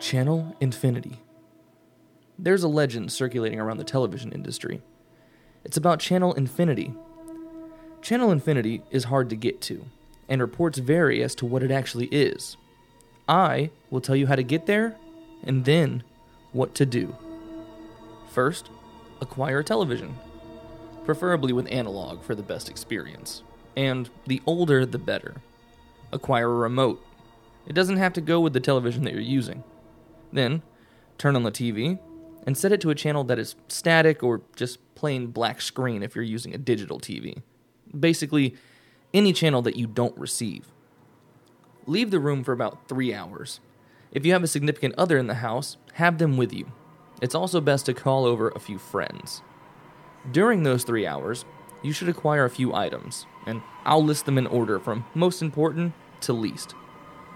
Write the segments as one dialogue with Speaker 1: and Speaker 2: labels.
Speaker 1: Channel Infinity. There's a legend circulating around the television industry. It's about Channel Infinity. Channel Infinity is hard to get to, and reports vary as to what it actually is. I will tell you how to get there and then what to do. First, acquire a television, preferably with analog for the best experience, and the older the better. Acquire a remote. It doesn't have to go with the television that you're using. Then, turn on the TV and set it to a channel that is static or just plain black screen if you're using a digital TV. Basically, any channel that you don't receive. Leave the room for about three hours. If you have a significant other in the house, have them with you. It's also best to call over a few friends. During those three hours, you should acquire a few items, and I'll list them in order from most important to least.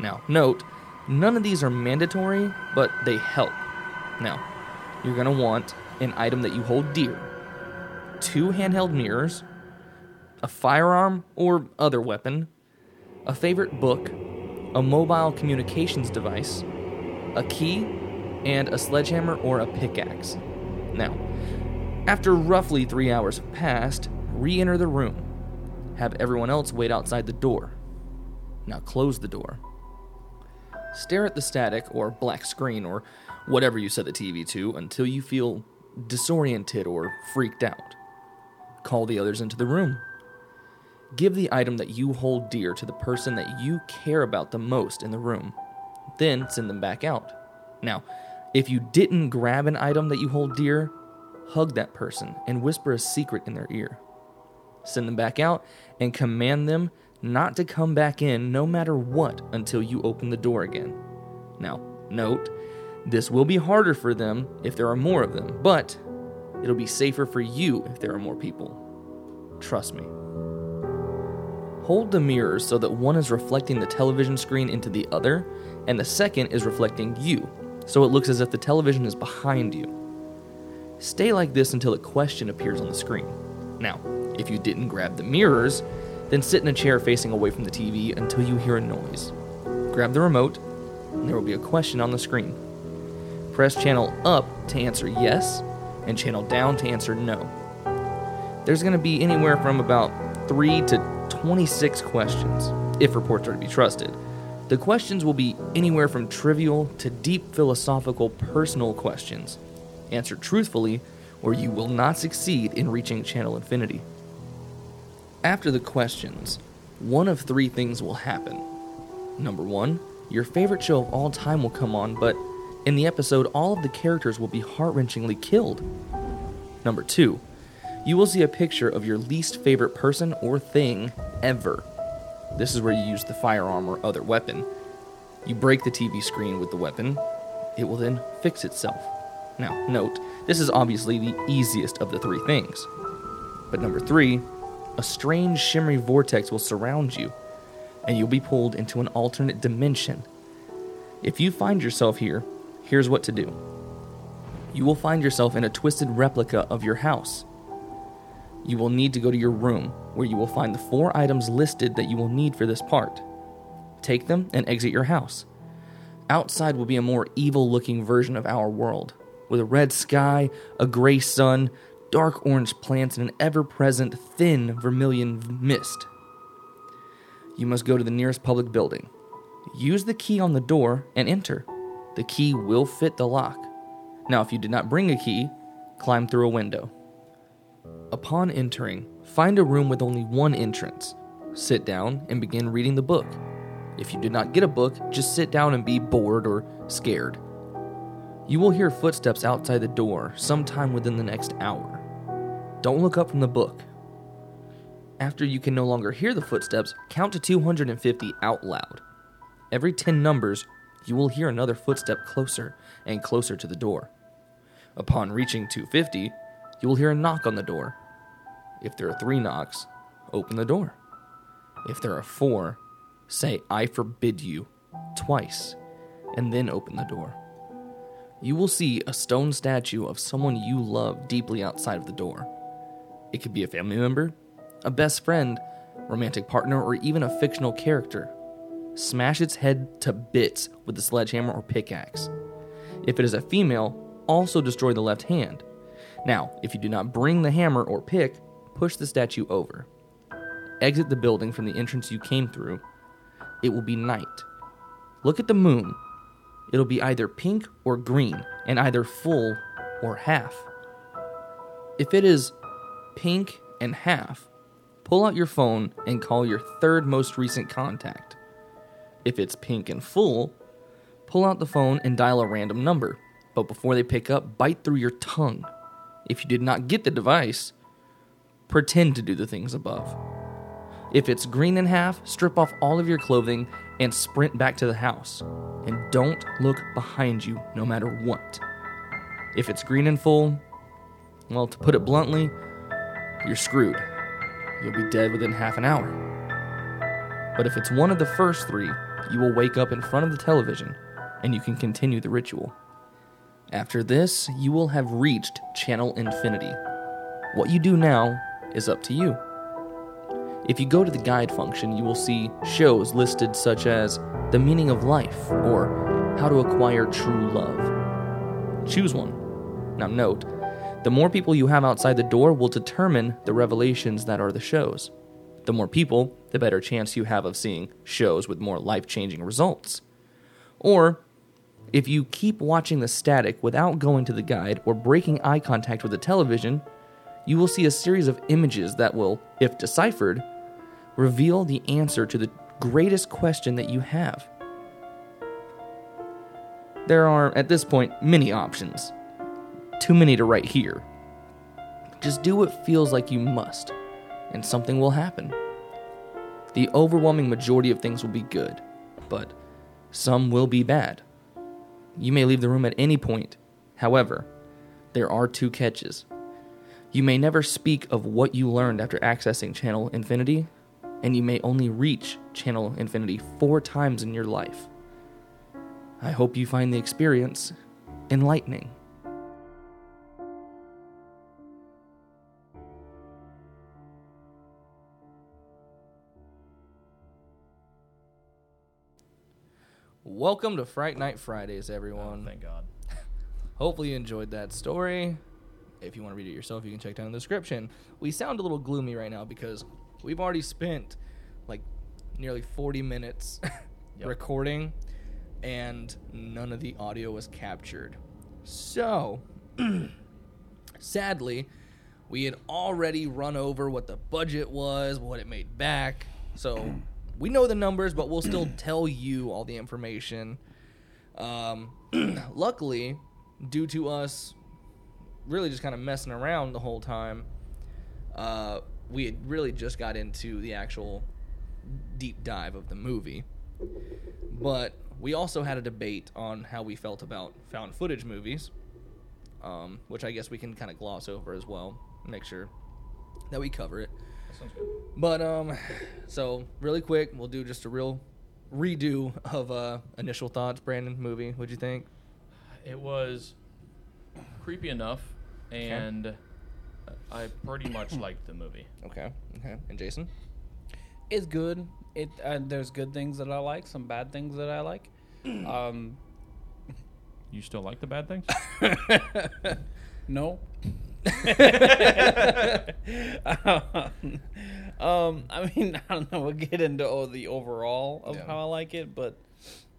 Speaker 1: Now, note, none of these are mandatory, but they help. Now, you're going to want an item that you hold dear two handheld mirrors, a firearm or other weapon, a favorite book, a mobile communications device, a key, and a sledgehammer or a pickaxe. Now, after roughly three hours have passed, re enter the room. Have everyone else wait outside the door. Now close the door. Stare at the static or black screen or whatever you set the TV to until you feel disoriented or freaked out. Call the others into the room. Give the item that you hold dear to the person that you care about the most in the room. Then send them back out. Now, if you didn't grab an item that you hold dear, hug that person and whisper a secret in their ear. Send them back out and command them not to come back in no matter what until you open the door again. Now, note, this will be harder for them if there are more of them, but it'll be safer for you if there are more people. Trust me. Hold the mirrors so that one is reflecting the television screen into the other, and the second is reflecting you, so it looks as if the television is behind you. Stay like this until a question appears on the screen. Now, if you didn't grab the mirrors, then sit in a chair facing away from the TV until you hear a noise. Grab the remote, and there will be a question on the screen. Press channel up to answer yes, and channel down to answer no there's going to be anywhere from about 3 to 26 questions, if reports are to be trusted. The questions will be anywhere from trivial to deep philosophical personal questions. Answer truthfully, or you will not succeed in reaching channel infinity. After the questions, one of three things will happen. Number one, your favorite show of all time will come on, but in the episode, all of the characters will be heart wrenchingly killed. Number two, you will see a picture of your least favorite person or thing ever. This is where you use the firearm or other weapon. You break the TV screen with the weapon, it will then fix itself. Now, note, this is obviously the easiest of the three things. But number three, a strange shimmery vortex will surround you, and you'll be pulled into an alternate dimension. If you find yourself here, here's what to do you will find yourself in a twisted replica of your house you will need to go to your room, where you will find the four items listed that you will need for this part. Take them and exit your house. Outside will be a more evil looking version of our world, with a red sky, a gray sun, dark orange plants, and an ever present thin vermilion mist. You must go to the nearest public building. Use the key on the door and enter. The key will fit the lock. Now, if you did not bring a key, climb through a window. Upon entering, find a room with only one entrance. Sit down and begin reading the book. If you did not get a book, just sit down and be bored or scared. You will hear footsteps outside the door sometime within the next hour. Don't look up from the book. After you can no longer hear the footsteps, count to 250 out loud. Every 10 numbers, you will hear another footstep closer and closer to the door. Upon reaching 250, you will hear a knock on the door. If there are three knocks, open the door. If there are four, say, I forbid you, twice, and then open the door. You will see a stone statue of someone you love deeply outside of the door. It could be a family member, a best friend, romantic partner, or even a fictional character. Smash its head to bits with a sledgehammer or pickaxe. if it is a female, also destroy the left hand. Now, if you do not bring the hammer or pick, push the statue over. Exit the building from the entrance you came through. It will be night. Look at the moon. It'll be either pink or green, and either full or half. If it is pink and half, pull out your phone and call your third most recent contact. If it's pink and full, pull out the phone and dial a random number. But before they pick up, bite through your tongue. If you did not get the device, pretend to do the things above. If it's green and half, strip off all of your clothing and sprint back to the house. And don't look behind you no matter what. If it's green and full, well, to put it bluntly, you're screwed. You'll be dead within half an hour. But if it's one of the first three, you will wake up in front of the television and you can continue the ritual. After this, you will have reached channel infinity. What you do now is up to you. If you go to the guide function, you will see shows listed such as The Meaning of Life or How to Acquire True Love. Choose one. Now, note, the more people you have outside the door will determine the revelations that are the shows. The more people, the better chance you have of seeing shows with more life changing results. Or, if you keep watching the static without going to the guide or breaking eye contact with the television, you will see a series of images that will, if deciphered, reveal the answer to the greatest question that you have. There are, at this point, many options. Too many to write here. Just do what feels like you must, and something will happen. The overwhelming majority of things will be good, but some will be bad. You may leave the room at any point. However, there are two catches. You may never speak of what you learned after accessing Channel Infinity, and you may only reach Channel Infinity four times in your life. I hope you find the experience enlightening. Welcome to Fright Night Fridays, everyone.
Speaker 2: Oh, Thank God.
Speaker 1: Hopefully, you enjoyed that story. If you want to read it yourself, you can check down in the description. We sound a little gloomy right now because we've already spent like nearly 40 minutes
Speaker 2: Yep.
Speaker 1: recording and none of the audio was captured. So, sadly, we had already run over what the budget was, what it made back. So, we know the numbers, but we'll still tell you all the information. Um, luckily, due to us really just kind of messing around the whole time, uh, we had really just got into the actual deep dive of the movie. But we also had a debate on how we felt about found footage movies, um, which I guess we can kind of gloss over as well, make sure that we cover it.
Speaker 2: Sounds good.
Speaker 1: But um, so really quick, we'll do just a real redo of uh, initial thoughts. Brandon, movie, what'd you think?
Speaker 2: It was creepy enough, and I pretty much liked the movie.
Speaker 1: Okay, okay. And Jason,
Speaker 3: it's good. It uh, there's good things that I like, some bad things that I like. Um,
Speaker 2: You still like the bad things?
Speaker 3: no, um, I mean, I don't know. We'll get into all the overall of
Speaker 1: Yeah.
Speaker 3: how I like it, but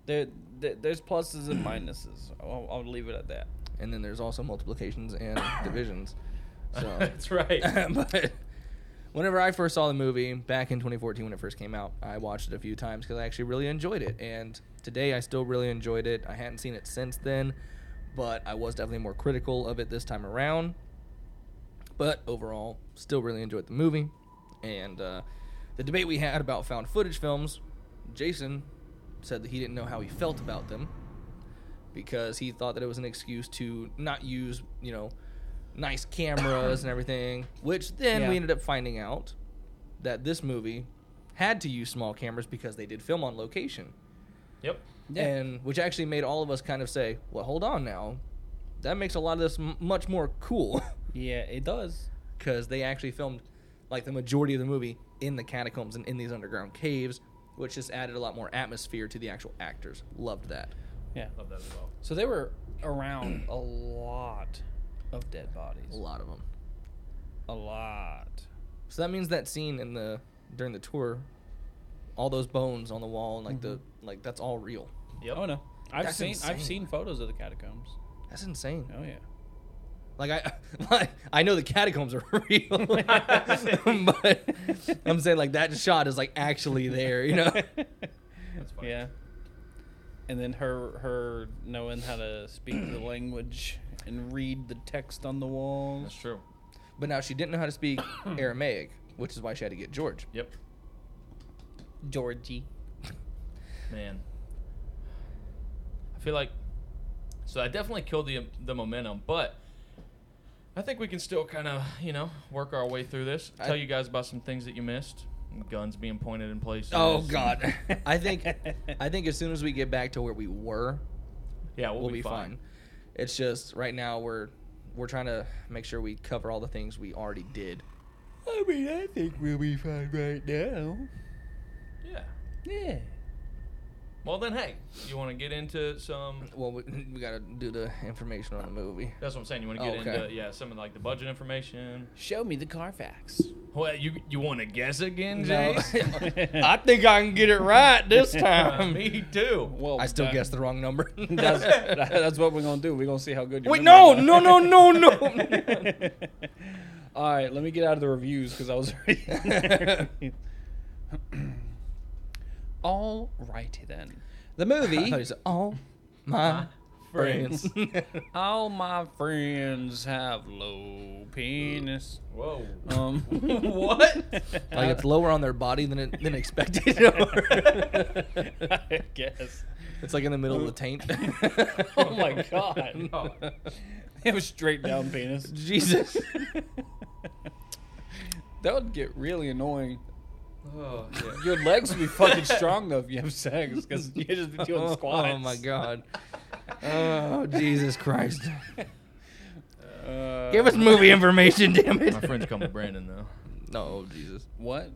Speaker 3: there, there there's pluses and minuses. I'll, I'll leave it at that.
Speaker 1: and then there's also multiplications and divisions. So
Speaker 2: That's right.
Speaker 1: but whenever I first saw the movie back in 2014 when it first came out, I watched it a few times because I actually really enjoyed it. And today I still really enjoyed it. I hadn't seen it since then, but I was definitely more critical of it this time around. But overall, still really enjoyed the movie. And uh, the debate we had about found footage films, Jason said that he didn't know how he felt about them because he thought that it was an excuse to not use, you know, nice cameras and everything. Which then
Speaker 3: Yeah.
Speaker 1: we ended up finding out that this movie had to use small cameras because they did film on location.
Speaker 2: Yep.
Speaker 3: Yeah.
Speaker 1: And which actually made all of us kind of say, well, hold on now. That makes a lot of this m- much more cool.
Speaker 3: Yeah, it does.
Speaker 1: because they actually filmed like the majority of the movie in the catacombs and in these underground caves, which just added a lot more atmosphere to the actual actors. Loved that.
Speaker 4: Yeah.
Speaker 2: of that as well.
Speaker 4: So they were around a lot of dead bodies.
Speaker 1: A lot of them.
Speaker 4: A lot.
Speaker 1: So that means that scene in the during the tour, all those bones on the wall and like the like that's all real.
Speaker 2: Yep.
Speaker 4: Oh no. I've
Speaker 1: That's
Speaker 4: seen
Speaker 1: insane.
Speaker 4: I've seen photos of the catacombs.
Speaker 1: That's insane.
Speaker 4: Oh yeah.
Speaker 1: Like I, like, I know the catacombs are real, but I'm saying like that shot is like actually there. You know,
Speaker 2: That's fine.
Speaker 4: yeah. And then her her knowing how to speak the language and read the text on the
Speaker 2: That's
Speaker 4: walls.
Speaker 2: true.
Speaker 1: but now she didn't know how to speak Aramaic, which is why she had to get George.
Speaker 2: Yep.
Speaker 4: Georgie.
Speaker 2: Man. I feel like so I definitely killed the the momentum, but I think we can still kind of, you know, work our way through this.
Speaker 1: I-
Speaker 2: Tell you guys about some things that you missed. Guns being pointed in places.
Speaker 1: Oh God, I think I think as soon as we get back to where we were,
Speaker 2: Yeah, we'll,
Speaker 1: we'll, be, fine. It's just right now we're we're trying to make sure we cover all the things we already did.
Speaker 4: I mean, I think we'll be fine right now.
Speaker 2: Yeah.
Speaker 4: Yeah.
Speaker 2: Well then, hey, you want to get into some?
Speaker 1: Well, we, we got to do the information on the movie.
Speaker 2: That's what I'm saying. You want to get
Speaker 1: Oh, okay.
Speaker 2: into yeah, some of like the budget information.
Speaker 4: Show me the Carfax.
Speaker 2: Well, you you want to guess again,
Speaker 1: No.
Speaker 2: Jace?
Speaker 1: I think I can get it right this
Speaker 2: Uh,
Speaker 1: time. Oh,
Speaker 2: me too.
Speaker 4: Well,
Speaker 1: I still
Speaker 4: that-
Speaker 1: guessed the wrong number.
Speaker 4: That's, that's what we're gonna do. We're gonna see how good. you
Speaker 1: Wait, no,
Speaker 4: remember
Speaker 1: no, no, no, no.
Speaker 4: that. All right, let me get out of the reviews because I was already. All righty then. The
Speaker 1: I
Speaker 4: movie.
Speaker 1: thought you said, "Oh, my friends."
Speaker 4: All my friends have low penis.
Speaker 2: Whoa.
Speaker 4: Um,
Speaker 2: What?
Speaker 1: like it's lower on their body than it, than expected.
Speaker 4: I guess.
Speaker 1: it's like in the middle of the taint.
Speaker 4: Uh, Oh my god.
Speaker 2: No.
Speaker 4: It was straight down penis.
Speaker 1: Jesus.
Speaker 4: That would get really annoying.
Speaker 2: Oh, yeah.
Speaker 4: Your legs would be fucking strong though if you have sex because you just be doing squats.
Speaker 1: Oh my god. Oh Jesus Christ.
Speaker 4: Uh,
Speaker 1: Give us movie information, damn it.
Speaker 2: My friends call me Brandon though.
Speaker 1: No, oh, Jesus.
Speaker 4: what?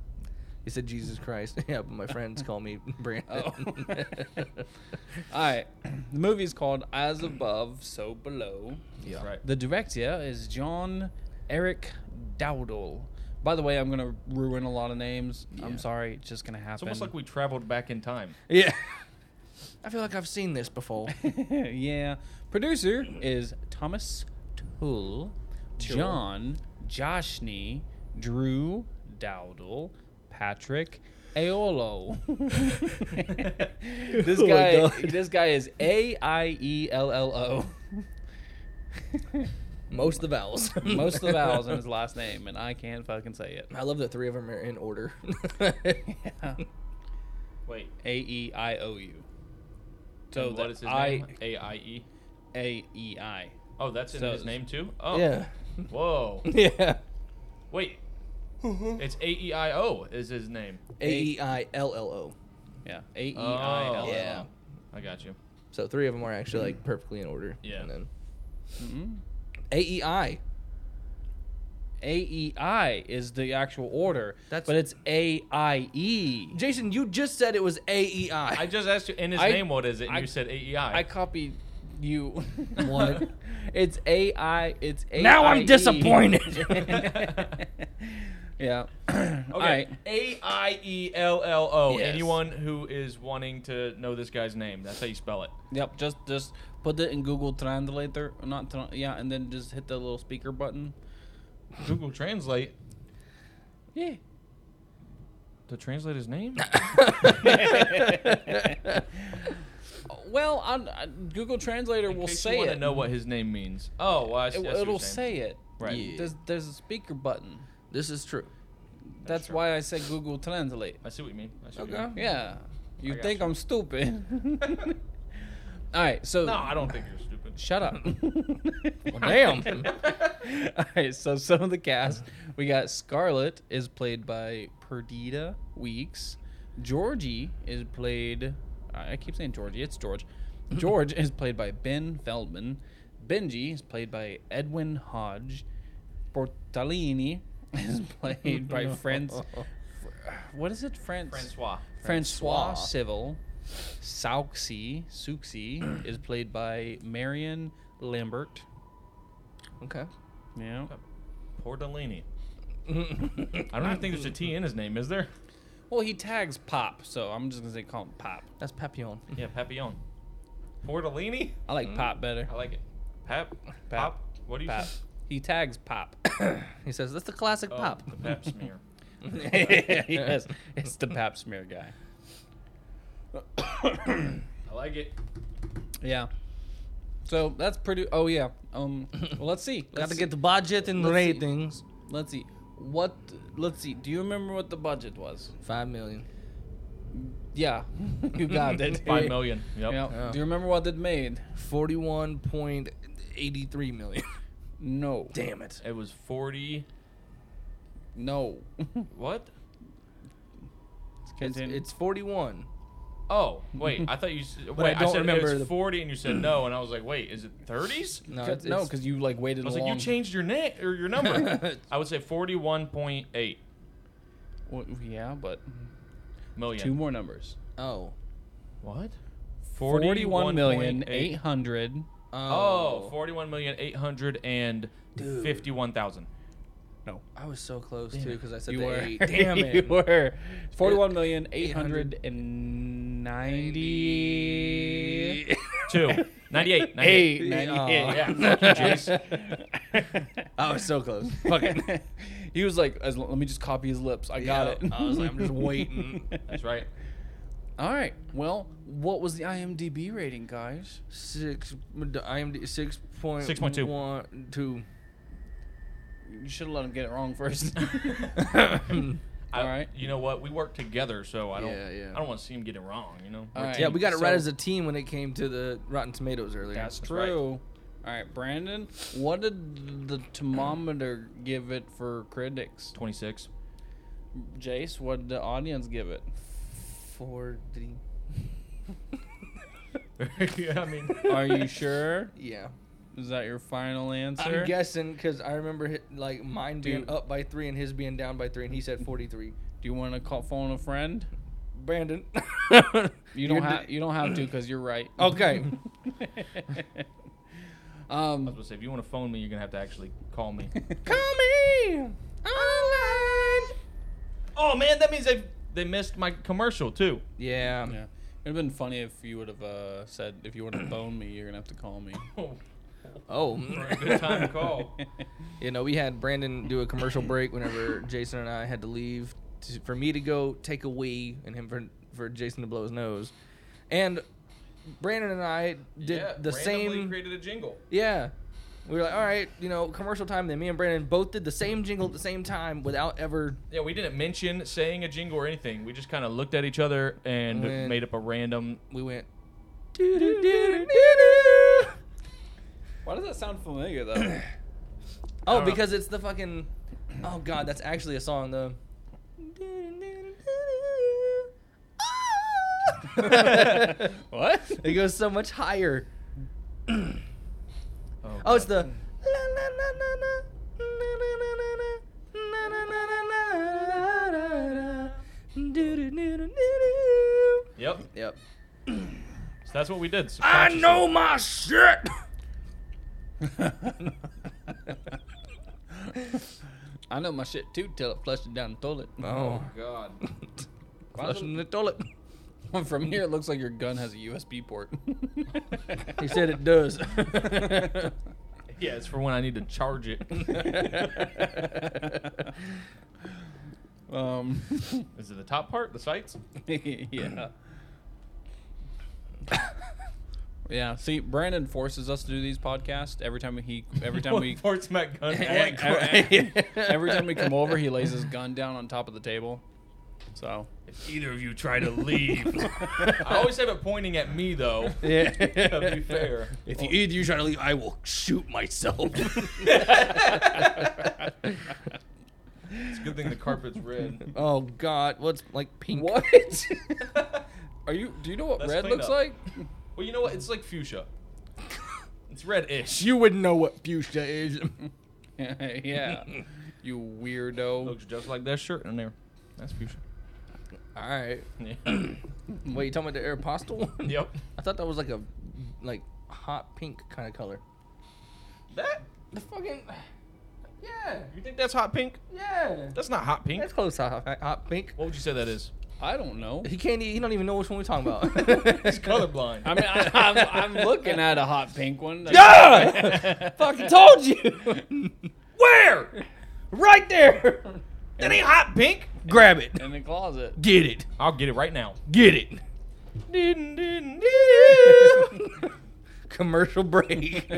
Speaker 1: He said Jesus Christ. Yeah, but my friends call me Brandon.
Speaker 4: Oh. All right. The movie is called As Above, So Below.
Speaker 1: yeah.
Speaker 2: Right.
Speaker 4: The director is John Eric Dowdle. By the way, I'm gonna ruin a lot of names.
Speaker 1: Yeah.
Speaker 4: I'm sorry, it's just gonna happen.
Speaker 2: It's almost like we traveled back in time.
Speaker 1: Yeah. I feel like I've seen this before.
Speaker 4: yeah. Producer is Thomas Toole,
Speaker 1: Toole.
Speaker 4: John Joshney, Drew Dowdle, Patrick Aolo. this
Speaker 1: Oh my
Speaker 4: guy
Speaker 1: God.
Speaker 4: this guy is A I E L L O.
Speaker 1: Most of the vowels.
Speaker 4: Most of the vowels in his last name and I can't fucking say it.
Speaker 1: I love that three of them are in order.
Speaker 2: Wait.
Speaker 4: A E I O U.
Speaker 2: So
Speaker 4: So that
Speaker 2: what is his
Speaker 4: I
Speaker 2: name? A I E.
Speaker 4: A E I.
Speaker 2: Oh, that's in
Speaker 4: So
Speaker 2: his
Speaker 4: it's-
Speaker 2: name too. Oh.
Speaker 1: Yeah.
Speaker 2: Whoa.
Speaker 1: Yeah.
Speaker 2: Wait. It's A E I O is his name.
Speaker 1: A E I L L O.
Speaker 4: Yeah. A E I L.
Speaker 2: Oh.
Speaker 4: L.
Speaker 1: Yeah.
Speaker 2: I got you.
Speaker 1: So three of them are actually like perfectly in order.
Speaker 2: Yeah.
Speaker 1: And then
Speaker 4: Mhm.
Speaker 1: A E I.
Speaker 4: A E I is the actual order.
Speaker 1: That's-
Speaker 4: but it's A I E.
Speaker 1: Jason, you just said it was A E
Speaker 2: I
Speaker 1: I.
Speaker 2: just asked you in his
Speaker 4: I-
Speaker 2: name what is it, and
Speaker 4: I-
Speaker 2: you said A E
Speaker 4: I
Speaker 2: I.
Speaker 4: copied you.
Speaker 1: What?
Speaker 4: it's A I. It's A.
Speaker 1: Now I'm
Speaker 4: I E.
Speaker 1: disappointed.
Speaker 4: yeah. All
Speaker 2: Okay.
Speaker 4: right.
Speaker 2: A I E L L O.
Speaker 1: Yes.
Speaker 2: Anyone who is wanting to know this guy's name, that's how you spell it.
Speaker 4: Yep. Just just put it in Google Translator. Not tra- yeah, and then just hit the little speaker button.
Speaker 2: Google Translate
Speaker 4: Yeah.
Speaker 2: to translate his name.
Speaker 4: Well, on, on Google Translator
Speaker 2: In
Speaker 4: will
Speaker 2: case
Speaker 4: say
Speaker 2: you want
Speaker 4: it.
Speaker 2: to know what his name means. Oh, well, I see, I
Speaker 4: it
Speaker 2: see what
Speaker 4: it'll
Speaker 2: you're saying.
Speaker 4: say it.
Speaker 2: Right.
Speaker 1: Yeah.
Speaker 4: There's there's a speaker button.
Speaker 1: this is true.
Speaker 4: That's
Speaker 2: true.
Speaker 4: why I said Google Translate.
Speaker 2: I see what you mean. I see what you
Speaker 1: Okay.
Speaker 2: mean.
Speaker 4: Yeah. You
Speaker 2: I got
Speaker 4: think
Speaker 2: you.
Speaker 4: I'm stupid? All right. So
Speaker 2: No, I don't think you're stupid.
Speaker 4: Shut up.
Speaker 1: damn.
Speaker 4: All right, so some of the cast we got Scarlett is played by Perdita Weeks. Georgie is played. I I keep saying Georgie. It's George. George is played by Ben Feldman. Benji is played by Edwin Hodge. Portalini is played by Franz. Fr- What is it, Franz?
Speaker 2: Francois.
Speaker 4: Francois
Speaker 1: Francois.
Speaker 4: Civil. Sauxi, Suxi is played by Marion Lambert.
Speaker 1: Okay.
Speaker 4: Yeah.
Speaker 2: Portolini. I don't even think there's a T in his name, is there?
Speaker 4: Well, he tags Pop, so I'm just gonna say call him Pop.
Speaker 1: That's Papillon.
Speaker 2: Yeah, Papillon. Portolini?
Speaker 4: I like Pop better.
Speaker 2: I like it. Pap? Pap? What do you
Speaker 4: Pop.
Speaker 2: say?
Speaker 4: He tags Pop.
Speaker 1: He says that's the classic
Speaker 2: Oh,
Speaker 1: pop.
Speaker 2: The pap smear.
Speaker 4: yes, it's the Pap smear guy.
Speaker 2: I like it.
Speaker 4: Yeah. So that's pretty. Oh yeah. Um. Well, let's see.
Speaker 1: Got
Speaker 4: Let's
Speaker 1: to
Speaker 4: see.
Speaker 1: get the budget and
Speaker 4: Let's see.
Speaker 1: ratings.
Speaker 4: Let's see. What? Let's see. Do you remember what the budget was?
Speaker 1: Five million.
Speaker 4: Yeah, you got it.
Speaker 2: Five million. Yep.
Speaker 4: Yeah.
Speaker 1: Yeah.
Speaker 4: Do you remember what it made?
Speaker 1: Forty-one point eighty-three million.
Speaker 4: No.
Speaker 1: Damn it.
Speaker 2: It was 40.
Speaker 4: No.
Speaker 2: What?
Speaker 1: It's,
Speaker 4: Continue.
Speaker 1: it's forty-one.
Speaker 2: Oh, wait. I thought you said. Wait, I,
Speaker 1: don't
Speaker 2: said it
Speaker 1: remember
Speaker 2: was
Speaker 1: the-
Speaker 2: 40 and you said no, and I was like, wait, is it 30s?
Speaker 1: No,
Speaker 4: Cut-
Speaker 1: it's,
Speaker 4: no,
Speaker 1: it's-
Speaker 4: because you like waited
Speaker 2: I was
Speaker 4: long.
Speaker 2: like, you changed your name or your number. I would say 41.8
Speaker 4: Well, yeah, but
Speaker 2: million.
Speaker 4: two more numbers.
Speaker 1: oh.
Speaker 2: What?
Speaker 4: Forty-one million
Speaker 2: 41.8.
Speaker 4: eight hundred.
Speaker 2: Oh, 41,851,000.
Speaker 4: No.
Speaker 1: I was so close too because I said
Speaker 4: You
Speaker 1: the
Speaker 4: were.
Speaker 1: eight. Damn
Speaker 4: you
Speaker 1: it.
Speaker 4: were. Forty-one million eight hundred and ninety.
Speaker 2: Two. 98. 98.
Speaker 4: Eight.
Speaker 1: Yeah.
Speaker 2: Yeah. fuck you, Jace.
Speaker 1: I was so close.
Speaker 4: Oh, Fuck it. He was like, as, "Let me just copy his lips. I got
Speaker 1: Yeah,
Speaker 4: it."
Speaker 1: I was like, I'm just waiting.
Speaker 2: That's right.
Speaker 4: All right. Well, what was the IMDb rating, guys?
Speaker 1: Six. I am six point
Speaker 2: 6.2.
Speaker 1: one- two.
Speaker 4: You should have let him get it wrong first.
Speaker 2: I-
Speaker 4: Hmm. All right.
Speaker 2: Um, You know what? We work together, so I don't.
Speaker 1: Yeah, yeah.
Speaker 2: I don't want to see him get it wrong. You know.
Speaker 4: All right.
Speaker 1: Yeah, we got it right
Speaker 4: So-
Speaker 1: as a team when it came to the Rotten Tomatoes earlier.
Speaker 4: That's
Speaker 2: right.
Speaker 4: true. All right, Brandon. What did the thermometer give it for critics?
Speaker 2: Twenty six.
Speaker 4: Jace, what did the audience give it?
Speaker 1: forty.
Speaker 2: yeah, I mean.
Speaker 4: Are you sure?
Speaker 1: Yeah,
Speaker 4: Is that your final answer?
Speaker 1: I'm guessing because I remember hi- like mine being
Speaker 4: Dude.
Speaker 1: up by three and his being down by three, and he said forty-three.
Speaker 4: Do you want to call phone a friend?
Speaker 1: Brandon,
Speaker 4: You don't
Speaker 1: You're
Speaker 4: have you don't have to because you're right.
Speaker 1: Okay.
Speaker 2: I was
Speaker 4: um,
Speaker 2: gonna say, if you want to phone me, you're gonna have to actually call me.
Speaker 4: call me.
Speaker 2: oh man, that means they they missed my commercial too.
Speaker 1: yeah.
Speaker 4: Yeah, it'd have been funny if you would have uh, said if you want to phone me, you're gonna have to call me.
Speaker 2: Oh,
Speaker 1: Oh,
Speaker 2: for a good time to call.
Speaker 1: you know, we had Brandon do a commercial break whenever Jason and I had to leave to, for me to go take a wee and him for for Jason to blow his nose, and Brandon and I did
Speaker 2: yeah,
Speaker 1: the
Speaker 2: randomly
Speaker 1: same.
Speaker 2: Created a jingle.
Speaker 1: Yeah. We were like, all right, you know, commercial time. Then me and Brandon both did the same jingle at the same time without ever.
Speaker 2: Yeah, we didn't mention saying a jingle or anything. We just kind of looked at each other and
Speaker 1: Man.
Speaker 2: made up a random.
Speaker 1: We went. "Doo-doo-doo-doo-doo-doo."
Speaker 4: Why does that sound familiar though?
Speaker 2: I
Speaker 1: Oh,
Speaker 2: don't know.
Speaker 1: because it's the fucking. Oh God, that's actually a song though.
Speaker 4: what?
Speaker 1: It goes so much higher. Oh,
Speaker 2: Oh, God.
Speaker 1: it's the. la, la, la, la, la, na, na, na, na, na, na, na, na, na, na, na, na, na, doo-doo-doo-doo-doo-doo.
Speaker 2: Yep.
Speaker 1: Yep.
Speaker 2: So that's what we did.
Speaker 1: I
Speaker 2: subconsciously.
Speaker 1: know my shit.
Speaker 4: I know my shit too till it flushes down the toilet.
Speaker 1: Oh,
Speaker 2: God.
Speaker 1: flushing the toilet.
Speaker 4: From here, it looks like your gun has a USB port.
Speaker 1: He said it does.
Speaker 2: Yeah, it's for when I need to charge it.
Speaker 4: um,
Speaker 2: Is it the top part, the sights?
Speaker 4: yeah. Yeah. See, Brandon forces us to do these podcasts every time he every time we
Speaker 2: Parts my gun.
Speaker 4: every, every time we come over, he lays his gun down on top of the table. So
Speaker 2: If either of you try to leave, I always have it pointing at me though.
Speaker 1: yeah.
Speaker 2: To be fair,
Speaker 1: If you either you try to leave, I will shoot myself.
Speaker 2: it's a good thing the carpet's red.
Speaker 1: oh God, what's like pink?
Speaker 4: what? Are you? Do you know what
Speaker 2: That's
Speaker 4: red
Speaker 2: cleaned
Speaker 4: looks
Speaker 2: up.
Speaker 4: like?
Speaker 2: Well, you know what? It's like fuchsia. It's red-ish.
Speaker 1: You wouldn't know what fuchsia is.
Speaker 4: yeah. You weirdo.
Speaker 2: Looks just like that shirt in there. That's fuchsia.
Speaker 4: All right.
Speaker 2: Yeah.
Speaker 4: Wait, you talking about the Aeropostale one?
Speaker 2: yep.
Speaker 4: I thought that was like a like hot pink kind of color.
Speaker 2: That.
Speaker 4: The fucking yeah,
Speaker 2: You think that's hot pink?
Speaker 4: yeah.
Speaker 2: That's not hot pink.
Speaker 4: That's close to hot, hot pink.
Speaker 2: What would you say that is?
Speaker 4: I don't know. He can't. e- He don't even know which one we're talking about.
Speaker 2: He's colorblind.
Speaker 4: I mean, I, I'm, I'm looking at a hot pink one.
Speaker 1: Yeah!
Speaker 4: fucking told you.
Speaker 2: Where?
Speaker 4: right there.
Speaker 2: That ain't hot pink.
Speaker 1: Grab it.
Speaker 4: In the closet.
Speaker 1: Get it.
Speaker 2: I'll get it right now.
Speaker 1: Get it. Commercial break.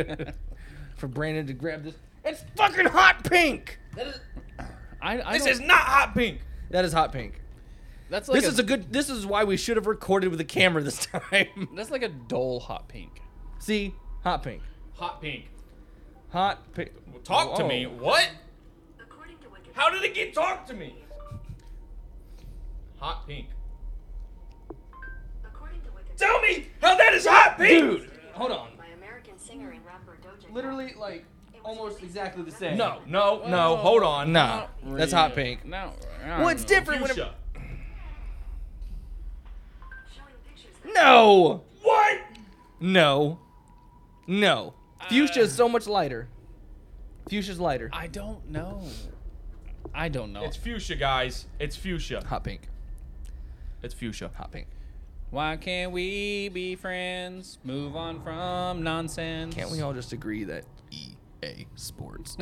Speaker 4: For Brandon to grab this.
Speaker 1: it's fucking hot pink.
Speaker 4: I, I
Speaker 2: This
Speaker 4: don't-
Speaker 2: is not hot pink.
Speaker 1: That is hot pink.
Speaker 4: That's like
Speaker 1: this is a good. This is why we should have recorded with a camera this time.
Speaker 4: That's like a dull hot pink.
Speaker 1: See, hot pink,
Speaker 2: Hot pink.
Speaker 1: hot pink.
Speaker 2: Well, talk to me.
Speaker 1: Whoa.
Speaker 2: What?
Speaker 5: According to Wikipedia,
Speaker 2: How did it get talk to me? Hot pink.
Speaker 5: according to Wikipedia,
Speaker 2: Tell me how that is hot pink. Dude.
Speaker 1: Hold on.
Speaker 5: by American singer and rapper Doja Cat.
Speaker 1: Literally, like almost exactly the same.
Speaker 2: No, no, no. Hold on.
Speaker 1: Nah, that's hot pink.
Speaker 4: No.
Speaker 1: Well, it's different when it,
Speaker 2: Fuchsia.
Speaker 5: showing pictures that
Speaker 1: No,
Speaker 2: What?
Speaker 1: no, no. Fuchsia is so much lighter. Fuchsia's lighter.
Speaker 4: Uh. I don't know. I don't know.
Speaker 2: It's fuchsia, guys. It's fuchsia.
Speaker 1: Hot pink,
Speaker 2: It's fuchsia.
Speaker 1: hot pink.
Speaker 4: Why can't we be friends? Move on from nonsense.
Speaker 1: Can't we all just agree that EA Sports,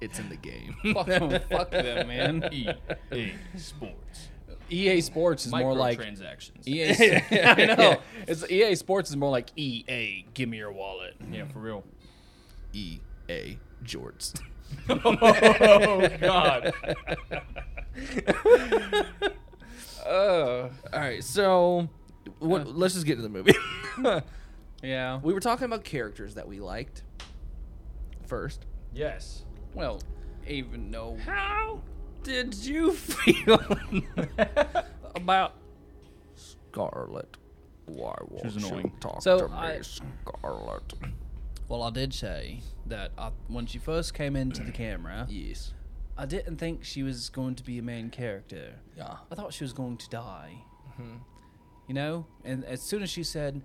Speaker 1: it's in the game.
Speaker 4: Fuck, them- fuck them, man.
Speaker 2: E A Sports.
Speaker 4: EA E Sports is more like E,
Speaker 2: transactions.
Speaker 4: EA. I know. It's EA Sports is more like EA. Give me your wallet.
Speaker 2: yeah, for real.
Speaker 1: EA E Jorts.
Speaker 2: oh God.
Speaker 4: Oh.
Speaker 1: All right, so what, let's just get to the movie.
Speaker 4: Yeah.
Speaker 1: we were talking about characters that we liked first.
Speaker 2: Yes.
Speaker 4: Well, even though
Speaker 1: How did you feel about Scarlet? Why won't
Speaker 2: was
Speaker 1: you
Speaker 2: annoying.
Speaker 1: talk
Speaker 4: So,
Speaker 1: to me,
Speaker 4: I-
Speaker 1: Scarlet?
Speaker 4: Well, I did say that I, when she first came into the camera,
Speaker 1: Yes.
Speaker 4: I didn't think she was going to be a main character.
Speaker 1: Yeah.
Speaker 4: I thought she was going to die. You know? And as soon as she said,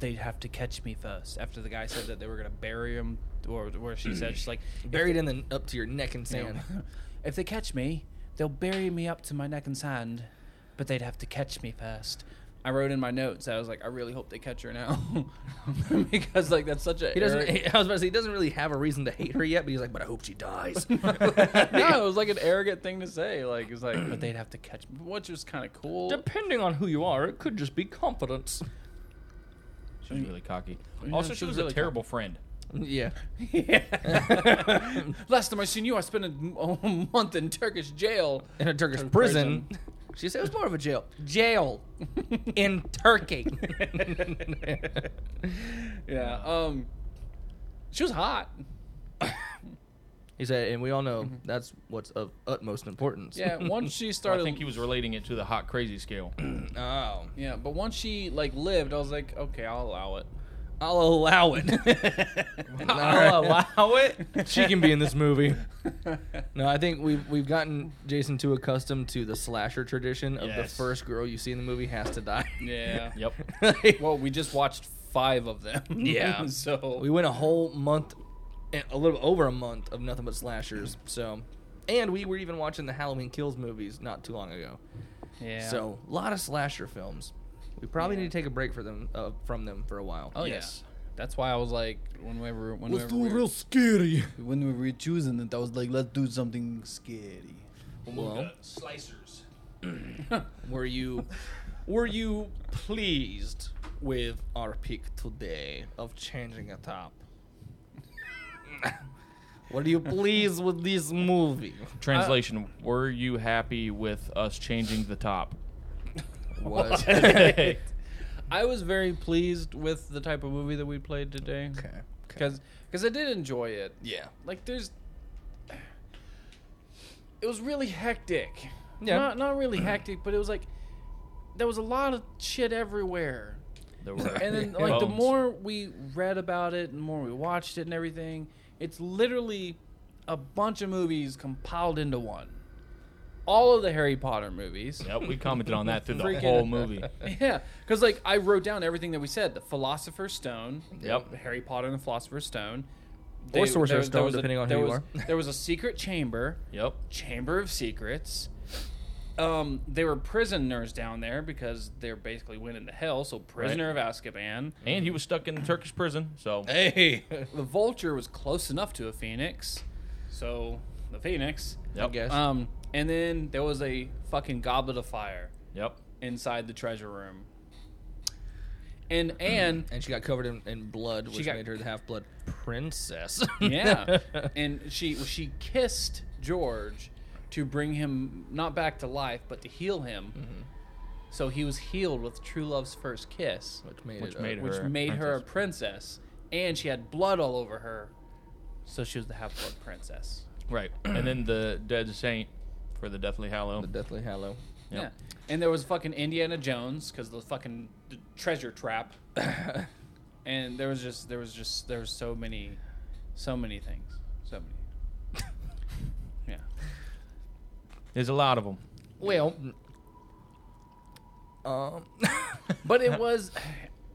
Speaker 4: they'd have to catch me first, after the guy said that they were going to bury him, or where she said, she's like,
Speaker 1: Buried in the up to your neck in
Speaker 4: you know,
Speaker 1: sand.
Speaker 4: if they catch me, they'll bury me up to my neck in sand, but they'd have to catch me first. I wrote in my notes. I was like, I really hope they catch her now, because like that's such a.
Speaker 1: He doesn't.
Speaker 4: arro-
Speaker 1: I was about to say he doesn't really have a reason to hate her yet, but he's like, but I hope she dies.
Speaker 4: no, it was like an arrogant thing to say. Like it's like, but they'd have to catch, which was kind of cool.
Speaker 1: Depending on who you are, it could just be confidence.
Speaker 2: She was really cocky.
Speaker 4: Yeah,
Speaker 2: also,
Speaker 4: she
Speaker 2: she
Speaker 4: was
Speaker 2: was
Speaker 4: really
Speaker 2: a terrible friend.
Speaker 1: Yeah.
Speaker 4: Yeah. Last time I seen you, I spent a, m- a month in Turkish jail.
Speaker 1: In a Turkish
Speaker 4: Turkish
Speaker 1: prison,
Speaker 4: prison.
Speaker 1: she said it was more of a jail. Jail in Turkey.
Speaker 4: yeah. Um, she was hot.
Speaker 1: He said, and we all know that's what's of utmost importance.
Speaker 4: Yeah. Once she started,
Speaker 2: I think he was relating it to the hot crazy scale.
Speaker 1: oh,
Speaker 4: yeah. But once she like lived, I was like, okay, I'll allow it.
Speaker 1: I'll allow it.
Speaker 2: I'll allow it.
Speaker 1: she can be in this movie. No, I think we've we've gotten Jason too accustomed to the slasher tradition of the
Speaker 2: Yes.
Speaker 1: first girl you see in the movie has to die.
Speaker 4: yeah.
Speaker 2: Yep.
Speaker 1: Like,
Speaker 4: Well, we just watched five of them.
Speaker 1: Yeah.
Speaker 4: so
Speaker 1: we went a whole month, eh, a little over a month of nothing but slashers. So, and we were even watching the Halloween Kills movies not too long ago.
Speaker 4: yeah.
Speaker 1: So, a lot of slasher films. We probably
Speaker 4: Yeah.
Speaker 1: need to take a break for them uh, from them for a while.
Speaker 4: Oh
Speaker 2: Yes.
Speaker 4: yeah. That's why I was like, whenever, whenever we were,
Speaker 1: scary.
Speaker 4: when we were choosing it, I was like, let's do something scary.
Speaker 1: Well,
Speaker 2: Slicers.
Speaker 1: were you were you pleased with our pick today of changing a top? Were you pleased with this movie?
Speaker 2: Translation: Were you happy with us changing the top?
Speaker 1: Was
Speaker 2: okay.
Speaker 4: I was very pleased with the type of movie that we played today. Because I did enjoy it.
Speaker 1: yeah.
Speaker 4: Like, there's. It was really hectic.
Speaker 1: Yeah.
Speaker 4: Not, not really hectic, but it was like. There was a lot of shit everywhere.
Speaker 2: There were
Speaker 4: And then, like, the
Speaker 2: bones.
Speaker 4: more we read about it and the more we watched it and everything, it's literally a bunch of movies compiled into one. all of the Harry Potter movies.
Speaker 2: Yep, we commented on that through the
Speaker 4: Freaking-
Speaker 2: whole movie.
Speaker 4: Yeah, because like I wrote down everything that we said: the Philosopher's Stone,
Speaker 2: Yep.
Speaker 4: Harry Potter and the Philosopher's Stone,
Speaker 1: Or Sorcerer's
Speaker 4: there- there
Speaker 1: Stone,
Speaker 4: was
Speaker 1: depending on who
Speaker 4: there
Speaker 1: you
Speaker 4: was-
Speaker 1: are.
Speaker 4: there was a secret chamber,
Speaker 2: Yep.
Speaker 4: Chamber of Secrets. Um, they were prisoners down there because they basically went into hell. So prisoner of Azkaban.
Speaker 2: And he was stuck in Turkish prison, so
Speaker 6: Hey.
Speaker 4: The vulture was close enough to a phoenix, so the phoenix.
Speaker 2: yep.
Speaker 1: guess.
Speaker 4: Um, and then there was a fucking goblet of fire
Speaker 2: Yep.
Speaker 4: inside the treasure room. And Anne,
Speaker 1: and she got covered in, in blood, which
Speaker 4: got-
Speaker 1: made her the half blood princess.
Speaker 4: yeah, and she she kissed George to bring him not back to life, but to heal him. So he was healed with true love's first kiss,
Speaker 1: which made
Speaker 2: Which
Speaker 1: it, uh,
Speaker 2: made
Speaker 4: which
Speaker 2: her a
Speaker 4: made her a princess, and she had blood all over her. So she was the half blood princess.
Speaker 2: Right. and then the dead saint for the Deathly Hallow.
Speaker 1: the Deathly Hallow.
Speaker 2: Yep.
Speaker 4: Yeah. And there was fucking Indiana Jones because the fucking the treasure trap. and there was just there was just there was so many, so many things, so many. yeah.
Speaker 2: There's a lot of them.
Speaker 4: Well,
Speaker 1: Um,
Speaker 4: but it was,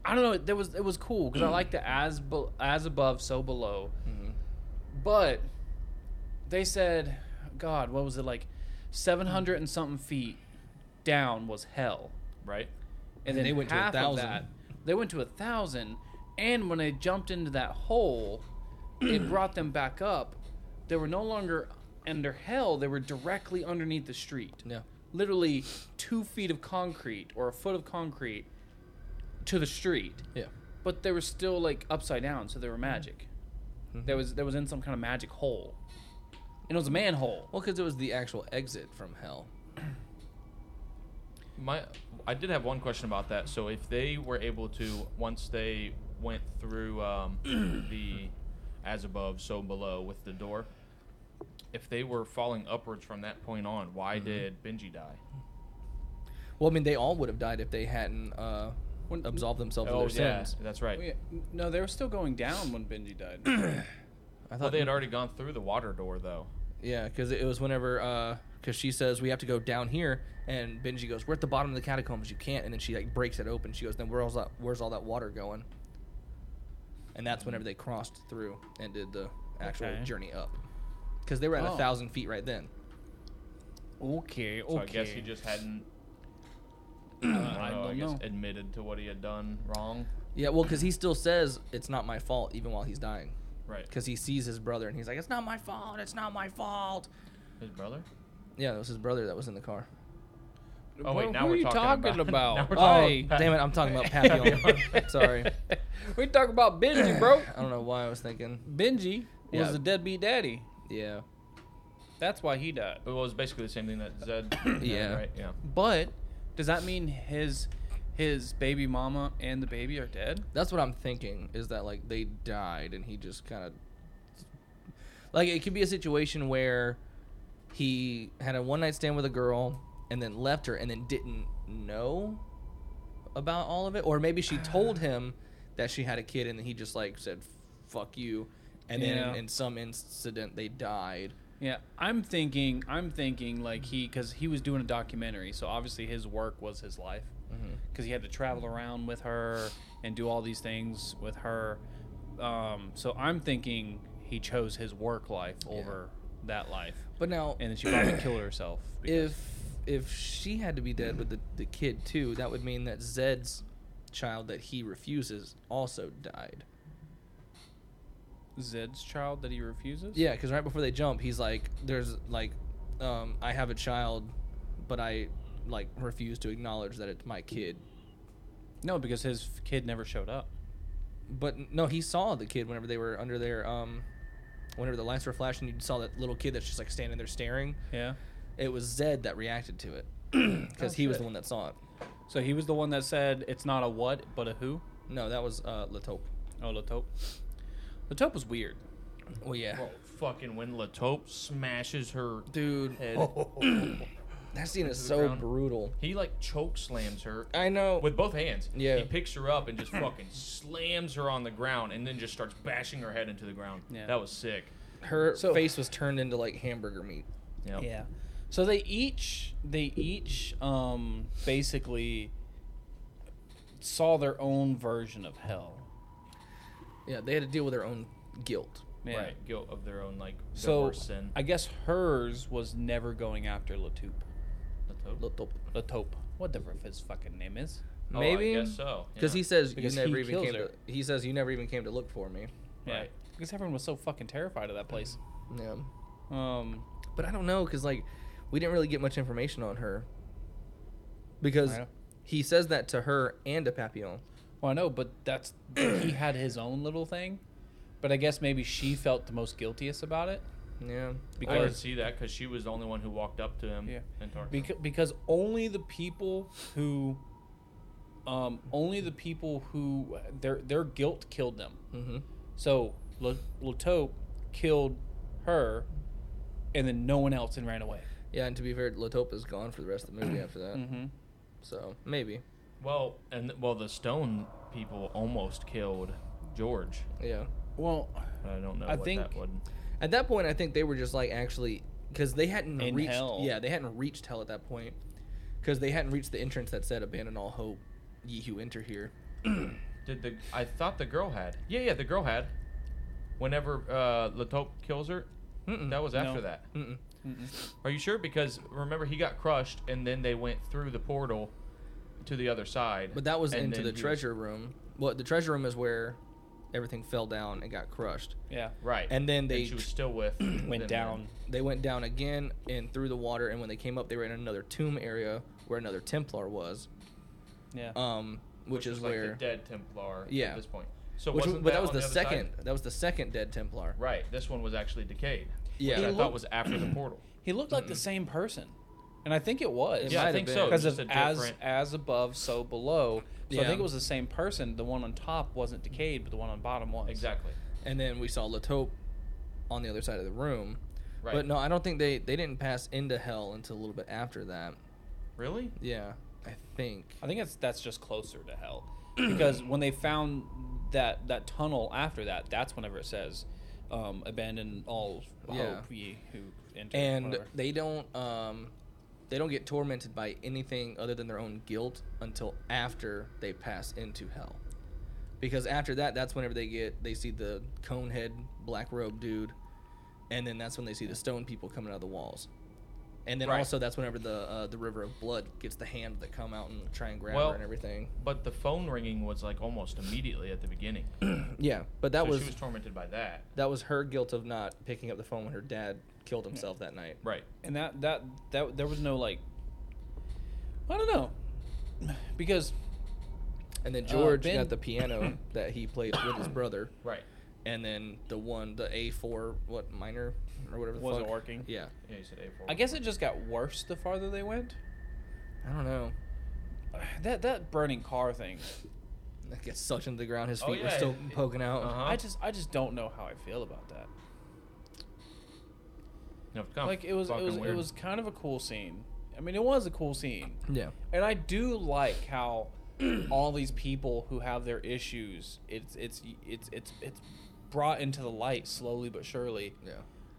Speaker 4: I don't know. There was it was cool because I liked the as be, as above so below. But they said, God, what was it like? Seven hundred and something feet down was hell.
Speaker 2: Right.
Speaker 4: and,
Speaker 6: And
Speaker 4: then
Speaker 6: they went to a
Speaker 4: half of
Speaker 6: thousand.
Speaker 4: that- they went to a thousand, and when they jumped into that hole, it brought them back up. They were no longer under hell; they were directly underneath the street.
Speaker 1: yeah.
Speaker 4: Literally two feet of concrete or a foot of concrete to the street,
Speaker 1: Yeah.
Speaker 4: but they were still like upside down, so they were magic. There was there was in some kind of magic hole, and it was a manhole.
Speaker 1: Well, because it was the actual exit from hell.
Speaker 2: My, I did have one question about that. So if they were able to, once they went through um, the as above, so below with the door, if they were falling upwards from that point on, why did Benji die?
Speaker 1: Well, I mean, they all would have died if they hadn't uh, absolved themselves
Speaker 2: Oh,
Speaker 1: of their sins.
Speaker 2: that's right.
Speaker 4: Yeah, No, they were still going down when Benji died.
Speaker 1: I
Speaker 2: Well,
Speaker 1: thought
Speaker 2: they had already gone through the water door though.
Speaker 1: Yeah, because it was whenever because she says we have to go down here, and Benji goes, "We're at the bottom of the catacombs. You can't." And then she like breaks it open. She goes, "Then where's that? Where's all that water going?" And that's whenever they crossed through and did the actual
Speaker 4: Okay.
Speaker 1: journey up, because they were at
Speaker 4: Oh.
Speaker 1: a thousand feet right then.
Speaker 4: Okay, okay.
Speaker 2: So I guess he just hadn't. I don't know, I,
Speaker 4: don't
Speaker 2: guess
Speaker 4: know.
Speaker 2: admitted to what he had done wrong.
Speaker 1: Yeah, well, because he still says it's not my fault, even while he's dying,
Speaker 2: Right.
Speaker 1: because he sees his brother and he's like, "It's not my fault. It's not my fault."
Speaker 2: His brother.
Speaker 1: Yeah, it was his brother that was in the car.
Speaker 2: Oh wait,
Speaker 4: Well,
Speaker 2: now
Speaker 4: who
Speaker 2: we're
Speaker 4: are you
Speaker 2: talking,
Speaker 4: talking about?
Speaker 2: now we're
Speaker 1: Oh,
Speaker 2: talking about-
Speaker 1: damn it! I'm talking about Papillon. Sorry,
Speaker 4: we talk about Benji, bro.
Speaker 1: I don't know why I was thinking.
Speaker 4: Benji
Speaker 1: Yeah.
Speaker 4: was a deadbeat daddy.
Speaker 1: Yeah.
Speaker 4: That's why he died.
Speaker 2: It was basically the same thing that Zed. did,
Speaker 1: Yeah.
Speaker 2: Right. Yeah.
Speaker 4: But does that mean his his baby mama and the baby are dead?
Speaker 1: That's what I'm thinking is that like they died and he just kind of like it could be a situation where he had a one night stand with a girl and then left her and then didn't know about all of it or maybe she told him that she had a kid and then he just like said fuck you and then
Speaker 4: Yeah.
Speaker 1: in some incident they died.
Speaker 4: Yeah, I'm thinking I'm thinking like he cuz he was doing a documentary, so obviously his work was his life.
Speaker 2: Mm-hmm.
Speaker 4: Cuz he had to travel around with her and do all these things with her. Um, so I'm thinking he chose his work life over that life.
Speaker 1: But now
Speaker 4: And then she probably killed herself. because-
Speaker 1: if if she had to be dead with the, the kid too, that would mean that Zed's child that he refuses also died.
Speaker 4: Zed's child that he refuses?
Speaker 1: Yeah, because right before they jump, he's like, "There's like, um, I have a child, but I like refuse to acknowledge that it's my kid."
Speaker 4: No, because his f- kid never showed up.
Speaker 1: But n- no, he saw the kid whenever they were under their um, whenever the lights were flashing. You saw that little kid that's just like standing there staring.
Speaker 4: Yeah.
Speaker 1: It was Zed that reacted to it because he was
Speaker 4: shit.
Speaker 1: the one that saw it.
Speaker 4: So he was the one that said it's not a what but a who.
Speaker 1: No, that was uh, Latope.
Speaker 4: Oh, Latope. Latope was weird.
Speaker 1: Well, yeah,
Speaker 2: Well, fucking when Latope smashes her
Speaker 1: dude,
Speaker 2: head,
Speaker 1: that scene is
Speaker 2: the
Speaker 1: so
Speaker 2: ground.
Speaker 1: brutal.
Speaker 2: he like choke slams her
Speaker 1: I know.
Speaker 2: with both hands.
Speaker 1: Yeah.
Speaker 2: He picks her up and just fucking slams her on the ground, and then just starts bashing her head into the ground.
Speaker 4: Yeah.
Speaker 2: That was sick.
Speaker 1: her
Speaker 4: So-
Speaker 1: face was turned into like hamburger meat.
Speaker 2: Yeah.
Speaker 4: Yeah. So they each they each um basically saw their own version of hell.
Speaker 1: Yeah, they had to deal with their own guilt.
Speaker 4: Yeah.
Speaker 2: Right, guilt of their own like their
Speaker 4: So
Speaker 2: worst sin.
Speaker 4: I guess hers was never going after Latoupe.
Speaker 2: Because
Speaker 1: Because
Speaker 4: Latope. Whatever his fucking name is.
Speaker 2: Oh, I
Speaker 1: Maybe.
Speaker 2: guess so, yeah.
Speaker 1: he says
Speaker 4: Because
Speaker 1: you never
Speaker 4: he
Speaker 1: even
Speaker 4: kills
Speaker 1: came
Speaker 4: her.
Speaker 1: to. He says you never even came to look for me.
Speaker 4: Yeah.
Speaker 2: Right.
Speaker 4: Because everyone was so fucking terrified of that place.
Speaker 1: Yeah,
Speaker 4: Um
Speaker 1: but I don't know because like we didn't really get much information on her. Because
Speaker 4: I know.
Speaker 1: he says that to her and to Papillon.
Speaker 4: Well, I know, but that's he had his own little thing. But I guess maybe she felt the most guiltiest about it
Speaker 1: Yeah,
Speaker 2: I could
Speaker 4: because
Speaker 2: see that because she was the only one who walked up to him
Speaker 4: Yeah.
Speaker 2: and talked. to him.
Speaker 4: because, because only the people who um only the people who their their guilt killed them.
Speaker 1: mm-hmm.
Speaker 4: So La- Latope killed her, and then no one else and ran away.
Speaker 1: yeah. And to be fair, Latope is gone for the rest of the movie after that.
Speaker 4: Mm-hmm.
Speaker 1: So maybe.
Speaker 2: Well, and th- well, the stone people almost killed George.
Speaker 1: Yeah.
Speaker 4: Well,
Speaker 2: But I don't know
Speaker 4: I
Speaker 2: what
Speaker 4: think-
Speaker 2: that would.
Speaker 1: At that point, I think they were just like actually because they hadn't
Speaker 4: In
Speaker 1: reached.
Speaker 4: hell.
Speaker 1: Yeah, they hadn't reached hell at that point because they hadn't reached the entrance that said "Abandon all hope, ye who enter here."
Speaker 2: Did the I thought the girl had? Yeah, yeah, the girl had. Whenever uh, Latope kills her,
Speaker 1: Mm-mm. Mm.
Speaker 2: that was after
Speaker 4: No.
Speaker 2: that.
Speaker 1: Mm-mm.
Speaker 2: Are you sure? Because remember, he got crushed, and then they went through the portal to the other side.
Speaker 1: But that was
Speaker 2: and
Speaker 1: into
Speaker 2: then
Speaker 1: the
Speaker 2: he was-
Speaker 1: treasure room. Well, the treasure room is where everything fell down and got crushed.
Speaker 4: yeah,
Speaker 2: right?
Speaker 1: and then they
Speaker 2: she
Speaker 1: tr-
Speaker 2: was still with.
Speaker 4: went
Speaker 2: them
Speaker 4: down.
Speaker 1: They went down again and through the water, and when they came up, they were in another tomb area where another Templar was,
Speaker 4: Yeah,
Speaker 1: um, which, is
Speaker 2: was like
Speaker 1: where.
Speaker 2: the dead Templar.
Speaker 1: Yeah.
Speaker 2: At this point. So
Speaker 1: which,
Speaker 2: wasn't
Speaker 1: but that was
Speaker 2: on
Speaker 1: the,
Speaker 2: the other side?
Speaker 1: second. That was the second dead Templar.
Speaker 2: Right. This one was actually decayed.
Speaker 1: Yeah.
Speaker 2: Which
Speaker 1: He
Speaker 2: I
Speaker 4: looked-
Speaker 2: thought was after the portal.
Speaker 4: he looked like the same person, and I think it was.
Speaker 1: It
Speaker 2: yeah,
Speaker 1: might
Speaker 2: I
Speaker 1: have
Speaker 2: think
Speaker 1: been.
Speaker 2: so.
Speaker 4: because
Speaker 2: Just
Speaker 4: of
Speaker 2: a
Speaker 4: as
Speaker 2: different-
Speaker 4: as above, so below. So I
Speaker 1: Yeah.
Speaker 4: think it was the same person. The one on top wasn't decayed, but the one on bottom was.
Speaker 2: exactly.
Speaker 1: and then we saw Latope on the other side of the room.
Speaker 2: Right.
Speaker 1: But no, I don't think they they didn't pass into hell until a little bit after that.
Speaker 2: Really?
Speaker 1: Yeah, I think.
Speaker 4: I think it's that's just closer to hell because when they found that that tunnel after that, that's whenever it says, um, "Abandon all hope,
Speaker 1: Yeah.
Speaker 4: ye who enter."
Speaker 1: And
Speaker 4: whatever.
Speaker 1: they don't um they don't get tormented by anything other than their own guilt until after they pass into hell. Because after that, that's whenever they get they see the cone head black robe dude, and then that's when they see the stone people coming out of the walls. And then
Speaker 2: Right.
Speaker 1: also that's whenever the uh, the river of blood gets the hand that come out and try and grab
Speaker 2: Well,
Speaker 1: her and everything.
Speaker 2: But the phone ringing was like almost immediately at the beginning. that
Speaker 1: Yeah, but that
Speaker 2: so
Speaker 1: was,
Speaker 2: she was tormented by that.
Speaker 1: that was her guilt of not picking up the phone when her dad killed himself that night.
Speaker 2: Right.
Speaker 4: and that that that there was no like, I don't know, because
Speaker 1: And then
Speaker 4: Uh,
Speaker 1: George
Speaker 4: Ben-
Speaker 1: got the piano that he played with his brother,
Speaker 2: Right.
Speaker 1: and then the one the A four what minor or whatever the
Speaker 4: Wasn't
Speaker 1: fuck.
Speaker 4: working.
Speaker 1: Yeah,
Speaker 2: Yeah, you said A4.
Speaker 4: I guess it just got worse the farther they went.
Speaker 1: I don't know.
Speaker 4: That that burning car thing,
Speaker 1: That gets sucked into the ground. His feet
Speaker 2: Oh,
Speaker 1: were
Speaker 2: yeah,
Speaker 1: still
Speaker 2: it- it-
Speaker 1: poking out.
Speaker 2: uh-huh.
Speaker 4: I just I just don't know how I feel about that.
Speaker 2: No, it's kinda
Speaker 4: like it was it
Speaker 2: Oh, fucking
Speaker 4: was
Speaker 2: weird.
Speaker 4: it was kind of a cool scene. I mean, it was a cool scene.
Speaker 1: Yeah,
Speaker 4: And I do like how all these people who have their issues, it's it's it's it's it's brought into the light slowly but surely.
Speaker 1: yeah,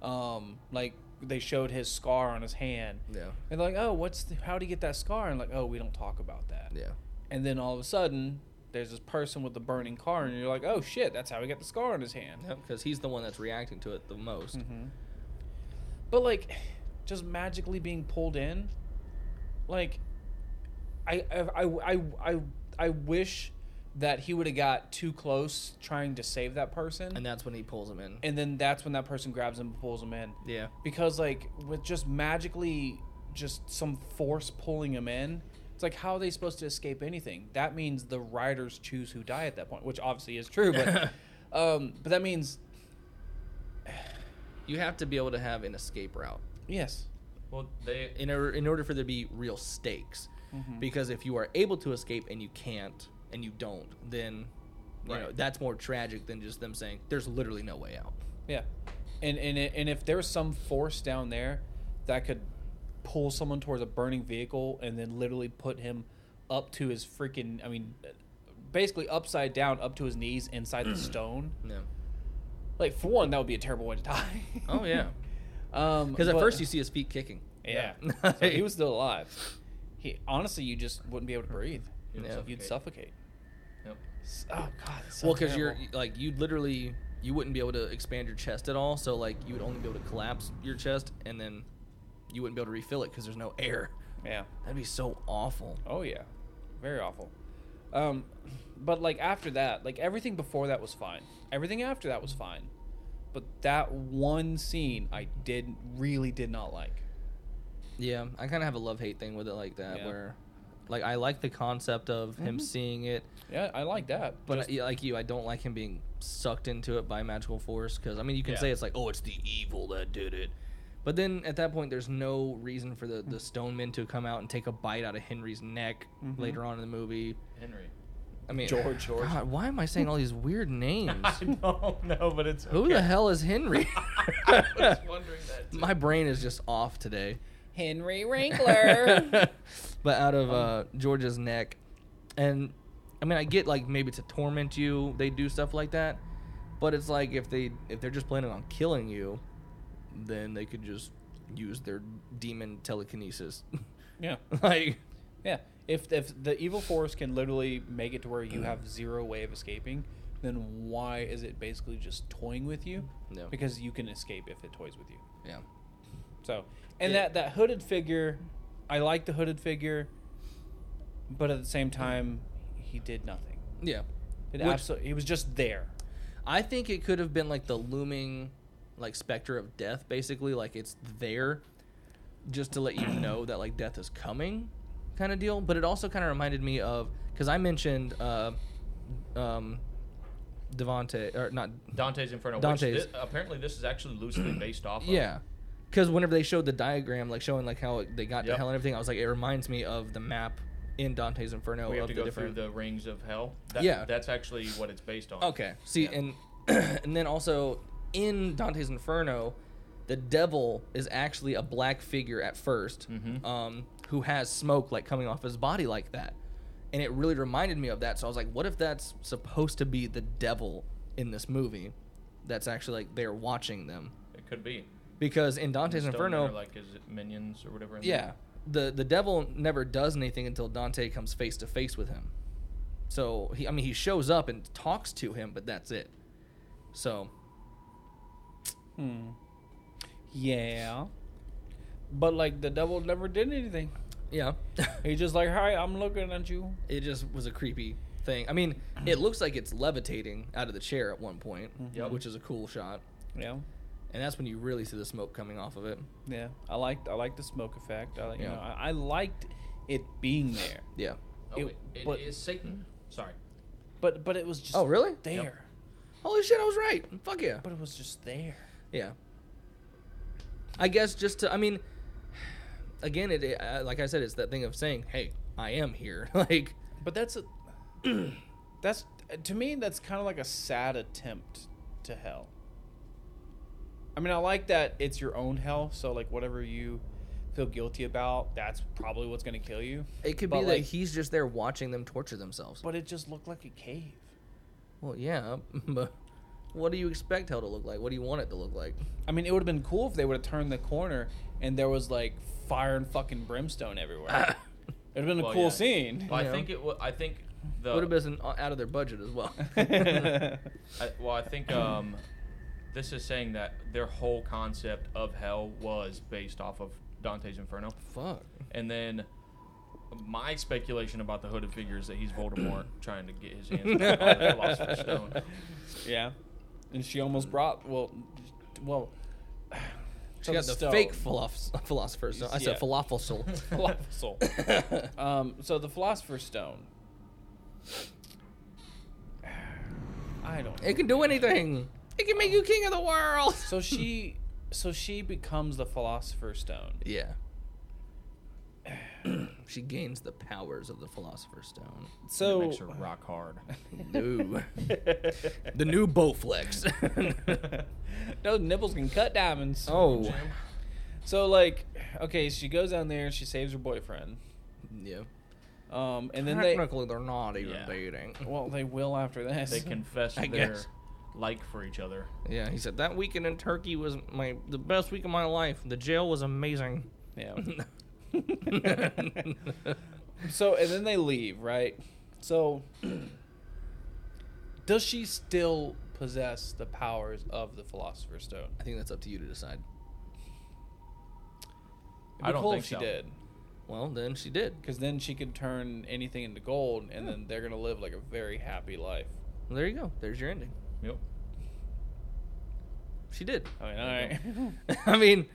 Speaker 4: Um, like they showed his scar on his hand,
Speaker 1: yeah,
Speaker 4: and they're like, "Oh, what's the, how do you get that scar?" And like, "Oh, we don't talk about that."
Speaker 1: yeah.
Speaker 4: And then all of a sudden, there's this person with the burning car, and you're like, "Oh shit, that's how he got the scar on his hand."
Speaker 1: Because he's the one that's reacting to it the most.
Speaker 2: Mm-hmm.
Speaker 4: But like, just magically being pulled in, like, I I I I I, I wish that he would have got too close trying to save that person,
Speaker 1: And that's when he pulls him in.
Speaker 4: and then that's when that person grabs him and pulls him in,
Speaker 1: Yeah,
Speaker 4: because like with just magically just some force pulling him in. It's like how are they supposed to escape anything? That means the riders choose who die at that point, which obviously is true, but um, but that means
Speaker 1: you have to be able to have an escape route.
Speaker 4: yes,
Speaker 2: Well, they.
Speaker 1: in order in order for there to be real stakes
Speaker 2: Mm-hmm.
Speaker 1: because if you are able to escape and you can't and you don't then you know
Speaker 2: Right.
Speaker 1: that's more tragic than just them saying there's literally no way out
Speaker 4: Yeah, and and it- and if there's some force down there that could pull someone towards a burning vehicle and then literally put him up to his freaking, I mean, basically upside down, up to his knees inside the stone.
Speaker 1: no
Speaker 4: Like for one, that would be a terrible way to die.
Speaker 1: oh yeah
Speaker 4: Um,
Speaker 1: because at
Speaker 4: but-
Speaker 1: first you see his feet kicking
Speaker 4: Yeah.
Speaker 1: Yeah.
Speaker 4: so he was still alive. He honestly, you just wouldn't be able to breathe.
Speaker 2: You'd
Speaker 1: Yeah.
Speaker 4: You'd
Speaker 2: suffocate.
Speaker 4: suffocate.
Speaker 2: Yep.
Speaker 4: S- Oh god. it's so
Speaker 1: Well, because you're
Speaker 4: terrible.
Speaker 1: like you'd literally you wouldn't be able to expand your chest at all. So like you would only be able to collapse your chest, and then you wouldn't be able to refill it because there's no air.
Speaker 4: Yeah.
Speaker 1: That'd be so awful.
Speaker 4: Oh yeah. Very awful. Um, but like after that, like everything before that was fine. Everything after that was fine. But that one scene, I did really did not like.
Speaker 1: Yeah, I kind of have a love hate thing with it like that,
Speaker 4: Yeah. Mm-hmm.
Speaker 1: where like I like the concept of him seeing it,
Speaker 4: Yeah, I like that.
Speaker 1: but
Speaker 4: Just-
Speaker 1: I- like you, I don't like him being sucked into it by magical force. Because I mean, you can
Speaker 2: Yeah.
Speaker 1: say it's like, oh, it's the evil that did it. But then at that point, there's no reason for the, the stone men to come out and take a bite out of Henry's neck later on in the movie.
Speaker 2: Henry.
Speaker 1: I mean,
Speaker 4: George, George.
Speaker 1: God, why am I saying all these weird names?
Speaker 2: don't know, but it's
Speaker 1: Who the hell is Henry?
Speaker 2: wondering that.
Speaker 1: My brain is just off today.
Speaker 4: Henry
Speaker 1: but out of uh, George's neck, and I mean, I get like maybe to torment you, they do stuff like that. But it's like if they if they're just planning on killing you, then they could just use their demon telekinesis.
Speaker 4: yeah.
Speaker 1: like,
Speaker 4: Yeah. If if the evil force can literally make it to where you have zero way of escaping, then why is it basically just toying with you?
Speaker 1: No.
Speaker 4: Because you can escape if it toys with you.
Speaker 1: yeah,
Speaker 4: So, and
Speaker 1: Yeah.
Speaker 4: that that hooded figure, I like the hooded figure, but at the same time, he did nothing.
Speaker 1: yeah.
Speaker 4: It
Speaker 1: Which-
Speaker 4: absolutely, he was just there.
Speaker 1: I think it could have been like the looming, like specter of death. Basically, like it's there, just to let you know that like death is coming, kind of deal. But it also kind of reminded me of because I mentioned, uh, um, Devante or not,
Speaker 2: Dante's Inferno.
Speaker 1: Dante's.
Speaker 2: Which thi- apparently, this is actually loosely based off. Of.
Speaker 1: yeah. Because whenever they showed the diagram, like showing like how it, they got to
Speaker 2: Yep.
Speaker 1: hell and everything, I was like, it reminds me of the map in Dante's Inferno
Speaker 2: We have
Speaker 1: of
Speaker 2: to
Speaker 1: the
Speaker 2: go
Speaker 1: different.
Speaker 2: through the rings of hell. That,
Speaker 1: Yeah.
Speaker 2: That's actually what it's based on.
Speaker 1: Okay. See, and and then also in Dante's Inferno, the devil is actually a black figure at 1st um, who has smoke like coming off his body like that, and it really reminded me of that. So I was like, what if that's supposed to be the devil in this movie? That's actually like they're watching them
Speaker 2: It could be.
Speaker 1: because in Dante's
Speaker 2: Stone
Speaker 1: Inferno,
Speaker 2: Manor, like is it minions or whatever. in there?
Speaker 1: yeah, the the devil never does anything until Dante comes face to face with him. So he, I mean, he shows up and talks to him, but that's it. So
Speaker 4: Hmm. Yeah. But like the devil never did anything.
Speaker 1: yeah,
Speaker 4: He just like, hi, I'm looking at you.
Speaker 1: it just was a creepy thing. I mean, it looks like it's levitating out of the chair at one point,
Speaker 2: Yep.
Speaker 1: which is a cool shot.
Speaker 4: Yeah.
Speaker 1: And that's when you really see the smoke coming off of it.
Speaker 4: Yeah. I liked I liked the smoke effect. I like, you
Speaker 1: Yeah.
Speaker 4: know, I, I liked it being there.
Speaker 1: Yeah.
Speaker 2: Oh,
Speaker 4: It-
Speaker 2: wait, it
Speaker 4: but-
Speaker 2: is Satan. Sorry.
Speaker 4: But but it was just
Speaker 1: Oh, really?
Speaker 4: there.
Speaker 1: Holy shit, I was right. Fuck yeah.
Speaker 4: But it was just there.
Speaker 1: Yeah. I guess just to, I mean, again, it, it uh, like I said, it's that thing of saying, "Hey, I am here." like,
Speaker 4: But that's a that's to me that's kind of like a sad attempt to hell. I mean, I like that it's your own hell, so like whatever you feel guilty about, that's probably what's going to kill you.
Speaker 1: It could
Speaker 4: But,
Speaker 1: be
Speaker 4: like-
Speaker 1: that he's just there watching them torture themselves.
Speaker 4: But it just looked like a cave.
Speaker 1: Well, yeah, but what do you expect hell to look like? What do you want it to look like?
Speaker 4: I mean, it would have been cool if they would have turned the corner and there was like fire and fucking brimstone everywhere. It'd have been a
Speaker 2: Well,
Speaker 4: cool
Speaker 2: yeah.
Speaker 4: scene.
Speaker 2: Well, I
Speaker 1: Yeah.
Speaker 2: think it. wa- I think the.
Speaker 1: Would have been uh, out of their budget as well.
Speaker 2: I, well, I think um, this is saying that their whole concept of hell was based off of Dante's Inferno,
Speaker 1: Fuck.
Speaker 2: and then my speculation about the hooded figure is that he's Voldemort trying to get his hands on the Philosopher's Stone.
Speaker 4: yeah, and she almost brought well, well.
Speaker 1: She got the fake philosoph- philosopher's stone. I said
Speaker 4: Yeah.
Speaker 1: falafel soul.
Speaker 4: philosopher. um, so the philosopher's stone. I don't.
Speaker 1: it can do anything. It can make you king of the world.
Speaker 4: So she, so she becomes the philosopher's stone.
Speaker 1: yeah. she gains the powers of the philosopher's stone.
Speaker 2: It
Speaker 4: So
Speaker 2: makes her rock hard.
Speaker 1: No. the new Bowflex.
Speaker 4: those nipples can cut diamonds.
Speaker 1: oh.
Speaker 4: So like, okay, she goes down there and she saves her boyfriend.
Speaker 1: Yeah.
Speaker 4: Um, and then they,
Speaker 1: Technically, they, are not even
Speaker 2: Yeah.
Speaker 1: dating.
Speaker 4: well, they will after this.
Speaker 2: They confess
Speaker 1: I
Speaker 2: their
Speaker 1: guess.
Speaker 2: like for each other.
Speaker 1: Yeah, he said that weekend in Turkey was my the best week of my life. The jail was amazing.
Speaker 4: Yeah. so and then they leave, right? So does she still possess the powers of the Philosopher's Stone?
Speaker 1: I think that's up to you to decide.
Speaker 4: It'd
Speaker 2: I
Speaker 4: be
Speaker 2: don't
Speaker 4: cool
Speaker 2: think
Speaker 4: if she
Speaker 2: so.
Speaker 4: did,
Speaker 1: Well, then she did.
Speaker 4: because then she could turn anything into gold, and then they're gonna live like a very happy life.
Speaker 1: Well, there you go. There's your ending.
Speaker 2: Yep.
Speaker 1: She did.
Speaker 4: I mean, all right.
Speaker 1: I mean,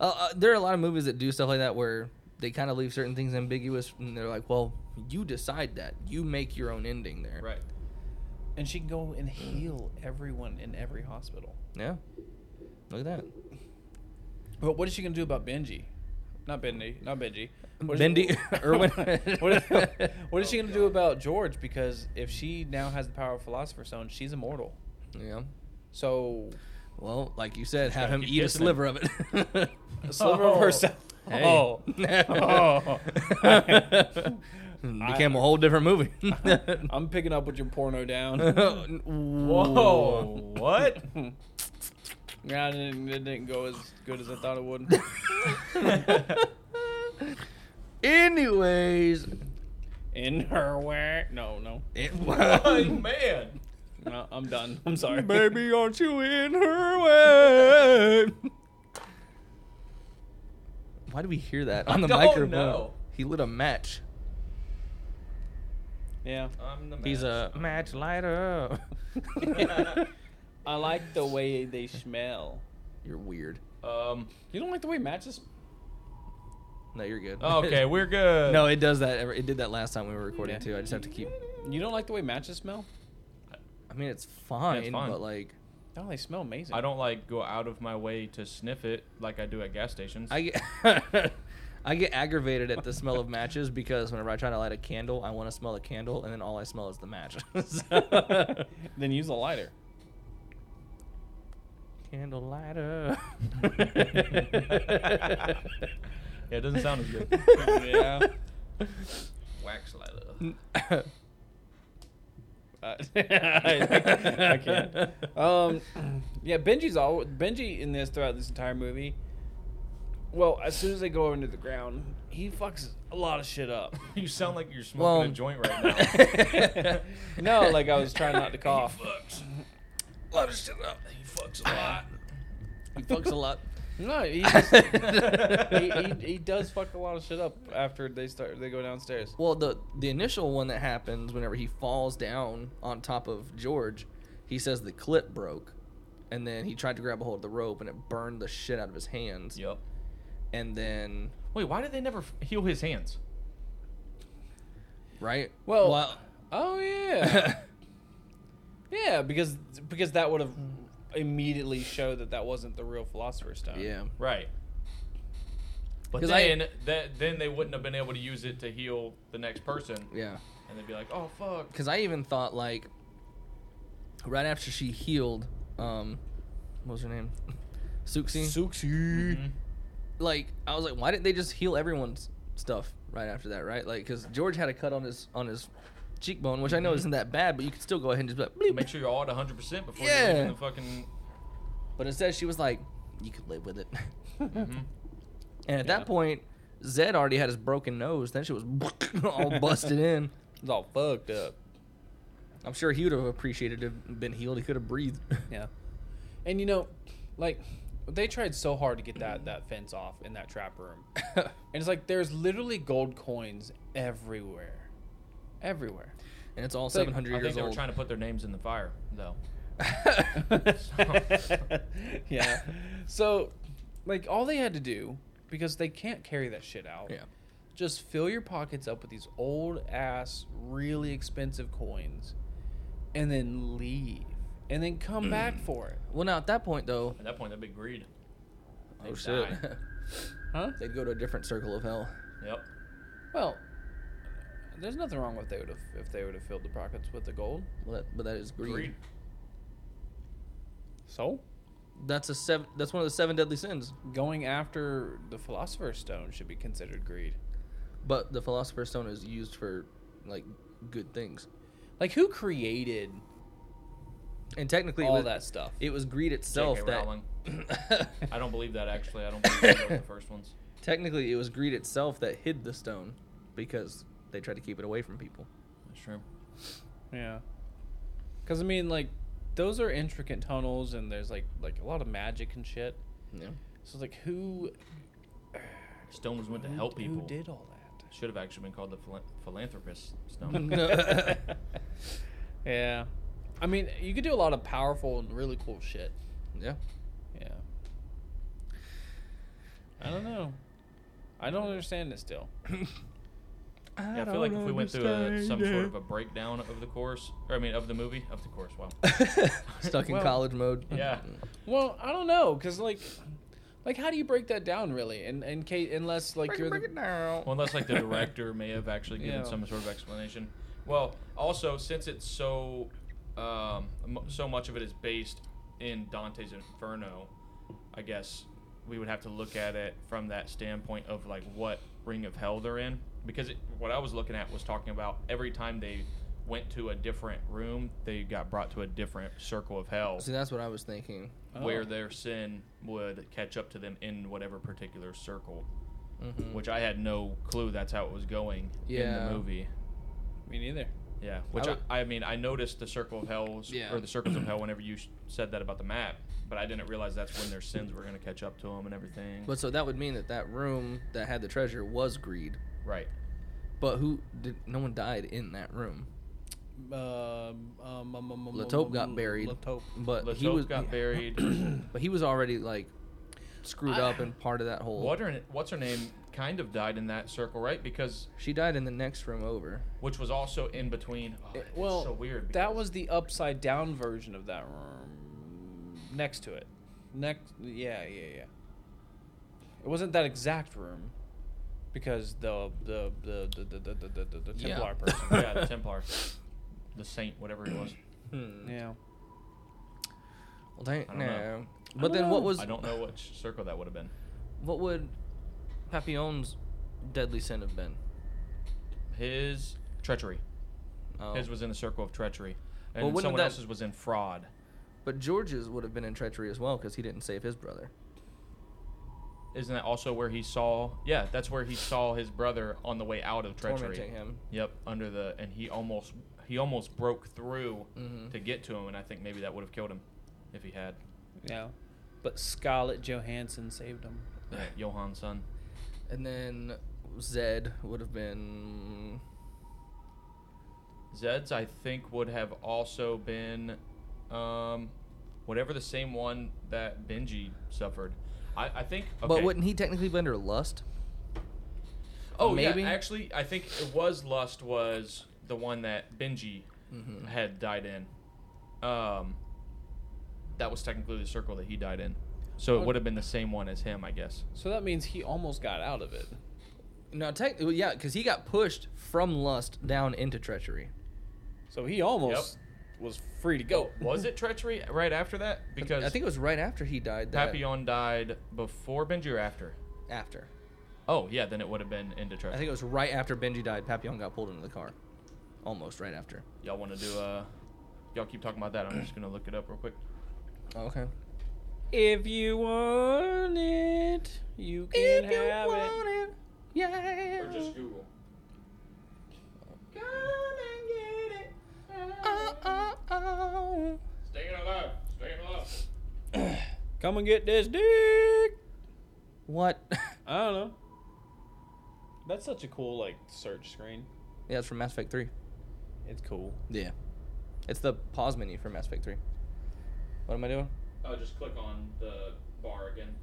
Speaker 1: uh, uh, there are a lot of movies that do stuff like that where they kind of leave certain things ambiguous, and they're like, "Well, you decide that. You make your own ending there."
Speaker 2: Right.
Speaker 4: and she can go and heal everyone in every hospital.
Speaker 1: Yeah. Look at that.
Speaker 4: But what is she gonna do about Benji? Not Benji. Not Benji. What is-
Speaker 1: Bendy- Irwin.
Speaker 4: what, is, what is
Speaker 2: Oh,
Speaker 4: she gonna do about George? Because if she now has the power of Philosopher's Stone, she's immortal.
Speaker 1: Yeah.
Speaker 4: So
Speaker 1: Well, like you said, have
Speaker 2: gotta
Speaker 1: him
Speaker 2: keep
Speaker 1: eat a
Speaker 2: kissing him.
Speaker 1: sliver of it.
Speaker 4: a sliver of
Speaker 2: Oh.
Speaker 4: herself.
Speaker 1: Hey.
Speaker 4: Oh. Oh.
Speaker 1: Became a whole different movie.
Speaker 4: I'm picking up with your porno down.
Speaker 1: Whoa.
Speaker 2: Whoa. what?
Speaker 4: yeah, it didn't, it didn't go as good as I thought it would.
Speaker 1: Anyways,
Speaker 4: In her way. No, no.
Speaker 1: it
Speaker 2: Oh,
Speaker 1: was.
Speaker 2: man.
Speaker 4: No, I'm done. I'm sorry.
Speaker 1: Baby, aren't you in her way? Why do we hear that on the
Speaker 2: don't
Speaker 1: microphone?
Speaker 2: know.
Speaker 1: He lit a match.
Speaker 4: Yeah.
Speaker 2: I'm the man.
Speaker 1: He's a match lighter.
Speaker 4: I like the way they smell.
Speaker 1: You're weird.
Speaker 2: Um.
Speaker 4: You don't like the way matches?
Speaker 1: No, you're good.
Speaker 2: Okay, we're good.
Speaker 1: no, it does that. every- It did that last time we were recording
Speaker 4: Yeah.
Speaker 1: too. I just have to keep.
Speaker 4: You don't like the way matches smell?
Speaker 1: I mean, it's fine,
Speaker 2: fine.
Speaker 1: but like,
Speaker 4: No, Oh, they smell amazing.
Speaker 2: I don't like go out of my way to sniff it like I do at gas stations.
Speaker 1: I get, I get aggravated at the smell of matches because whenever I try to light a candle, I want to smell a candle, and then all I smell is the match. So-
Speaker 4: then use a lighter.
Speaker 1: candle lighter.
Speaker 2: yeah, it doesn't sound as good.
Speaker 4: Yeah.
Speaker 2: Wax lighter.
Speaker 4: Uh, I, I, I can't. Um, yeah, Benji's all Benji in this throughout this entire movie. Well, as soon as they go into the ground, he fucks a lot of shit up.
Speaker 2: You sound like you're smoking
Speaker 1: Well-
Speaker 2: a joint right now.
Speaker 4: no, like I was trying not to cough.
Speaker 2: lot of shit up. He fucks a lot.
Speaker 1: He fucks a lot.
Speaker 4: No, he, just, he, he he does fuck a lot of shit up after they start they go downstairs.
Speaker 1: Well, the the initial one that happens whenever he falls down on top of George, he says the clip broke, and then he tried to grab a hold of the rope and it burned the shit out of his hands.
Speaker 2: Yep.
Speaker 1: And then,
Speaker 2: Wait, why did they never f- heal his hands?
Speaker 1: right?
Speaker 4: Well- Oh yeah, yeah, because because that would have immediately showed that that wasn't the real philosopher's
Speaker 2: Uh,
Speaker 4: stone.
Speaker 1: yeah.
Speaker 2: Right. But
Speaker 1: 'Cause I-
Speaker 2: then, that, then they wouldn't have been able to use it to heal the next person,
Speaker 1: Yeah.
Speaker 2: and they'd be like, "Oh fuck."
Speaker 1: Because I even thought, like, right after she healed, um, what was her name? Suxi.
Speaker 4: Suxi.
Speaker 2: Mhm.
Speaker 1: like I was like, why didn't they just heal everyone's stuff right after that, right? Like, because George had a cut on his on his cheekbone, which I know isn't that bad, but you could still go ahead and just be like,
Speaker 2: Mm-hmm. Make
Speaker 1: Bleep.
Speaker 2: sure you're all at 100 percent before
Speaker 1: Yeah.
Speaker 2: you leave in the fucking.
Speaker 1: but instead she was like, you could live with it.
Speaker 2: Mhm.
Speaker 1: and at
Speaker 4: Yeah.
Speaker 1: that point, Zed already had his broken nose. That shit was all busted in.
Speaker 4: It's all fucked up.
Speaker 1: I'm sure he would have appreciated to have been healed. He could have breathed.
Speaker 4: Yeah, and you know, like they tried so hard to get that that fence off in that trap room, and it's like there's literally gold coins everywhere, everywhere.
Speaker 1: and it's all
Speaker 4: like,
Speaker 1: 700
Speaker 2: I
Speaker 1: years
Speaker 2: think they
Speaker 1: old.
Speaker 2: were trying to put their names in the fire, though.
Speaker 4: yeah. So, like, all they had to do, because they can't carry that shit out,
Speaker 1: yeah.
Speaker 4: just fill your pockets up with these old ass, really expensive coins and then leave. And then come back for it.
Speaker 1: Well, now at that point though,
Speaker 2: At that point, that'd be greed.
Speaker 1: oh
Speaker 2: They'd
Speaker 1: shit,
Speaker 2: die.
Speaker 4: Huh?
Speaker 1: they'd go to a different circle of hell.
Speaker 2: Yep.
Speaker 4: Well, there's nothing wrong with they would have if they would have filled the pockets with the gold.
Speaker 1: Well, that, but that is
Speaker 2: Greed.
Speaker 1: greed.
Speaker 4: So,
Speaker 1: That's a seven. That's one of the seven deadly sins.
Speaker 4: going after the philosopher's stone should be considered greed.
Speaker 1: But the philosopher's stone is used for like good things,
Speaker 4: Like who created
Speaker 1: and technically it
Speaker 4: all
Speaker 1: was,
Speaker 4: that stuff?
Speaker 1: It was greed itself
Speaker 2: J.K.
Speaker 1: that.
Speaker 2: Rowling. I don't believe that actually. I don't believe that was the first ones.
Speaker 1: Technically, it was greed itself that hid the stone because they tried to keep it away from people.
Speaker 2: That's true.
Speaker 4: Yeah. Because I mean, like, those are intricate tunnels, and there's like like a lot of magic and shit.
Speaker 1: Yeah.
Speaker 4: So like, who?
Speaker 2: Stone was meant to
Speaker 4: who-
Speaker 2: help people.
Speaker 4: Who did all that?
Speaker 2: Should have actually been called the phila- philanthropist
Speaker 4: Mm-hmm.
Speaker 2: stone.
Speaker 1: No.
Speaker 4: yeah. I mean, you could do a lot of powerful and really cool shit.
Speaker 1: Yeah.
Speaker 4: Yeah. I don't know. I don't understand it still.
Speaker 2: yeah, I feel like if we went through a, some sort of a breakdown of the course, or I mean, of the movie, of the course. Wow.
Speaker 1: Stuck in
Speaker 4: Well,
Speaker 1: college mode.
Speaker 2: yeah.
Speaker 4: Well, I don't know, cause like, like how do you break that down really? And and Kate, unless like you're the,
Speaker 1: down.
Speaker 2: Well, unless like the director may have actually given
Speaker 4: Yeah.
Speaker 2: some sort of explanation. Well, also since it's so, um, mo- so much of it is based in Dante's Inferno, I guess we would have to look at it from that standpoint of like what Ring of Hell they're in, because it, what I was looking at was talking about every time they went to a different room, they got brought to a different circle of hell
Speaker 1: See, that's what I was thinking.
Speaker 2: where
Speaker 4: Oh.
Speaker 2: their sin would catch up to them in whatever particular circle,
Speaker 1: Mhm.
Speaker 2: which I had no clue that's how it was going in
Speaker 1: Yeah.
Speaker 2: the movie.
Speaker 4: me neither.
Speaker 2: Yeah, which I,
Speaker 1: would-
Speaker 2: I, mean, I noticed the circle of hell
Speaker 1: Yeah.
Speaker 2: or the circles of hell whenever you sh- said that about the map, but I didn't realize that's when their sins were going to catch up to them and everything.
Speaker 1: But so that would mean that that room that had the treasure was greed.
Speaker 2: right.
Speaker 1: But who did? No one died in that room.
Speaker 4: Um, um, um, um, um,
Speaker 1: Latope
Speaker 4: um,
Speaker 1: got buried.
Speaker 4: Latope.
Speaker 1: But
Speaker 2: Latope
Speaker 1: he was
Speaker 2: got
Speaker 1: yeah.
Speaker 2: buried.
Speaker 1: But he was already like screwed
Speaker 4: I-
Speaker 1: up and part of that whole.
Speaker 2: what her, what's her name kind of died in that circle, right? Because
Speaker 1: She died in the next room over.
Speaker 2: which was also in between. Oh,
Speaker 4: It-
Speaker 2: it's
Speaker 4: well,
Speaker 2: so weird.
Speaker 4: that
Speaker 2: because-
Speaker 4: was the upside down version of that room. Next to it. Next, yeah, yeah, yeah. It wasn't that exact room, because the the the the the the, the, the, the
Speaker 1: Yeah.
Speaker 4: Templar person.
Speaker 2: yeah, the Templar, the saint, whatever he was.
Speaker 4: Yeah.
Speaker 1: Well, dang,
Speaker 2: Hmm. I don't
Speaker 1: no.
Speaker 2: know.
Speaker 1: But then what was?
Speaker 2: I don't know which circle that would have been.
Speaker 1: What would Papillon's deadly sin have been?
Speaker 2: His treachery.
Speaker 1: Oh.
Speaker 2: His was in the circle of treachery, and
Speaker 1: Well,
Speaker 2: then
Speaker 1: wouldn't
Speaker 2: someone
Speaker 1: that-
Speaker 2: else's was in fraud.
Speaker 1: but George's would have been in treachery as well because he didn't save his brother.
Speaker 2: Isn't that also where he saw? Yeah, that's where he saw his brother on the way out of treachery.
Speaker 1: Tormenting him.
Speaker 2: Yep, under the and he almost he almost broke through
Speaker 1: Mhm.
Speaker 2: to get to him, and I think maybe that would have killed him if he had.
Speaker 4: Yeah. But Scarlett Johansson saved him.
Speaker 2: Right, Johan's son.
Speaker 1: And then Zed would have been.
Speaker 2: Zed's I think would have also been, um, whatever the same one that Benji suffered. I, I think. Okay.
Speaker 1: But wouldn't he technically be under lust?
Speaker 2: Oh,
Speaker 1: Maybe.
Speaker 2: yeah. Actually, I think it was Lust was the one that Benji had died in. Um, that was technically the circle that he died in. So
Speaker 4: Oh.
Speaker 2: it would have been the same one as him, I guess.
Speaker 4: So that means he almost got out of it.
Speaker 1: No, technically, yeah, because he got pushed from lust down into treachery.
Speaker 4: So he almost was free to go.
Speaker 2: Was it treachery right after that? Because
Speaker 1: I think it was right after he died. That
Speaker 2: Papillon died before Benji or after.
Speaker 1: After.
Speaker 2: Oh yeah, then it would have been into
Speaker 1: I
Speaker 2: treachery.
Speaker 1: think it was right after Benji died. Papillon got pulled into the car. Almost right after.
Speaker 2: y'all want to do a. Y'all keep talking about that. I'm just gonna look it up real quick.
Speaker 1: Oh, okay.
Speaker 4: If you want it, you can have it.
Speaker 1: it, yeah.
Speaker 2: Google.
Speaker 1: Oh, oh, oh.
Speaker 2: Staying alive. Staying alive.
Speaker 4: Come and get this dick.
Speaker 1: What?
Speaker 4: I don't know. That's such a cool like search screen.
Speaker 1: yeah, it's from Mass Effect 3.
Speaker 4: It's cool.
Speaker 1: Yeah. It's the pause menu from Mass Effect 3. What am I doing?
Speaker 2: Oh, just click on the bar again.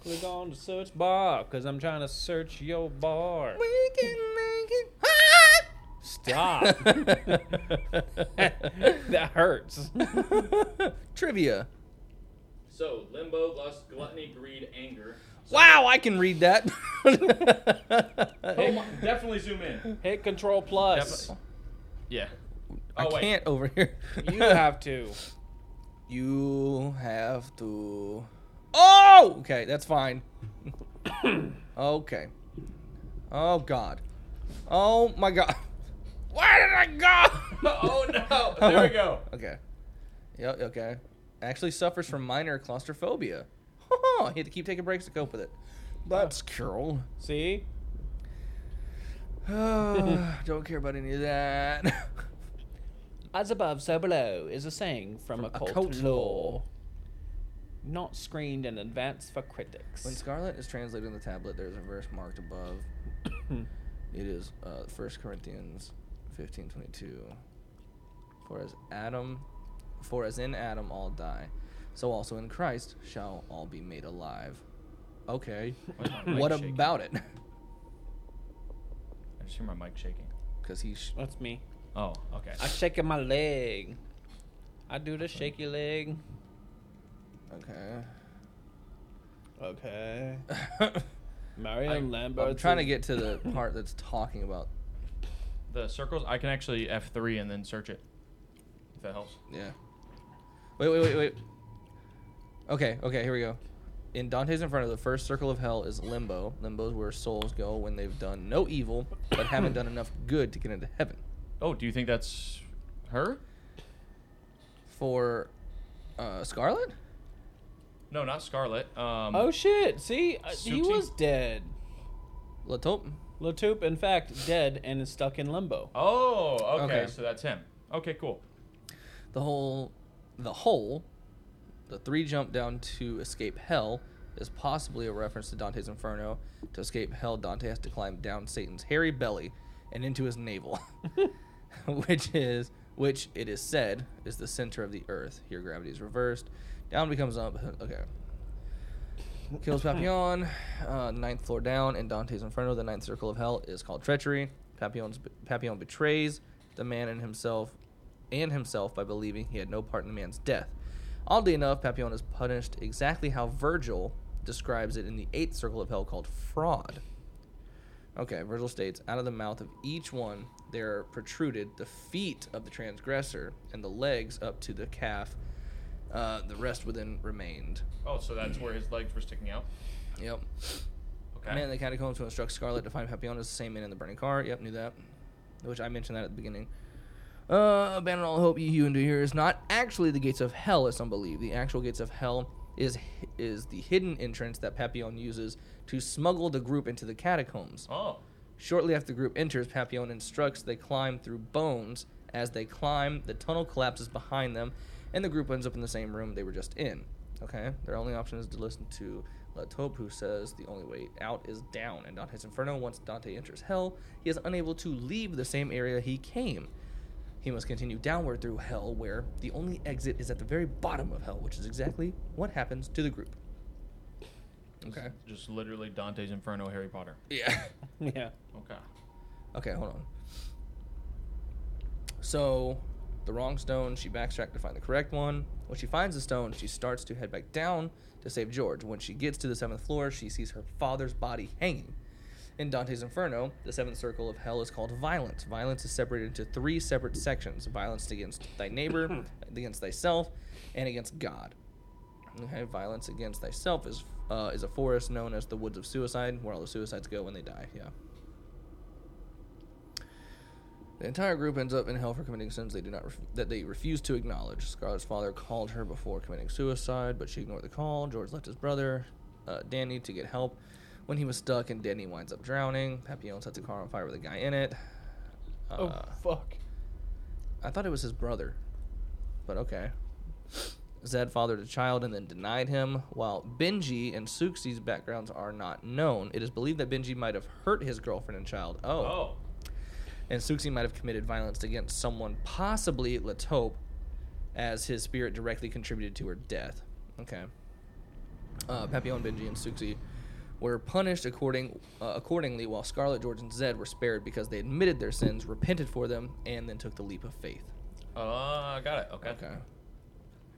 Speaker 4: Click on the search bar because I'm trying to search your bar.
Speaker 1: We can make it
Speaker 4: Stop. that hurts.
Speaker 1: Trivia.
Speaker 2: So, limbo, lust, gluttony, greed, anger.
Speaker 1: Wow, I can read that.
Speaker 2: Oh my, definitely zoom in.
Speaker 4: Hit control plus.
Speaker 2: Definitely. Yeah.
Speaker 1: I
Speaker 2: Oh, wait.
Speaker 1: can't over here.
Speaker 4: You have to.
Speaker 1: You have to. Oh, okay, that's fine. okay. Oh God. Oh my God. Where did I go?
Speaker 2: Oh no! There we go.
Speaker 1: Okay. Yep. Okay. Actually suffers from minor claustrophobia.
Speaker 3: he had to keep taking breaks to cope with it.
Speaker 1: That's cool.
Speaker 3: See?
Speaker 1: don't care about any of that.
Speaker 4: As above, so below is a saying from, occult,
Speaker 3: occult
Speaker 4: law.
Speaker 3: law.
Speaker 4: Not screened in advance for critics.
Speaker 1: when scarlet is translated in the tablet, there's a verse marked above. it is uh, 1 Corinthians 15:22. For as Adam, for as in Adam all die, so also in Christ shall all be made alive. Okay.
Speaker 2: Why is my mic
Speaker 1: what
Speaker 2: shaking?
Speaker 1: about it?
Speaker 2: I just hear my mic shaking.
Speaker 1: Because he. Sh-
Speaker 4: That's me.
Speaker 2: Oh, okay.
Speaker 4: I'm shaking my leg. I do the shaky leg.
Speaker 1: okay.
Speaker 4: Okay.
Speaker 1: I'm
Speaker 4: Marion Lambert.
Speaker 1: trying to get to the part that's talking about.
Speaker 2: the circles, I can actually F3 and then search it. If that helps.
Speaker 1: Yeah. Wait, wait, wait, wait. Okay, okay, here we go. In Dante's Inferno, the first circle of hell is limbo. Limbo is where souls go when they've done no evil, but haven't done enough good to get into heaven.
Speaker 2: Oh, do you think that's her?
Speaker 1: For uh, Scarlet?
Speaker 2: No, not Scarlet. Um,
Speaker 4: Oh shit! See, uh, he
Speaker 2: Soupsy.
Speaker 4: was dead.
Speaker 1: Latope?
Speaker 4: Latoop, in fact, dead and is stuck in limbo.
Speaker 2: Oh, okay,
Speaker 1: Okay.
Speaker 2: So that's him. Okay, cool.
Speaker 1: The whole, the whole, the three jump down to escape hell is possibly a reference to Dante's Inferno. To escape hell, Dante has to climb down Satan's hairy belly and into his navel, which is which it is said is the center of the earth. Here, gravity is reversed. Down becomes up. Okay. Kills Papillon, uh, ninth floor down, in Dante's Inferno, the ninth circle of hell is called treachery. Papillon's, Papillon betrays the man and himself, and himself by believing he had no part in the man's death. Oddly enough, Papillon is punished exactly how Virgil describes it in the eighth circle of hell called fraud. Okay, Virgil states, out of the mouth of each one there protruded the feet of the transgressor and the legs up to the calf. Uh, the rest within remained.
Speaker 2: Oh, so that's where his legs were sticking out.
Speaker 1: Yep.
Speaker 2: Okay.
Speaker 1: Man in the catacombs who instructs Scarlet to find Papillon is the same man in the burning car. Yep, knew that. Which I mentioned that at the beginning. Uh, abandon all hope, ye human do here is not actually the gates of hell, as some believe. The actual gates of hell is is the hidden entrance that Papillon uses to smuggle the group into the catacombs.
Speaker 2: oh,
Speaker 1: Shortly after the group enters, Papillon instructs they climb through bones. As they climb, the tunnel collapses behind them, and the group ends up in the same room they were just in. Okay, their only option is to listen to La Taupe, who says the only way out is down. In Dante's Inferno, once Dante enters hell, he is unable to leave the same area he came. He must continue downward through hell, where the only exit is at the very bottom of hell, which is exactly what happens to the group. Okay.
Speaker 2: just literally Dante's Inferno, Harry Potter.
Speaker 1: Yeah.
Speaker 4: yeah.
Speaker 2: Okay.
Speaker 1: Okay, hold on. So, the wrong stone, she backtracks to find the correct one. When she finds the stone, she starts to head back down to save George. When she gets to the seventh floor, she sees her father's body hanging. In Dante's Inferno, the seventh circle of hell is called violence. Violence is separated into three separate sections violence against thy neighbor, against thyself, and against God. Okay, violence against thyself is uh, is a forest known as the woods of suicide, where all the suicides go when they die. Yeah. The entire group ends up in hell for committing sins they do not ref- that they refuse to acknowledge. Scarlet's father called her before committing suicide, but she ignored the call. George left his brother, uh, Danny, to get help when he was stuck, and Danny winds up drowning. Papillon sets a car on fire with a guy in it. Uh,
Speaker 4: oh fuck.
Speaker 1: I thought it was his brother, but okay. Zed fathered a child and then denied him. While Benji and Suxi's backgrounds are not known, it is believed that Benji might have hurt his girlfriend and child.
Speaker 2: Oh.
Speaker 1: Oh, and Suxi might have committed violence against someone, possibly Latope, as his spirit directly contributed to her death. Okay. Uh, Papillon, Benji, and Suxi were punished according uh, accordingly, while Scarlet, George, and Zed were spared because they admitted their sins, repented for them, and then took the leap of faith.
Speaker 2: Uh, got it. Okay.
Speaker 1: Okay.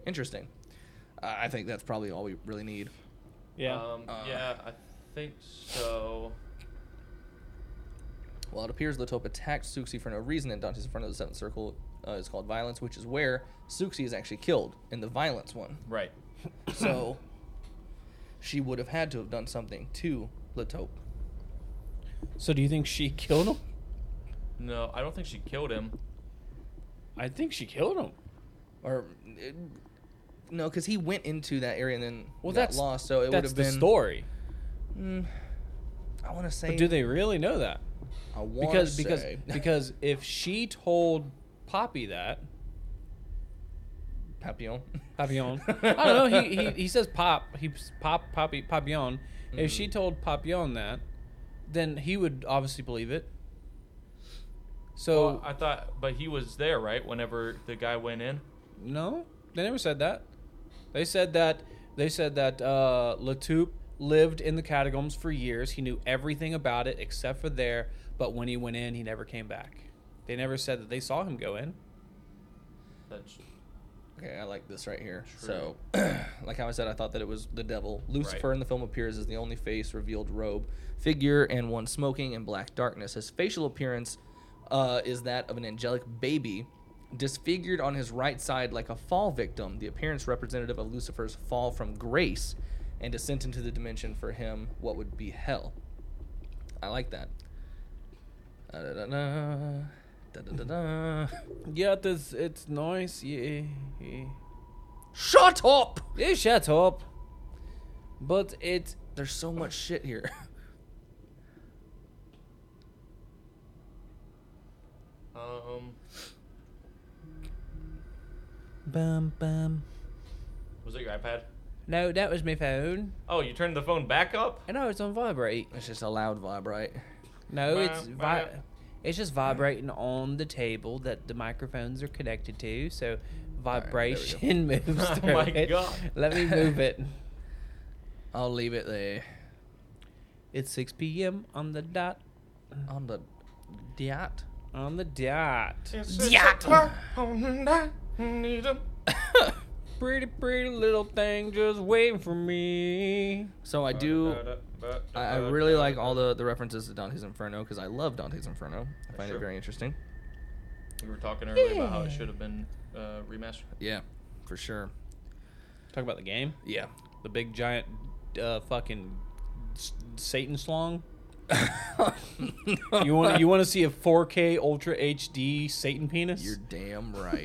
Speaker 1: Interesting. Uh, I think that's probably all we really need.
Speaker 4: Yeah.
Speaker 2: Um,
Speaker 1: Uh.
Speaker 2: yeah, I think so.
Speaker 1: While it appears Latope attacked Suxi for no reason in Dante's Inferno, the Seventh Circle uh, is called Violence, which is where Suxi is actually killed in the Violence one.
Speaker 2: Right.
Speaker 1: So she would have had to have done something to Latope.
Speaker 4: so do you think she killed him?
Speaker 2: No, I don't think she killed him.
Speaker 4: I think she killed him.
Speaker 1: Or it, uh, no, because he went into that area and then
Speaker 4: Well,
Speaker 1: got
Speaker 4: that's
Speaker 1: lost. So it would
Speaker 4: that's
Speaker 1: have
Speaker 4: the
Speaker 1: been.
Speaker 4: story.
Speaker 1: Mm, I want to say.
Speaker 4: But do they really know that?
Speaker 1: I want
Speaker 4: Because because
Speaker 1: say,
Speaker 4: because if she told Poppy that,
Speaker 1: Papillon.
Speaker 4: Papillon. I don't know. He, he he says pop. He pop poppy Papillon. If she told Papillon that, then he would obviously believe it. So
Speaker 2: Well, I thought, but he was there, right? Whenever the guy went in.
Speaker 4: no, they never said that. They said that they said that uh, Latoup lived in the catacombs for years. He knew everything about it except for there. But when he went in, he never came back. They never said that they saw him go in.
Speaker 2: That's
Speaker 1: Okay, I like this right here.
Speaker 2: True.
Speaker 1: So, like how I said, I thought that it was the devil. Lucifer
Speaker 2: Right.
Speaker 1: in the film appears as the only face revealed robe, figure, and one smoking in black darkness. His facial appearance uh, is that of an angelic baby, disfigured on his right side like a fall victim, the appearance representative of Lucifer's fall from grace and descent into the dimension for him, what would be hell. I like that. Da-da-da-da, da-da-da-da.
Speaker 4: Yeah, this it's nice. Yeah, yeah.
Speaker 1: Shut up!
Speaker 4: yeah shut up. But it
Speaker 1: There's so much shit here.
Speaker 2: um.
Speaker 4: bum bum.
Speaker 2: Was that your iPad?
Speaker 4: No, that was my phone,
Speaker 2: Oh, you turned the phone back up.
Speaker 4: and I was on vibrate.
Speaker 1: It's just a loud vibe, right?
Speaker 4: No,
Speaker 2: Wah,
Speaker 4: it's
Speaker 2: wah.
Speaker 4: vi- it's just vibrating on the table that the microphones are connected to,
Speaker 1: right,
Speaker 4: so
Speaker 1: there we go.
Speaker 4: vibration moves
Speaker 2: Oh
Speaker 4: through
Speaker 2: my
Speaker 4: it.
Speaker 2: God.
Speaker 4: Let me move it.
Speaker 1: I'll leave it there.
Speaker 4: It's 6 p.m. on the dot.
Speaker 1: On the yacht.
Speaker 4: On the dot. Pretty, pretty little thing just waiting for me.
Speaker 1: So I do. I, I really like all the, the references to Dante's Inferno because I love Dante's Inferno. I find it
Speaker 2: Sure.
Speaker 1: very interesting.
Speaker 2: We were talking earlier about how it should have been uh, remastered.
Speaker 1: Yeah, for sure.
Speaker 4: Talk about the game.
Speaker 1: Yeah.
Speaker 4: The big giant uh, fucking s- Satan slong. You want you want to see a 4K Ultra HD Satan penis?
Speaker 1: You're damn right.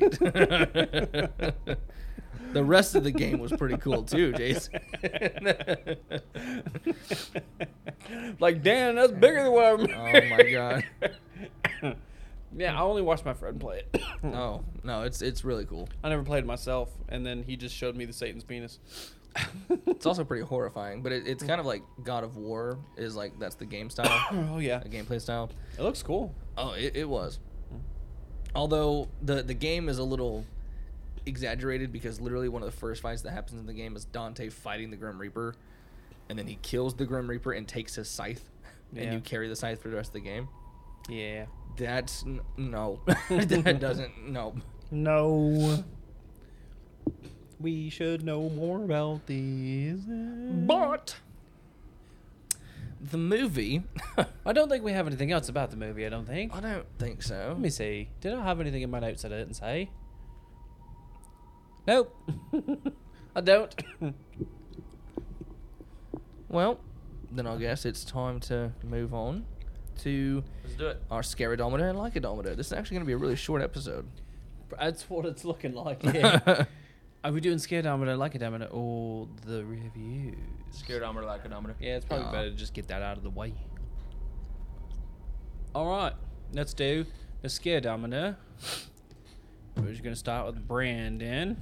Speaker 1: the rest of the game was pretty cool too, Jason.
Speaker 4: like Dan, that's bigger than what I remember.
Speaker 1: Oh my god.
Speaker 4: yeah, I only watched my friend play it.
Speaker 1: Oh no, it's it's really cool.
Speaker 4: I never played it myself, and then he just showed me the Satan's penis.
Speaker 1: It's also pretty horrifying, but it, it's kind of like God of War is like that's the game style,
Speaker 4: oh yeah,
Speaker 1: a gameplay style.
Speaker 4: it looks cool.
Speaker 1: Oh, it, it was. Although the the game is a little exaggerated because literally one of the first fights that happens in the game is Dante fighting the Grim Reaper, and then he kills the Grim Reaper and takes his scythe, and
Speaker 4: Yeah.
Speaker 1: you carry the scythe for the rest of the game.
Speaker 4: Yeah.
Speaker 1: That's n- no, that doesn't no.
Speaker 4: No. We should know more about these.
Speaker 1: But the movie,
Speaker 4: I don't think we have anything else about the movie. I don't think.
Speaker 1: I don't think so.
Speaker 4: Let me see. Did I have anything in my notes that I didn't say? Nope. I don't.
Speaker 1: Well, then I guess it's time to move on to
Speaker 2: Let's do it.
Speaker 1: our scaridometer and lycodometer. This is actually going to be a really short episode.
Speaker 4: That's what it's looking like. Yeah. Are we doing Scare Dominant, Like a Dominant, or the reviews?
Speaker 2: Scaredometer, lacodometer.
Speaker 4: Yeah, it's probably
Speaker 1: Aw.
Speaker 4: better to just get that out of the way. All right, let's do the Scare Dominant. We're just going to start with Brandon.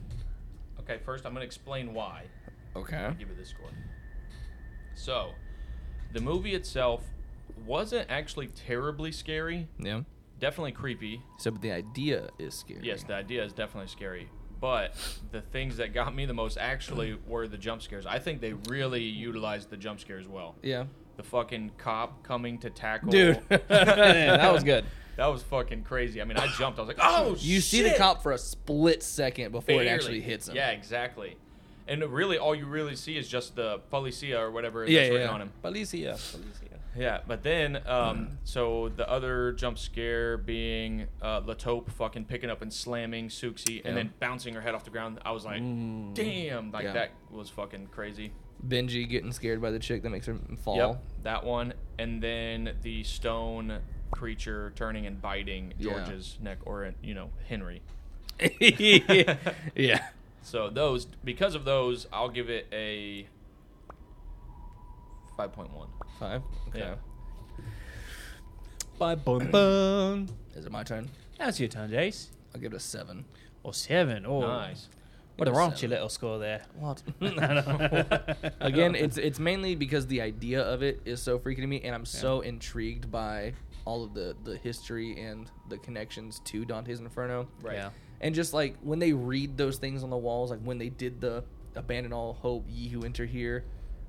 Speaker 2: Okay, first I'm gonna explain why.
Speaker 1: okay.
Speaker 2: I'll give it this score. So, the movie itself wasn't actually terribly scary.
Speaker 1: Yeah.
Speaker 2: Definitely creepy.
Speaker 1: So, but the idea is scary.
Speaker 2: Yes, the idea is definitely scary. But the things that got me the most actually were the jump scares. I think they really utilized the jump scares well.
Speaker 1: Yeah.
Speaker 2: The fucking cop coming to tackle.
Speaker 4: that was good.
Speaker 2: That was fucking crazy. I mean, I jumped. I was like, oh,
Speaker 1: You see the
Speaker 2: shit!"
Speaker 1: cop for a split second before
Speaker 2: Barely.
Speaker 1: it actually hits him.
Speaker 2: Yeah, exactly. And really, all you really see is just the policia or whatever
Speaker 1: Yeah,
Speaker 2: that's
Speaker 1: yeah,
Speaker 2: written
Speaker 1: yeah.
Speaker 2: on him.
Speaker 4: Felicia. Felicia.
Speaker 2: Yeah, but then, um, so the other jump scare being uh, Latope fucking picking up and slamming Suxi and
Speaker 1: Yeah. Mm.
Speaker 2: then bouncing her head off the ground. I was like, damn, like
Speaker 1: Yeah.
Speaker 2: that was fucking crazy.
Speaker 1: Benji getting scared by the chick that makes him fall.
Speaker 2: Yep, that one. And then the stone creature turning and biting
Speaker 1: Yeah.
Speaker 2: George's neck or, you know, Henry.
Speaker 1: yeah.
Speaker 2: So those, because of those, I'll give it a five point one.
Speaker 3: Five. Okay.
Speaker 2: Yeah.
Speaker 4: Bye, bun, bun.
Speaker 1: Is it my turn?
Speaker 4: That's your turn, Jace.
Speaker 1: I'll give it a seven.
Speaker 4: Or seven. Oh,
Speaker 2: Nice.
Speaker 4: What a
Speaker 1: Give it a
Speaker 4: raunchy
Speaker 1: seven.
Speaker 4: little score there.
Speaker 1: What? Again,
Speaker 4: Again,
Speaker 1: it's it's mainly because the idea of it is so freaking to me, and I'm so intrigued by all of the the history and the connections to Dante's Inferno.
Speaker 2: Right.
Speaker 4: Yeah.
Speaker 1: And just like when they read those things on the walls, like when they did the abandon all hope, ye who enter here,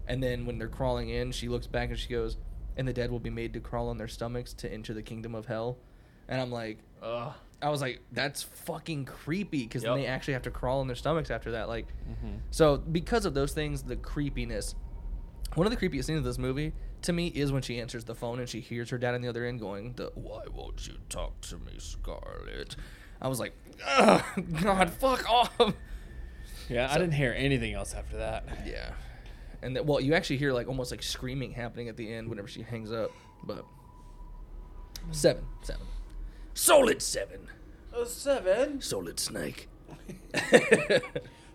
Speaker 1: and then when they're crawling in, she looks back and she goes, and the dead will be made to crawl on their stomachs to enter the kingdom of hell. And I'm like,
Speaker 2: Ugh.
Speaker 1: I was like, that's fucking creepy because
Speaker 2: Yep.
Speaker 1: then they actually have to crawl on their stomachs after that. Like, so because of those things, the creepiness. One of the creepiest scenes of this movie to me is when she answers the phone and she hears her dad on the other end going, the, "Why won't you talk to me, Scarlett?" I was like, Ugh, "God, fuck off."
Speaker 4: yeah, I didn't hear anything else after that.
Speaker 1: Yeah, and that, well, you actually hear like almost like screaming happening at the end whenever she hangs up. But seven, seven, solid seven,
Speaker 4: A seven.
Speaker 1: solid snake.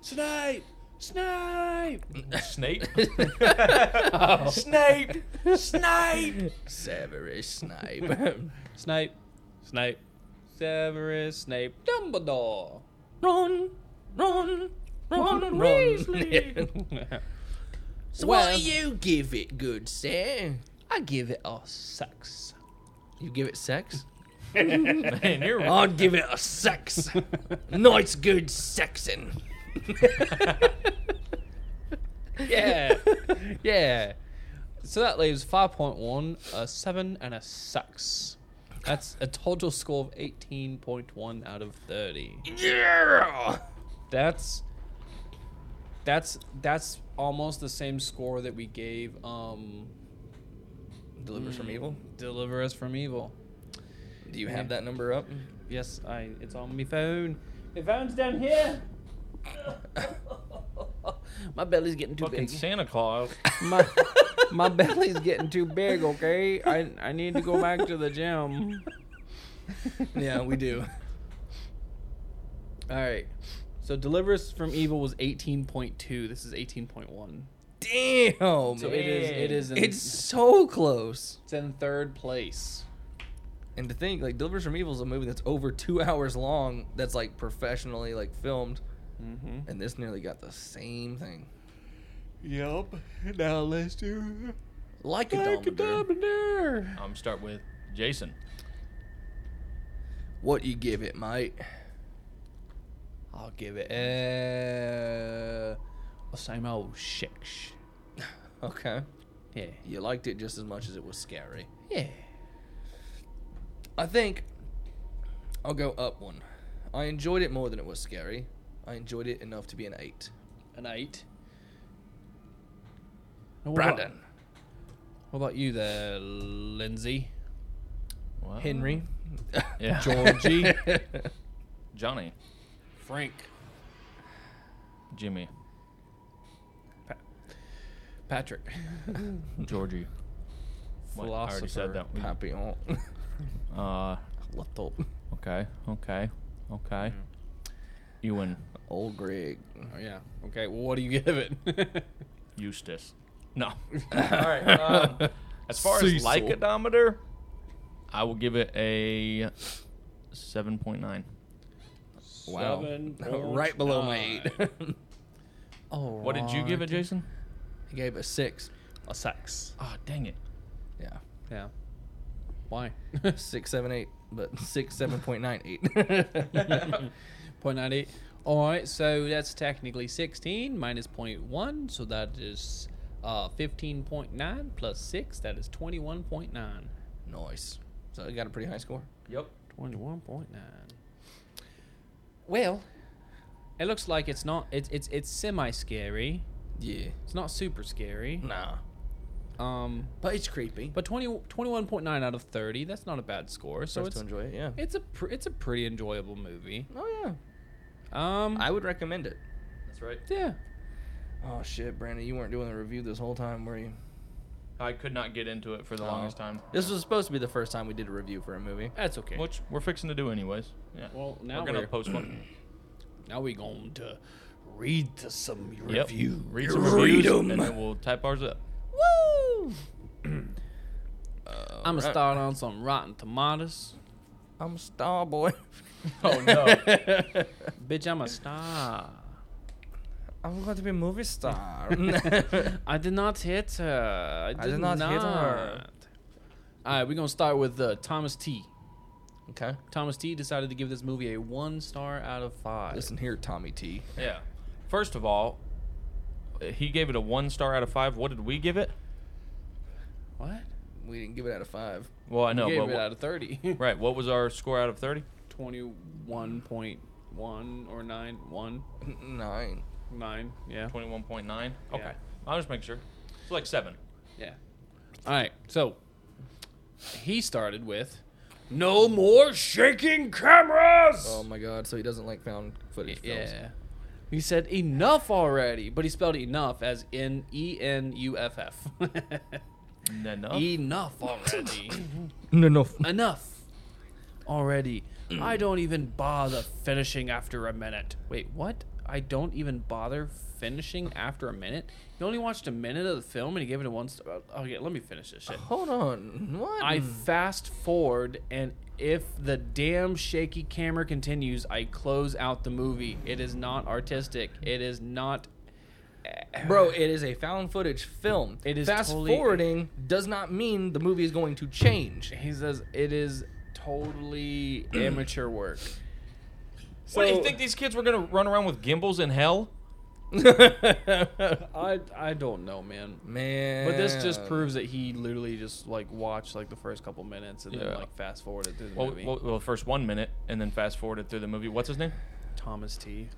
Speaker 4: Snipe! Snipe!
Speaker 2: Snape.
Speaker 4: Snipe! Snipe!
Speaker 1: Severus Snape.
Speaker 4: Snipe. Snipe. Severus Snape. Dumbledore.
Speaker 1: run, run, run, run. so
Speaker 4: Well-
Speaker 1: what do you give it, good sir?
Speaker 4: I give it a six.
Speaker 1: You give it sex?
Speaker 2: Man, you're
Speaker 1: I'd give it a sex. nice good sexing.
Speaker 4: Yeah. yeah. So that leaves 5.1, a 7, and a 6. That's a total score of 18.1 out of 30.
Speaker 1: Yeah.
Speaker 4: That's that's that's almost the same score that we gave um
Speaker 1: Delivers
Speaker 4: Mm.
Speaker 1: from evil.
Speaker 4: Deliver Us from Evil.
Speaker 1: Do you have that number up?
Speaker 4: Yes, I. It's on my phone. My phone's down here. my belly's getting too
Speaker 2: fucking
Speaker 4: big.
Speaker 2: Santa Claus.
Speaker 4: My, my belly's getting too big. Okay, I I need to go back to the gym.
Speaker 1: yeah, we do.
Speaker 4: All right. So Deliver Us from Evil was 18.2. This is 18.1.
Speaker 1: Damn.
Speaker 4: So it is. It is. In,
Speaker 1: it's so close.
Speaker 4: it's in third place.
Speaker 1: And to think, like, Delivers from Evil is a movie that's over two hours long. That's like professionally like filmed,
Speaker 4: Mm-hmm.
Speaker 1: and this nearly got the same thing.
Speaker 4: Yep. Now let's do.
Speaker 1: Like a
Speaker 4: Like a
Speaker 1: Dumbledore.
Speaker 4: Dumbledore.
Speaker 2: I'm start with Jason.
Speaker 1: What you give it, mate?
Speaker 4: I'll give it uh, a same old six.
Speaker 1: Okay.
Speaker 4: Yeah.
Speaker 1: You liked it just as much as it was scary.
Speaker 4: Yeah.
Speaker 1: I think I'll go up one. I enjoyed it more than it was scary. I enjoyed it enough to be an eight.
Speaker 4: An eight. And what about-
Speaker 1: Brandon.
Speaker 4: what about you there, Lindsay?
Speaker 2: Wow.
Speaker 1: Henry.
Speaker 2: Yeah.
Speaker 4: Georgie.
Speaker 2: Johnny.
Speaker 4: Frank.
Speaker 2: Jimmy.
Speaker 4: Patrick.
Speaker 2: Georgie. What? I already said that. We-
Speaker 1: Papillon.
Speaker 2: Uh,
Speaker 1: Little
Speaker 2: okay, okay, okay. Ewan
Speaker 1: old Greg.
Speaker 4: Oh, yeah. Okay. Well, what do you give it?
Speaker 2: Eustace. No. All right. Um, as far as
Speaker 1: Cecil.
Speaker 2: lycodometer, I will give it a seven point nine.
Speaker 1: Wow.
Speaker 4: Seven
Speaker 1: right below my
Speaker 4: nine.
Speaker 1: eight.
Speaker 4: oh,
Speaker 2: What did you give it, Jason?
Speaker 1: he gave a six.
Speaker 4: A six.
Speaker 2: Oh, dang it.
Speaker 1: Yeah.
Speaker 4: Yeah. Why?
Speaker 1: Six, seven, eight. But six, seven point nine eight.
Speaker 4: Point nine eight. All right, so that's technically sixteen minus point one, so that is uh, fifteen point nine plus six. That is twenty one point nine.
Speaker 1: nice. So I got a pretty high score.
Speaker 2: Yep.
Speaker 4: Twenty one point nine. Well, it looks like it's not. It's it's it's semi scary.
Speaker 1: Yeah.
Speaker 4: It's not super scary.
Speaker 1: Nah.
Speaker 4: Um,
Speaker 1: But it's creepy.
Speaker 4: but 20, 21.9 out of thirty. That's not a bad score. So
Speaker 1: Starts
Speaker 4: it's
Speaker 1: to enjoy it, yeah.
Speaker 4: it's a pr- it's a pretty enjoyable movie.
Speaker 1: oh yeah.
Speaker 4: Um,
Speaker 1: I would recommend it.
Speaker 2: That's right.
Speaker 4: yeah.
Speaker 1: Oh shit, Brandon, you weren't doing the review this whole time, were you?
Speaker 2: I could not get into it for
Speaker 4: Oh.
Speaker 2: the longest time,
Speaker 1: This was supposed to be the first time we did a review for a movie.
Speaker 4: That's okay.
Speaker 2: which we're fixing to do anyways. Yeah.
Speaker 4: Well, now
Speaker 2: we're gonna
Speaker 4: we're-
Speaker 2: post one.
Speaker 4: Now we going to read to some
Speaker 2: Yep.
Speaker 4: review.
Speaker 2: Read some reviews,
Speaker 1: 'em.
Speaker 2: and then we'll type ours up.
Speaker 4: Woo! I'm gonna start on some rotten tomatoes.
Speaker 1: I'm a star boy.
Speaker 2: Oh no!
Speaker 4: Bitch, I'm a star.
Speaker 1: I'm going to be a movie star.
Speaker 4: I did not hit her. I did,
Speaker 1: did not hit her.
Speaker 4: All right, we're gonna start with uh, Thomas T.
Speaker 1: okay.
Speaker 4: Thomas T. decided to give this movie a one star out of five.
Speaker 1: Listen here, Tommy T.
Speaker 2: yeah. First of all, he gave it a one star out of five. What did we give it?
Speaker 4: what?
Speaker 1: We didn't give it out of five.
Speaker 2: Well, I know,
Speaker 4: Gave
Speaker 2: but
Speaker 4: it
Speaker 2: wh-
Speaker 4: out of thirty.
Speaker 2: right. What was our score out of thirty?
Speaker 4: Twenty-one point one or nine, one
Speaker 1: Nine.
Speaker 4: nine. Yeah.
Speaker 2: Twenty-one point nine. Okay,
Speaker 4: Yeah.
Speaker 2: I'll just make sure. It's like seven.
Speaker 4: Yeah. All right. So he started with no more shaking cameras.
Speaker 1: Oh my god, so he doesn't like found footage films.
Speaker 4: yeah. He said enough already, but he spelled enough as in E N U F F.
Speaker 2: Enough.
Speaker 4: Enough already.
Speaker 1: No, no.
Speaker 4: enough already. I don't even bother finishing after a minute. Wait, what? I don't even bother finishing after a minute? You only watched a minute of the film and he gave it a one star. Okay, let me finish this shit.
Speaker 1: Hold on. What?
Speaker 4: I fast forward, and if the damn shaky camera continues, I close out the movie. It is not artistic. It is not.
Speaker 1: Bro, it is a found footage film.
Speaker 4: It is
Speaker 1: Fast
Speaker 4: totally-
Speaker 1: forwarding does not mean the movie is going to change.
Speaker 4: He says it is totally amateur work.
Speaker 2: what do you
Speaker 4: So-
Speaker 2: think these kids were gonna run around with gimbals in hell?
Speaker 4: I I don't know, man.
Speaker 1: Man.
Speaker 4: But this just proves that he literally just like watched like the first couple minutes and
Speaker 2: Yeah.
Speaker 4: then like fast forwarded through the
Speaker 2: Well,
Speaker 4: movie.
Speaker 2: well, well, first one minute, and then fast forwarded through the movie. What's his name?
Speaker 4: Thomas T.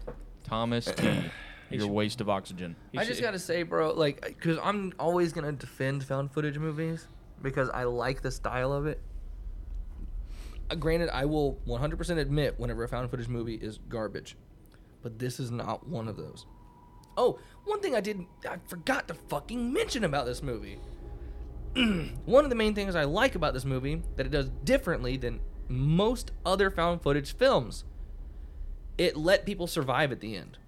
Speaker 2: Thomas T. Your waste of oxygen.
Speaker 1: I just gotta say, bro, like, because I'm always gonna defend found footage movies because I like the style of it. Uh, granted, I will 100% admit whenever a found footage movie is garbage, but this is not one of those. Oh, one thing I did, I forgot to fucking mention about this movie. one of the main things I like about this movie that it does differently than most other found footage films, it let people survive at the end.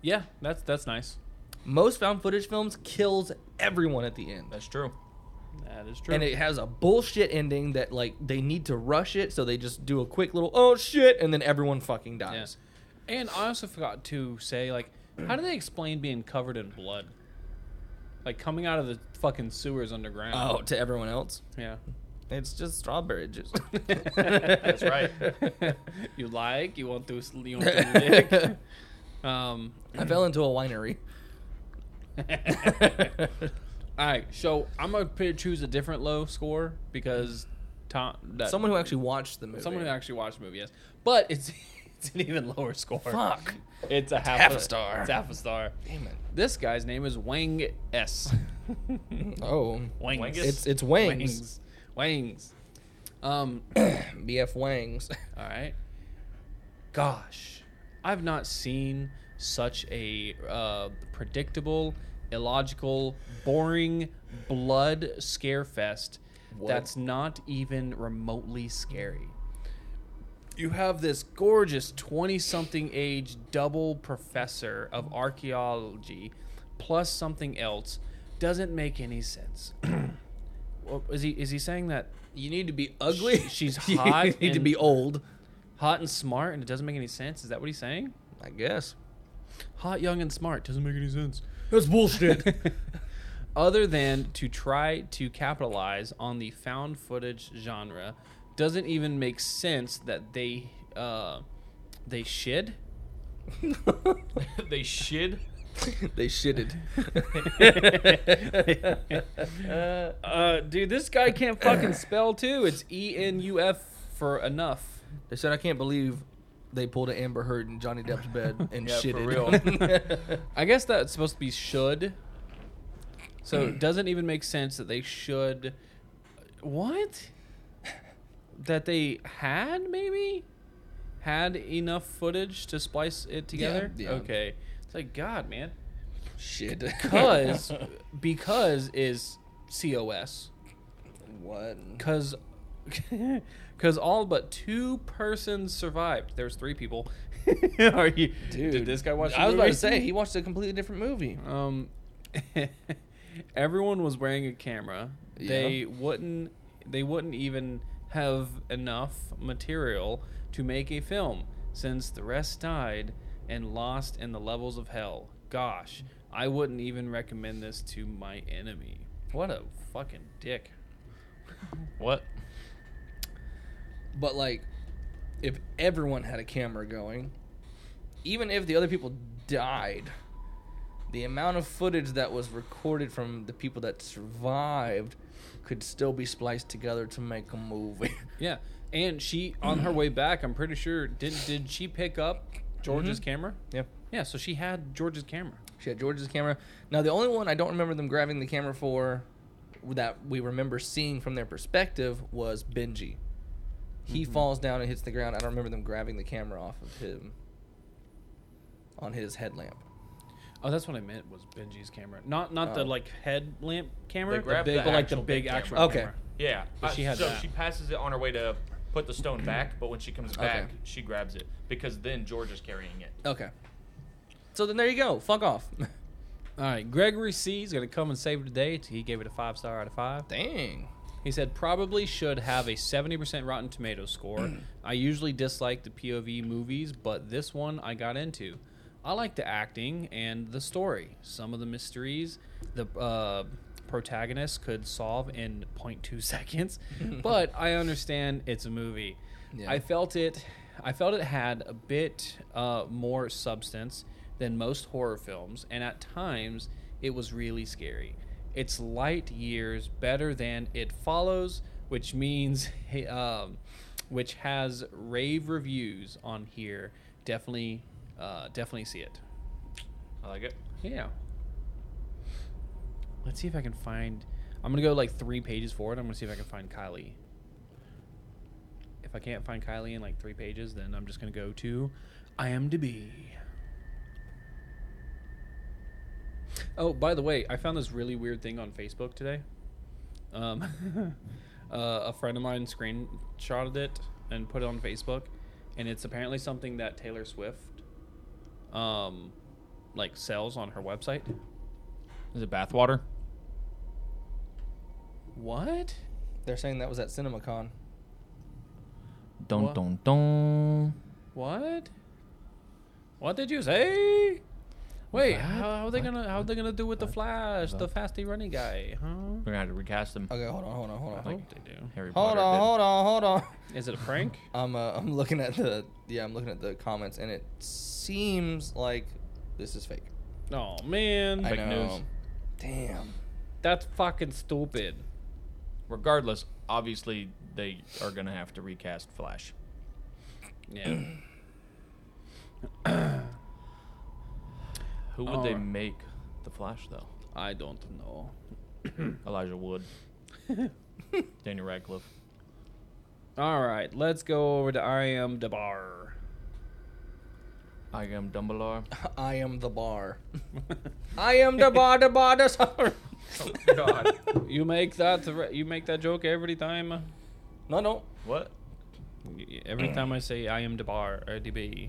Speaker 4: Yeah, that's that's nice.
Speaker 1: Most found footage films kills everyone at the end.
Speaker 2: That's true.
Speaker 4: That is true.
Speaker 1: And it has a bullshit ending that like they need to rush it, so they just do a quick little oh shit, and then everyone fucking
Speaker 4: Yeah.
Speaker 1: dies.
Speaker 4: And I also forgot to say, like, how do they explain being covered in blood? Like coming out of the fucking sewers underground.
Speaker 1: Oh, to everyone else,
Speaker 4: yeah.
Speaker 1: it's just strawberry juice.
Speaker 4: That's
Speaker 2: right.
Speaker 4: you like? You want to? You want to lick? Um.
Speaker 1: I fell into a winery.
Speaker 4: All right. So I'm gonna p- choose a different low score because Tom, that,
Speaker 1: Someone who actually watched the movie.
Speaker 4: Uh, someone who actually watched the movie, yes. But it's it's an even lower score.
Speaker 1: fuck.
Speaker 4: It's a half,
Speaker 1: half a star.
Speaker 4: It's half a star.
Speaker 1: Damn it.
Speaker 4: This guy's name is Wang S.
Speaker 1: Oh,
Speaker 4: Wangs.
Speaker 2: Wangus?
Speaker 1: it's it's Wangs.
Speaker 4: Wangs. Wangs. Um,
Speaker 1: BF Wangs.
Speaker 4: all right. Gosh, I've not seen such a uh, predictable, illogical, boring blood scare fest that's not even remotely scary. You have this gorgeous 20 something age double professor of archaeology plus something else. Doesn't make any sense. Well, is he is he saying that
Speaker 1: You need to be ugly.
Speaker 4: Sh- she's
Speaker 1: You
Speaker 4: hot
Speaker 1: need to
Speaker 4: and-
Speaker 1: be old.
Speaker 4: hot and smart and it doesn't make any sense? Is that what he's saying?
Speaker 1: I guess.
Speaker 4: Hot, young, and smart doesn't make any sense.
Speaker 1: That's bullshit.
Speaker 4: Other than to try to capitalize on the found footage genre, doesn't even make sense that they uh, they shid.
Speaker 2: they shid.
Speaker 1: they shitted.
Speaker 4: Uh, dude, this guy can't fucking spell too. It's E N U F for enough.
Speaker 1: They said, I can't believe they pulled an Amber Heard in Johnny Depp's bed and
Speaker 2: Yeah, for
Speaker 1: shit shitted.
Speaker 2: real.
Speaker 4: I guess that's supposed to be should. So
Speaker 1: Hmm.
Speaker 4: it doesn't even make sense that they should. What? That they had maybe had enough footage to splice it together.
Speaker 1: yeah.
Speaker 4: Okay, it's like God, man.
Speaker 1: shit.
Speaker 4: Cause because is cos.
Speaker 1: what?
Speaker 4: Cause because all but two persons survived. There's three people. Are you? did this guy watch? the
Speaker 1: I was about to
Speaker 4: movie?
Speaker 1: say he watched a completely different movie.
Speaker 4: Um, everyone was wearing a camera. They
Speaker 1: Yeah.
Speaker 4: wouldn't. They wouldn't even have enough material to make a film, since the rest died and lost in the levels of hell. Gosh, I wouldn't even recommend this to my enemy. What a fucking dick.
Speaker 2: What?
Speaker 1: But like, if everyone had a camera going, even if the other people died, the amount of footage that was recorded from the people that survived could still be spliced together to make a movie.
Speaker 4: Yeah, and she on her way back. I'm pretty sure did did she pick up George's camera?
Speaker 1: yep.
Speaker 4: Yeah, so she had George's camera.
Speaker 1: She had George's camera. Now the only one I don't remember them grabbing the camera for that we remember seeing from their perspective was Benji. He
Speaker 4: Mm-hmm.
Speaker 1: falls down and hits the ground. I don't remember them grabbing the camera off of him on his headlamp.
Speaker 4: Oh, that's what I meant was Benji's camera, not not the
Speaker 1: Oh.
Speaker 4: like headlamp camera,
Speaker 2: They grabbed
Speaker 4: the big,
Speaker 2: the
Speaker 4: but like the
Speaker 2: actual
Speaker 4: big
Speaker 2: big
Speaker 4: actual
Speaker 1: camera. Okay.
Speaker 4: camera.
Speaker 2: Yeah.
Speaker 4: But
Speaker 2: I-
Speaker 4: she had
Speaker 2: so
Speaker 4: that.
Speaker 2: she passes it on her way to put the stone back, but when she comes back, she grabs it because then George is carrying it.
Speaker 1: Okay. So then there you go. Fuck off.
Speaker 4: All right, Gregory C is gonna come and save the day. He gave it a five star out of five.
Speaker 1: Dang.
Speaker 4: He said probably should have a seventy percent Rotten Tomatoes score. I usually dislike the POV movies, but this one I got into. I like the acting and the story. Some of the mysteries the uh, protagonist could solve in 0.2 seconds, but I understand it's a movie.
Speaker 1: Yeah.
Speaker 4: I felt it. I felt it had a bit uh, more substance than most horror films, and at times it was really scary. It's light years better than It Follows, which means, hey, um, which has rave reviews on here. Definitely, uh, definitely see it.
Speaker 2: I like it.
Speaker 4: Yeah. Let's see if I can find. I'm gonna go like three pages forward. I'm gonna see if I can find Kylie. If I can't find Kylie in like three pages, then I'm just gonna go to IMDb. Oh, by the way, I found this really weird thing on Facebook today. Um, uh, a friend of mine screenshotted it and put it on Facebook, and it's apparently something that Taylor Swift, um, like sells on her website.
Speaker 2: Is it bathwater?
Speaker 4: What?
Speaker 1: They're saying that was at CinemaCon.
Speaker 2: Dun
Speaker 4: What?
Speaker 2: dun dun.
Speaker 4: What? What did you say? Wait,
Speaker 2: What?
Speaker 4: how, how are they
Speaker 2: What?
Speaker 4: gonna how are they gonna do with the
Speaker 2: What?
Speaker 4: Flash, the
Speaker 2: What?
Speaker 4: fasty running guy? Huh?
Speaker 2: We're gonna have to recast him.
Speaker 1: Okay, hold on, hold on, hold
Speaker 4: I
Speaker 1: on.
Speaker 4: think they do.
Speaker 2: Harry
Speaker 1: Hold
Speaker 2: Potter
Speaker 1: on,
Speaker 2: did.
Speaker 1: hold on, hold on.
Speaker 4: Is it a prank?
Speaker 1: I'm uh, I'm looking at the yeah, I'm looking at the comments and it seems like this is fake.
Speaker 4: Oh man,
Speaker 1: I
Speaker 2: Fake
Speaker 1: know.
Speaker 2: news.
Speaker 1: Damn.
Speaker 4: that's fucking stupid.
Speaker 2: Regardless, obviously they are gonna have to recast Flash.
Speaker 4: Yeah.
Speaker 2: Who would they
Speaker 4: Alright.
Speaker 2: make the Flash though?
Speaker 4: I don't know.
Speaker 2: Elijah Wood, Daniel Radcliffe.
Speaker 4: All right, let's go over to I am Dabar.
Speaker 2: I am Dumbledore.
Speaker 1: I am the bar. I am the bar, the bar, the summer.
Speaker 2: Oh, God.
Speaker 4: you make that re- you make that joke every time.
Speaker 1: No, no.
Speaker 2: What?
Speaker 4: Y- Every time I say I am Dabar or DB.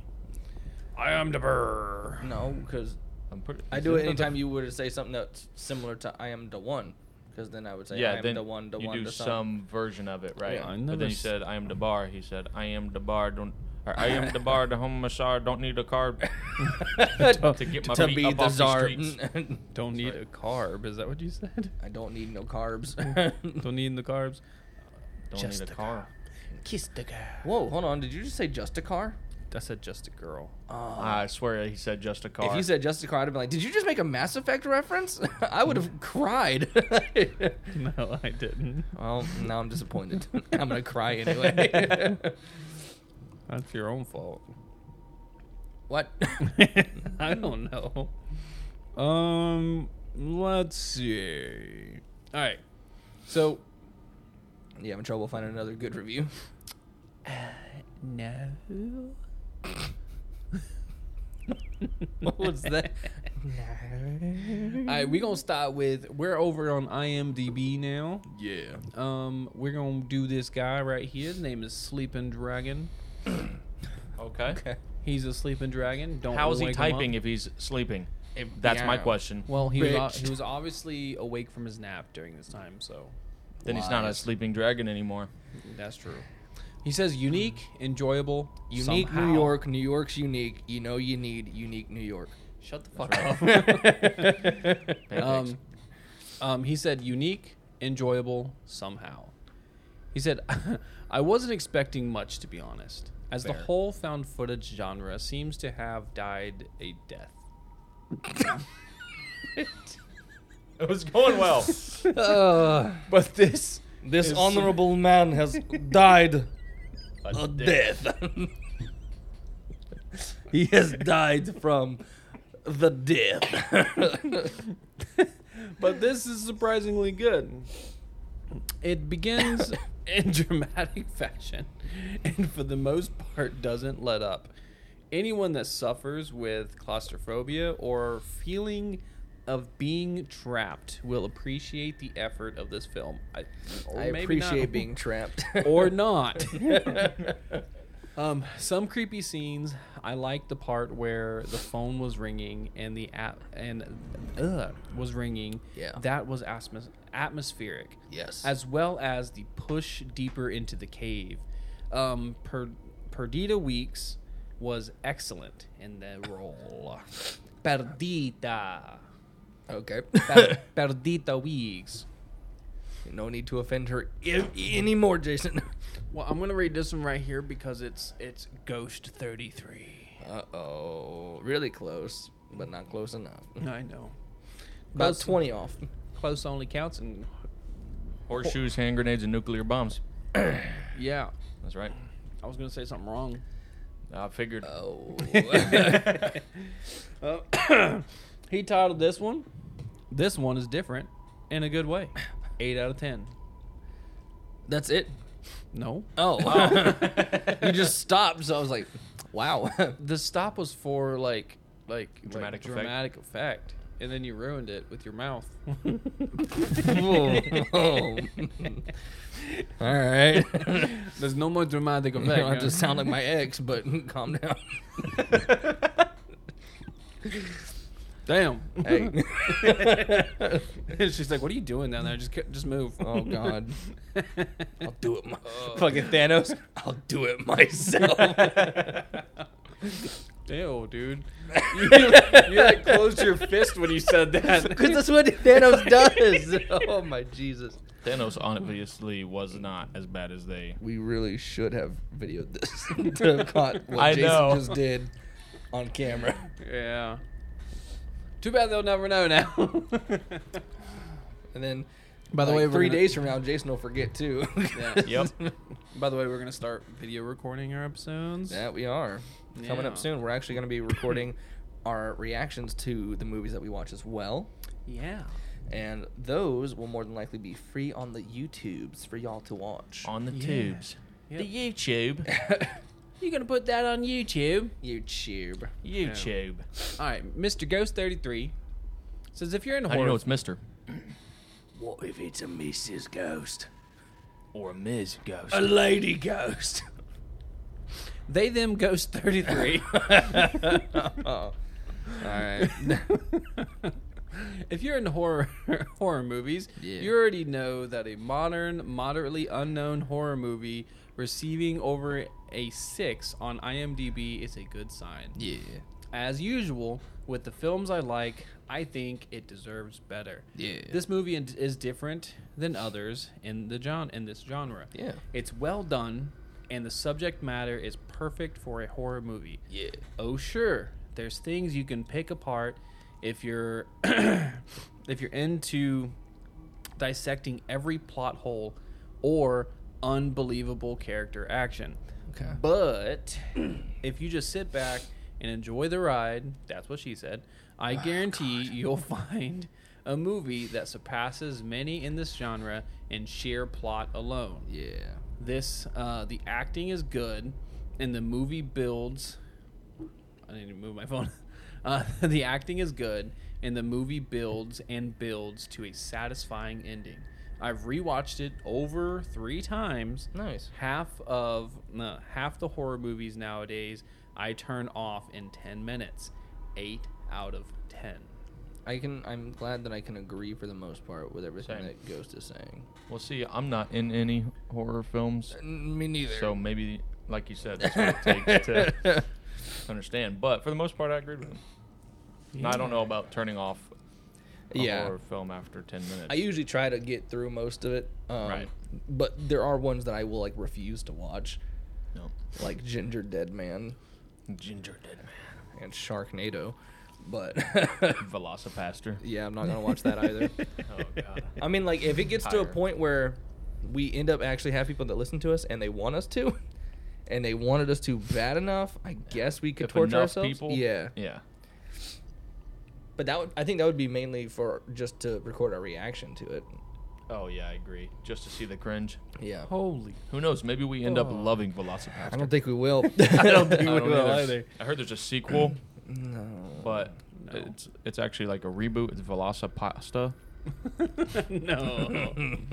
Speaker 4: I am Dabar.
Speaker 1: No, because
Speaker 2: I'm pretty.
Speaker 1: I do it anytime you were to say something that's similar to I am the one. Because then I would say,
Speaker 2: Yeah,
Speaker 1: I am
Speaker 2: then
Speaker 1: the one, the
Speaker 2: you
Speaker 1: one,
Speaker 2: do
Speaker 1: the son.
Speaker 2: some version of it, right?
Speaker 1: Yeah. I
Speaker 2: But
Speaker 4: never
Speaker 2: then he
Speaker 4: s-
Speaker 2: said, "I am the bar." He said, "I am the bar." Don't. Or, I am the bar. The homicide. Don't need a card. to get my
Speaker 1: to
Speaker 2: feet
Speaker 1: be
Speaker 2: up
Speaker 1: the
Speaker 2: off the
Speaker 1: czar.
Speaker 2: streets.
Speaker 4: Don't need
Speaker 2: right.
Speaker 4: a carb. Is that what you said?
Speaker 1: I don't need no carbs.
Speaker 4: Don't need the carbs.
Speaker 2: Don't
Speaker 4: Just
Speaker 2: need
Speaker 4: the
Speaker 2: a car.
Speaker 4: Kiss the girl.
Speaker 1: Whoa, hold on. Did you just say just a car?
Speaker 4: I said just a girl.
Speaker 1: Uh,
Speaker 2: I swear he said just a car.
Speaker 1: if you said just a car, I'd have been like, did you just make a Mass Effect reference? I would have cried.
Speaker 4: No, I didn't.
Speaker 1: well, now I'm disappointed. I'm going to cry anyway.
Speaker 4: That's your own fault.
Speaker 1: what?
Speaker 4: I don't know. Um, let's see. All right. So
Speaker 1: You having trouble finding another good review?
Speaker 4: no.
Speaker 1: What was that?
Speaker 4: All right, we're gonna start with we're over on IMDb now.
Speaker 2: Yeah.
Speaker 4: Um, we're gonna do this guy right here. His name is Sleeping Dragon.
Speaker 2: Okay.
Speaker 4: He's a sleeping dragon. Don't
Speaker 2: How is he
Speaker 4: wake him up.
Speaker 2: typing if he's sleeping? That's my question.
Speaker 4: Well, he was, o-
Speaker 2: Bitch.
Speaker 4: he was obviously awake from his nap during this time, so
Speaker 2: Then he's not a
Speaker 4: Lies.
Speaker 2: sleeping dragon anymore.
Speaker 4: that's true. He says unique, enjoyable,
Speaker 1: Unique
Speaker 4: somehow.
Speaker 1: New York. New York's unique. You know you need unique New York.
Speaker 4: Shut the fuck up.
Speaker 2: Pancakes.
Speaker 4: um, um, he said unique, enjoyable, somehow. He said, I wasn't expecting much, to be honest, as the
Speaker 2: Fair.
Speaker 4: whole found footage genre seems to have died a death.
Speaker 2: It was going well.
Speaker 4: but this.
Speaker 1: This
Speaker 4: It's-
Speaker 1: honorable man has died a death. he has died from the death.
Speaker 4: but this is surprisingly good. It begins in dramatic fashion and for the most part doesn't let up. Anyone that suffers with claustrophobia or feeling of being trapped will appreciate the effort of this film. I, or
Speaker 1: I
Speaker 4: maybe
Speaker 1: appreciate
Speaker 4: not.
Speaker 1: being trapped.
Speaker 4: or not. um, some creepy scenes. I liked the part where the phone was ringing and the app and uh, was ringing.
Speaker 1: Yeah.
Speaker 4: that was atmos- atmospheric,
Speaker 1: yes.
Speaker 4: as well as the push deeper into the cave. Um, per- Perdita Weeks was excellent in the role. Perdita.
Speaker 1: okay.
Speaker 4: Per- Perdita Weeks.
Speaker 1: no need to offend her I- anymore, Jason.
Speaker 4: Well, I'm gonna read this one right here because it's it's Ghost 33.
Speaker 1: Uh oh. Really close, but not close enough.
Speaker 4: I know.
Speaker 1: About
Speaker 4: Close.
Speaker 1: 20 off.
Speaker 4: Close only counts, and
Speaker 2: Horseshoes, hand grenades, and nuclear bombs.
Speaker 4: yeah,
Speaker 2: That's right.
Speaker 4: I was gonna say something wrong.
Speaker 2: I figured.
Speaker 1: Oh.
Speaker 4: He titled this one. This one is different in a good way. Eight out of ten.
Speaker 1: That's it.
Speaker 4: No,
Speaker 1: Oh, you just stopped, so I was like, wow.
Speaker 4: the stop was for like like like
Speaker 2: Dramatic effect.
Speaker 4: dramatic effect, and then you ruined it with your mouth.
Speaker 1: Whoa, whoa. All right.
Speaker 4: There's no more dramatic
Speaker 1: I
Speaker 4: effect.
Speaker 1: don't have to sound like my ex, but calm down.
Speaker 4: Damn.
Speaker 1: Hey.
Speaker 4: She's like, "What are you doing down there? Just ca- just move."
Speaker 1: Oh, God. I'll do it. My-
Speaker 4: Fucking Thanos.
Speaker 1: I'll do it myself.
Speaker 4: Ew, dude. You, you like closed your fist when you said that.
Speaker 1: Because that's what Thanos does. Oh my Jesus!
Speaker 2: Thanos obviously was not as bad as they.
Speaker 1: We really should have videoed this to have caught what
Speaker 2: I
Speaker 1: Jason
Speaker 2: know.
Speaker 1: just did on camera.
Speaker 4: Yeah. Too bad they'll never know now.
Speaker 1: And then,
Speaker 4: By the
Speaker 1: like,
Speaker 4: way, we're
Speaker 1: 3
Speaker 4: gonna-
Speaker 1: days from now, Jason will forget too.
Speaker 4: Yeah.
Speaker 2: Yep.
Speaker 4: By the way, we're gonna start video recording our episodes.
Speaker 1: That we are. Coming
Speaker 4: Yeah.
Speaker 1: up soon, we're actually going to be recording our reactions to the movies that we watch as well.
Speaker 4: Yeah.
Speaker 1: And those will more than likely be free on the YouTubes for y'all to watch.
Speaker 2: On the
Speaker 4: Yeah.
Speaker 2: tubes.
Speaker 4: Yep.
Speaker 2: The YouTube.
Speaker 4: You're gonna put that on YouTube.
Speaker 1: YouTube.
Speaker 2: YouTube.
Speaker 4: All right, Mr. Ghost 33 says if you're in
Speaker 2: How do you
Speaker 4: horror,
Speaker 2: know it's Mister
Speaker 1: What if it's a Mrs. Ghost?
Speaker 2: or Ms. Ghost?
Speaker 1: A lady ghost.
Speaker 4: they them Ghost 33.
Speaker 1: All right.
Speaker 4: if you're in horror horror movies,
Speaker 1: Yeah.
Speaker 4: you already know that a modern, moderately unknown horror movie receiving over a six on IMDb is a good sign.
Speaker 1: Yeah.
Speaker 4: As usual, with the films I like, I think it deserves better.
Speaker 1: Yeah.
Speaker 4: This movie in- is different than others in the gen- in this genre.
Speaker 1: Yeah.
Speaker 4: It's well done, and the subject matter is perfect for a horror movie
Speaker 1: Yeah.
Speaker 4: oh sure there's things you can pick apart if you're if you're into dissecting every plot hole or unbelievable character action
Speaker 1: Okay.
Speaker 4: but if you just sit back and enjoy the ride that's what she said i guarantee you'll find a movie that surpasses many in this genre in sheer plot alone
Speaker 1: Yeah.
Speaker 4: this uh, the acting is good and the movie builds i need to move my phone Uh, the acting is good, and the movie builds and builds to a satisfying ending. I've rewatched it over three times.
Speaker 1: Nice.
Speaker 4: Half of no, half the horror movies nowadays I turn off in ten minutes. Eight out of ten.
Speaker 1: I can. I'm glad that I can agree for the most part with everything
Speaker 2: Same.
Speaker 1: that Ghost is saying.
Speaker 2: Well, see, I'm not in any horror films,
Speaker 1: Me neither.
Speaker 2: so maybe, like you said, that's what it takes to understand. But for the most part, I agreed with him. And I don't know about turning off a
Speaker 1: yeah.
Speaker 2: horror film after 10 minutes.
Speaker 1: I usually try to get through most of it. Um,
Speaker 2: Right.
Speaker 1: But there are ones that I will like refuse to watch,
Speaker 2: no.
Speaker 1: like Ginger Dead Man
Speaker 2: Ginger Dead Man.
Speaker 1: and Sharknado. But
Speaker 2: Velocipaster.
Speaker 1: yeah, I'm not gonna watch that either.
Speaker 2: Oh, God.
Speaker 1: I mean, like if it gets to a
Speaker 2: Higher.
Speaker 1: point where we end up actually have people that listen to us and they want us to, and they wanted us to bad enough, I guess we could
Speaker 2: If
Speaker 1: torture
Speaker 2: enough
Speaker 1: ourselves.
Speaker 2: people.
Speaker 1: Yeah.
Speaker 2: Yeah.
Speaker 1: But that would, I think that would be mainly for just to record our reaction to it.
Speaker 2: Oh, yeah, I agree. Just to see the cringe.
Speaker 1: Yeah.
Speaker 4: Holy
Speaker 2: Who knows? Maybe we end
Speaker 1: Oh.
Speaker 2: up loving Velocipaster.
Speaker 1: I don't think we will.
Speaker 4: I don't think
Speaker 2: I
Speaker 4: we
Speaker 2: don't
Speaker 4: will
Speaker 2: either.
Speaker 4: either.
Speaker 2: I heard there's a sequel,
Speaker 1: No.
Speaker 2: but it's it's actually like a reboot. It's Velocipasta.
Speaker 4: no.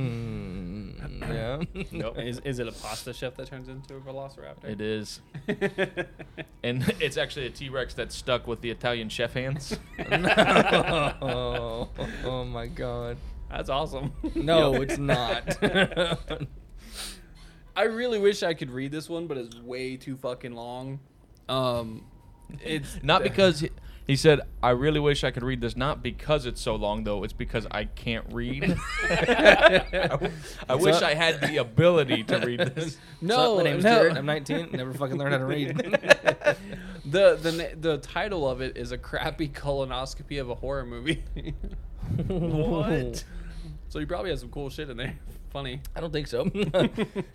Speaker 1: Mm, yeah.
Speaker 2: Nope.
Speaker 4: Is, is it a pasta chef that turns into a velociraptor?
Speaker 2: It is. and it's actually a T Rex that's stuck with the Italian chef hands.
Speaker 1: oh, oh my god.
Speaker 4: That's awesome.
Speaker 1: No, it's not.
Speaker 4: I really wish I could read this one, but it's way too fucking long. Um, it's
Speaker 2: Not because he, he said, I really wish I could read this. Not because it's so long, though. It's because I can't read. I, w- I wish
Speaker 1: up?
Speaker 2: I had the ability to read this.
Speaker 4: no,
Speaker 1: my name's
Speaker 4: no.
Speaker 1: Jared. I'm 19. Never fucking learned how to read.
Speaker 4: the the na- the title of it is a crappy colonoscopy of a horror movie.
Speaker 1: What?
Speaker 4: so you probably have some cool shit in there. Funny.
Speaker 1: I don't think so. he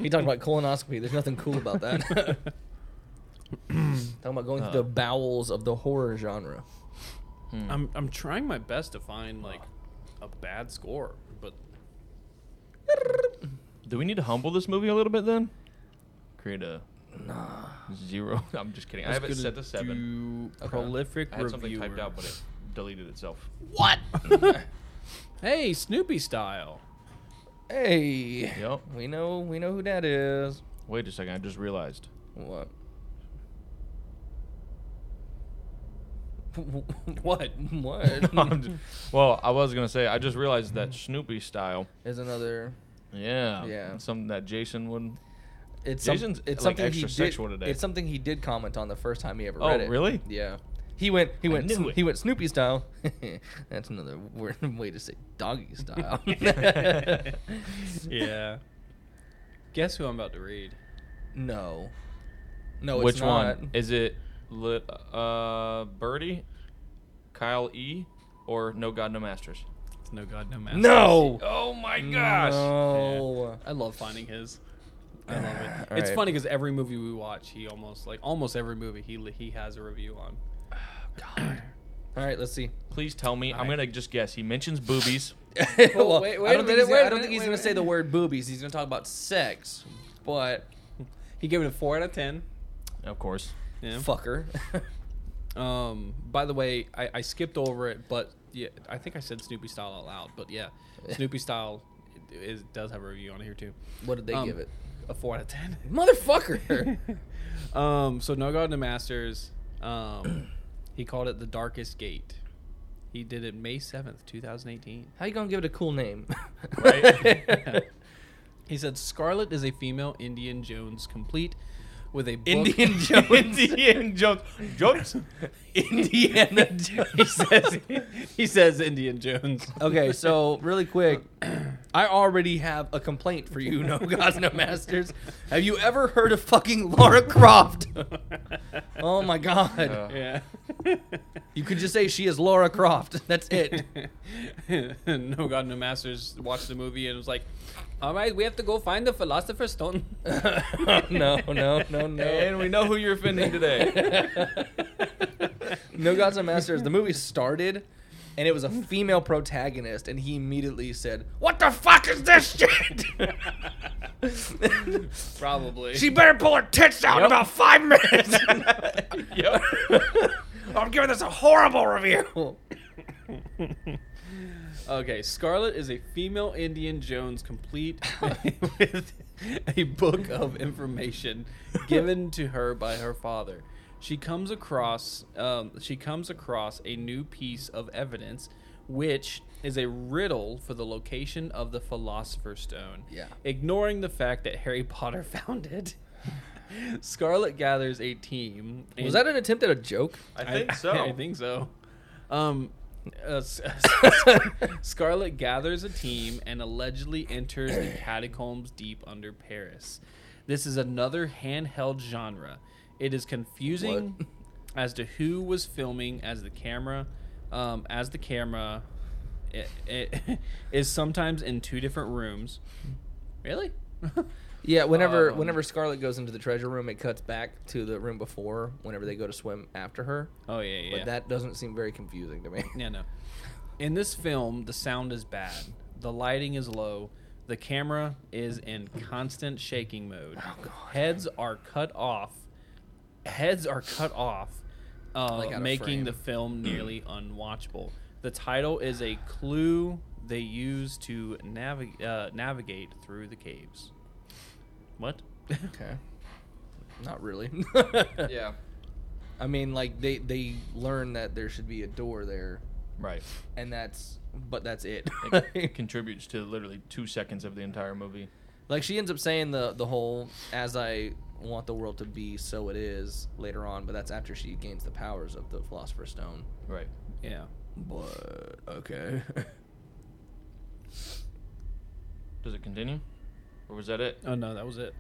Speaker 1: talked about colonoscopy. There's nothing cool about that. Talking about going
Speaker 2: Uh.
Speaker 1: through the bowels of the horror genre.
Speaker 2: Mm.
Speaker 4: I'm I'm trying my best to find like a bad score, but
Speaker 2: Do we need to humble this movie a little bit then? Create a zero. I'm just kidding. I have it set to seven.
Speaker 4: Prolific
Speaker 2: I had something
Speaker 4: reviewer.
Speaker 2: typed out, but it deleted itself.
Speaker 4: Hey, Snoopy style.
Speaker 1: Hey.
Speaker 2: Yep.
Speaker 1: We know we know who that is.
Speaker 2: Wait a second. I just realized.
Speaker 1: What?
Speaker 4: What?
Speaker 1: What?
Speaker 2: I'm j- well, I was gonna say I just realized that Snoopy style.
Speaker 1: Is another
Speaker 2: Yeah.
Speaker 1: Yeah.
Speaker 2: Something that Jason would.
Speaker 1: It's, some-
Speaker 2: Jason's,
Speaker 1: it's
Speaker 2: like,
Speaker 1: something
Speaker 2: extra
Speaker 1: he
Speaker 2: sexual
Speaker 1: did,
Speaker 2: today.
Speaker 1: It's something he did comment on the first time he ever
Speaker 2: Oh,
Speaker 1: read it.
Speaker 2: really?
Speaker 1: Yeah. He went. He went.
Speaker 2: knew
Speaker 1: Sno-
Speaker 2: it.
Speaker 1: He went Snoopy style. That's another word, way to say doggy style.
Speaker 4: yeah. Guess who I'm about to read?
Speaker 1: no. No.
Speaker 2: Which
Speaker 1: it's not.
Speaker 2: one is it? Li- uh, Birdie, Kyle E, or No God No Masters?
Speaker 4: It's no god, no master.
Speaker 1: No.
Speaker 2: Oh my
Speaker 1: No.
Speaker 4: I love finding his. I love it.
Speaker 1: All
Speaker 4: it's
Speaker 1: right.
Speaker 4: funny because every movie we watch, he almost like almost every movie he he has a review on.
Speaker 1: All right. Let's see.
Speaker 2: Please tell me. I'm gonna just guess. He mentions boobies.
Speaker 1: well,
Speaker 4: wait-
Speaker 1: I
Speaker 4: wait a
Speaker 1: don't
Speaker 4: minute,
Speaker 1: think he's,
Speaker 4: wait a
Speaker 1: I don't
Speaker 4: minute,
Speaker 1: think he's
Speaker 4: wait a
Speaker 1: gonna say
Speaker 4: minute.
Speaker 1: the word boobies. He's gonna talk about sex. But
Speaker 4: He gave it a four out of ten.
Speaker 2: Of course.
Speaker 4: Yeah.
Speaker 1: fucker.
Speaker 4: Um. By the way, I, I skipped over it, but yeah, I think I said Snoopy style out loud. But yeah, Snoopy style is does have a review on here too.
Speaker 1: what did they
Speaker 4: Um,
Speaker 1: give it?
Speaker 4: A four out of ten.
Speaker 1: Motherfucker.
Speaker 4: um, so no God no masters. Um, he called it the darkest gate. He did it May seventh, two thousand eighteen.
Speaker 1: How you gonna give it a cool name?
Speaker 2: Right?
Speaker 4: He said Scarlet is a female Indian Jones, complete with a book.
Speaker 1: Indian Jones.
Speaker 2: Indian Jones. Jones.
Speaker 1: Indiana Jones.
Speaker 4: he says he says Indian Jones.
Speaker 1: Okay, so really quick, I already have a complaint for you, no gods, no masters. Have you ever heard of fucking Laura Croft? Oh my god.
Speaker 2: Uh.
Speaker 4: yeah.
Speaker 1: You could just say she is Laura Croft. That's it.
Speaker 4: no God, no masters watched the movie and was like, "All right, we have to go find the Philosopher's Stone."
Speaker 1: no, no, no, no.
Speaker 2: And we know who you're offending today.
Speaker 1: no gods, no masters. The movie started and it was a female protagonist and he immediately said, "What the fuck is this shit?"
Speaker 4: Probably.
Speaker 1: better pull her tits out
Speaker 2: in Yep. about
Speaker 1: five minutes.
Speaker 2: yep.
Speaker 4: I'm giving this a horrible review. okay, Scarlet is a female Indian Jones complete with a book of information given to her by her father. She comes across um, she comes across a new piece of evidence which is a riddle for the location of the Philosopher's Stone.
Speaker 1: Yeah.
Speaker 4: Ignoring the fact that Harry Potter found it. Scarlet gathers a team.
Speaker 1: Was
Speaker 4: and-
Speaker 1: that an attempt at a joke?
Speaker 2: I think so.
Speaker 4: I think so. Um, uh, S- Scarlet gathers a team and allegedly enters the catacombs deep under Paris. This is another handheld genre. It is confusing as to who was filming as the camera, um, as the camera i i- is sometimes in two different rooms. Really?
Speaker 1: Yeah, whenever
Speaker 4: Um,
Speaker 1: whenever Scarlet goes into the treasure room, it cuts back to the room before whenever they go to swim after her.
Speaker 4: oh yeah, yeah.
Speaker 1: But that doesn't seem very confusing to me.
Speaker 4: Yeah, no. In this film, the sound is bad. The lighting is low. The camera is in constant shaking mode. Heads are cut off. Heads are cut off, uh,
Speaker 1: Like out of frame.
Speaker 4: making the film nearly unwatchable. The title is a clue they use to navig- uh, navigate through the caves. What?
Speaker 1: Okay. Not really.
Speaker 2: yeah.
Speaker 1: I mean, like they they learn that there should be a door there,
Speaker 2: Right.
Speaker 1: and that's but that's it.
Speaker 2: It, it contributes to literally two seconds of the entire movie.
Speaker 1: like she ends up saying the the whole "as I want the world to be, so it is" later on, but that's after she gains the powers of the Philosopher's Stone.
Speaker 2: Right.
Speaker 4: yeah.
Speaker 1: But okay.
Speaker 2: Does it continue? Or was that it?
Speaker 4: Oh no, that was it.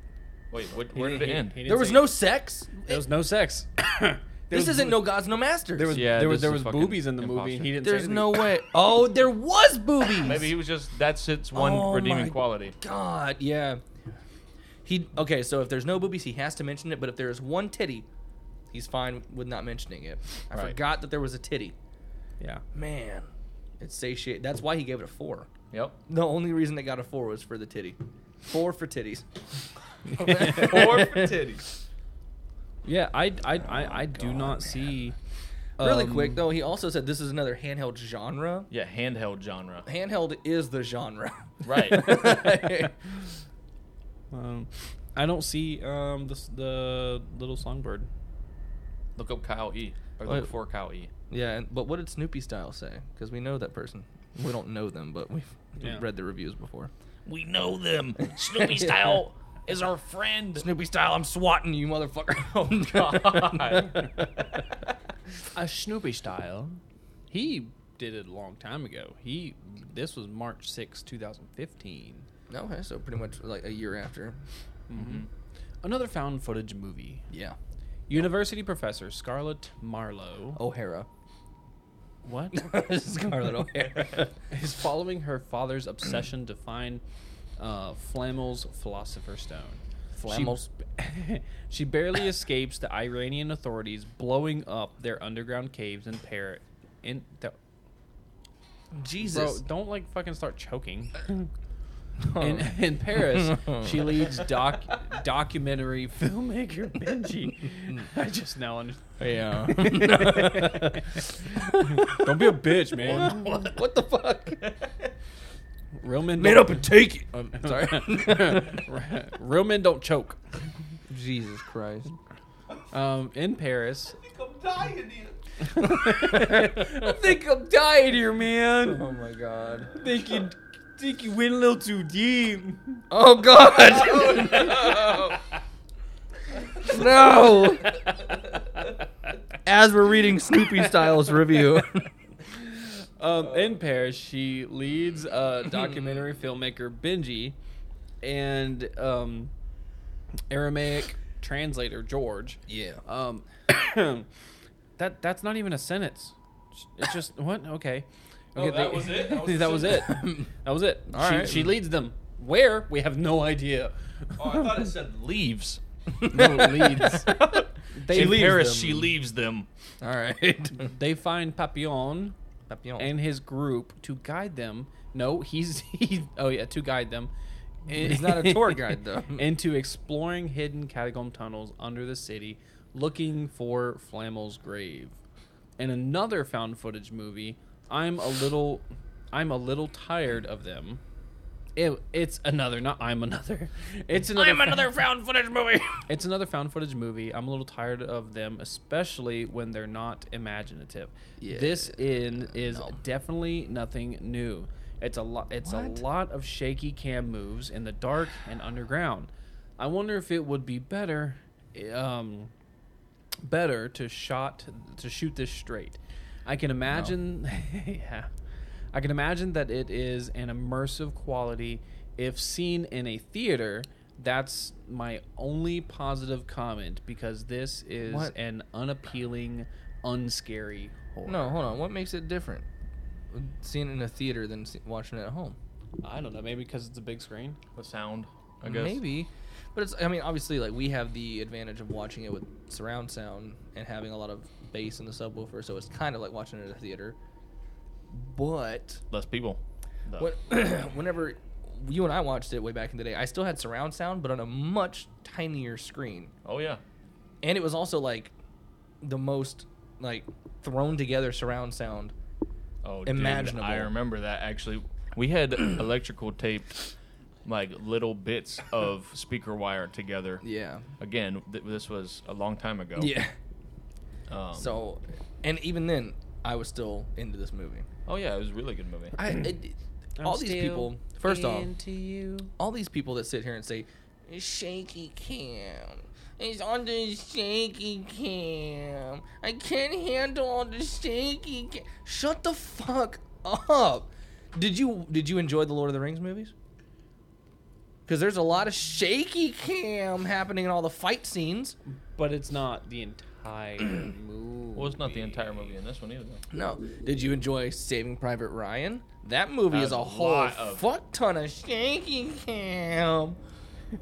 Speaker 2: Wait, what,
Speaker 4: He
Speaker 2: where
Speaker 4: didn't-
Speaker 2: did it
Speaker 4: he-
Speaker 2: end?
Speaker 4: he didn't
Speaker 1: there was
Speaker 4: say-
Speaker 1: no sex.
Speaker 4: There was no sex. There
Speaker 1: this
Speaker 4: was-
Speaker 1: isn't no gods, no masters.
Speaker 4: There was
Speaker 2: Yeah,
Speaker 4: there
Speaker 2: this
Speaker 4: was there
Speaker 2: is
Speaker 4: was
Speaker 2: fucking
Speaker 4: boobies in the movie,
Speaker 2: imposter.
Speaker 4: and he didn't.
Speaker 1: There's
Speaker 4: say anything.
Speaker 1: no way. Oh, there was boobies.
Speaker 2: Maybe he was just that's its one
Speaker 1: Oh
Speaker 2: redeeming
Speaker 1: my
Speaker 2: quality.
Speaker 1: God, yeah. He okay. So if there's no boobies, he has to mention it. But if there is one titty, he's fine with not mentioning it. I
Speaker 2: Right.
Speaker 1: forgot that there was a titty.
Speaker 4: Yeah.
Speaker 1: Man, it's satiate. That's why he gave it a four.
Speaker 2: Yep.
Speaker 1: The only reason it got a four was for the titty. Four for titties.
Speaker 2: Four for titties.
Speaker 4: Yeah, I I I, I do not see.
Speaker 1: really
Speaker 4: um,
Speaker 1: quick though, he also said this is another handheld genre.
Speaker 2: Yeah, handheld genre.
Speaker 1: Handheld is the genre.
Speaker 2: Right.
Speaker 4: Um, I don't see um the s- the little songbird.
Speaker 2: Look up Kyle E. Or
Speaker 1: Wait.
Speaker 2: look for Kyle E.
Speaker 1: yeah, and- but what did Snoopy Style say? Because we know that person. We don't know them, but we've
Speaker 4: Yeah.
Speaker 1: read the reviews before.
Speaker 2: We know them.
Speaker 1: Snoopy Style
Speaker 2: is our friend.
Speaker 1: Snoopy style, I'm swatting you, motherfucker. Oh
Speaker 2: God.
Speaker 4: A Snoopy style. He did it a long time ago. He this was March 6, 2015.
Speaker 1: okay, so pretty much like a year after.
Speaker 4: Another found footage movie.
Speaker 1: Yeah.
Speaker 4: University professor Scarlett Marlowe.
Speaker 1: O'Hara.
Speaker 4: What?
Speaker 1: Scarlett O'Hara.
Speaker 4: is following her father's obsession to find uh, Flamel's Philosopher's Stone. She-
Speaker 1: Flamel's?
Speaker 4: She, barely escapes the Iranian authorities blowing up their underground caves in Paris. In the, bro,
Speaker 1: Jesus.
Speaker 4: don't like fucking start choking.
Speaker 1: um,
Speaker 4: In, in Paris, she leads doc documentary filmmaker Benji. I just now understand.
Speaker 1: yeah.
Speaker 4: Don't be a bitch, man.
Speaker 1: what the fuck?
Speaker 4: Real men
Speaker 1: Man
Speaker 4: don't-
Speaker 1: up and take it. I'm um, sorry.
Speaker 4: Real men don't choke.
Speaker 1: Jesus Christ.
Speaker 4: Um, in Paris,
Speaker 1: I think I'm dying here, man. Oh my god.
Speaker 4: think you think you went a little too deep.
Speaker 1: Oh god. no. As we're reading Snoopy Styles review.
Speaker 4: Um, in Paris, she leads uh, documentary filmmaker Benji and um, Aramaic translator George.
Speaker 1: yeah.
Speaker 4: Um, that that's not even a sentence. It's just what? Okay.
Speaker 2: Oh,
Speaker 4: Okay,
Speaker 2: that was it? That was
Speaker 4: That was it. That was it.
Speaker 1: All
Speaker 4: she,
Speaker 1: right.
Speaker 4: she leads them. Where? We have no idea.
Speaker 2: Oh, I thought it said leaves.
Speaker 4: No leads. They
Speaker 2: in
Speaker 4: leave
Speaker 2: Paris,
Speaker 4: them.
Speaker 2: she leaves them.
Speaker 1: All right.
Speaker 4: They find Papillon and his group to guide them. No, he's he. Oh yeah, to guide them.
Speaker 1: He's not a tour guide, though.
Speaker 4: Into exploring hidden catacomb tunnels under the city, looking for Flamel's grave. in another found footage movie. I'm a little, I'm a little tired of them. It, it's another, not I'm another. It's another.
Speaker 3: I'm another found footage movie.
Speaker 4: It's another found footage movie. I'm a little tired of them, especially when they're not imaginative.
Speaker 1: Yeah. Uh,
Speaker 4: This in is
Speaker 1: No.
Speaker 4: definitely nothing new. It's a lot. It's
Speaker 1: What?
Speaker 4: a lot of shaky cam moves in the dark and underground. I wonder if it would be better, um, better to shot to shoot this straight. I can imagine. yeah. I can imagine that it is an immersive quality if seen in a theater. That's my only positive comment because this is
Speaker 1: What?
Speaker 4: an unappealing, unscary horror.
Speaker 1: No, hold on. What makes it different? Seeing it in a theater than se- watching it at home.
Speaker 4: I don't know. Maybe because it's a big screen.
Speaker 2: The sound, I guess.
Speaker 1: Maybe. But it's, I mean, obviously, like, we have the advantage of watching it with surround sound and having a lot of bass in the subwoofer, so it's kind of like watching it at a theater. But
Speaker 2: Less people. The-
Speaker 1: what, whenever you and I watched it way back in the day, I still had surround sound, but on a much tinier screen.
Speaker 2: Oh yeah.
Speaker 1: And it was also, like, the most, like, thrown together surround sound.
Speaker 2: Oh,
Speaker 1: Imaginable.
Speaker 2: Dude, I remember that actually. We had electrical taped like little bits of speaker wire together.
Speaker 1: Yeah.
Speaker 2: Again, th- this was a long time ago.
Speaker 1: Yeah.
Speaker 2: Um,
Speaker 1: So, and even then, I was still into this movie.
Speaker 2: Oh yeah, it was a really good movie.
Speaker 1: I, it, all these people. First off, all these people that sit here and say shaky cam. It's on the shaky cam. I can't handle all the shaky cam. Shut the fuck up. Did you did you enjoy the Lord of the Rings movies? Because there's a lot of shaky cam happening in all the fight scenes.
Speaker 4: But it's not the entire movie.
Speaker 2: Well, it's not the entire movie in this one either.
Speaker 1: No. Did you enjoy Saving Private Ryan? That movie is
Speaker 2: That's
Speaker 1: a
Speaker 2: a
Speaker 1: whole
Speaker 2: lot of-
Speaker 1: fuck ton of shaky cam.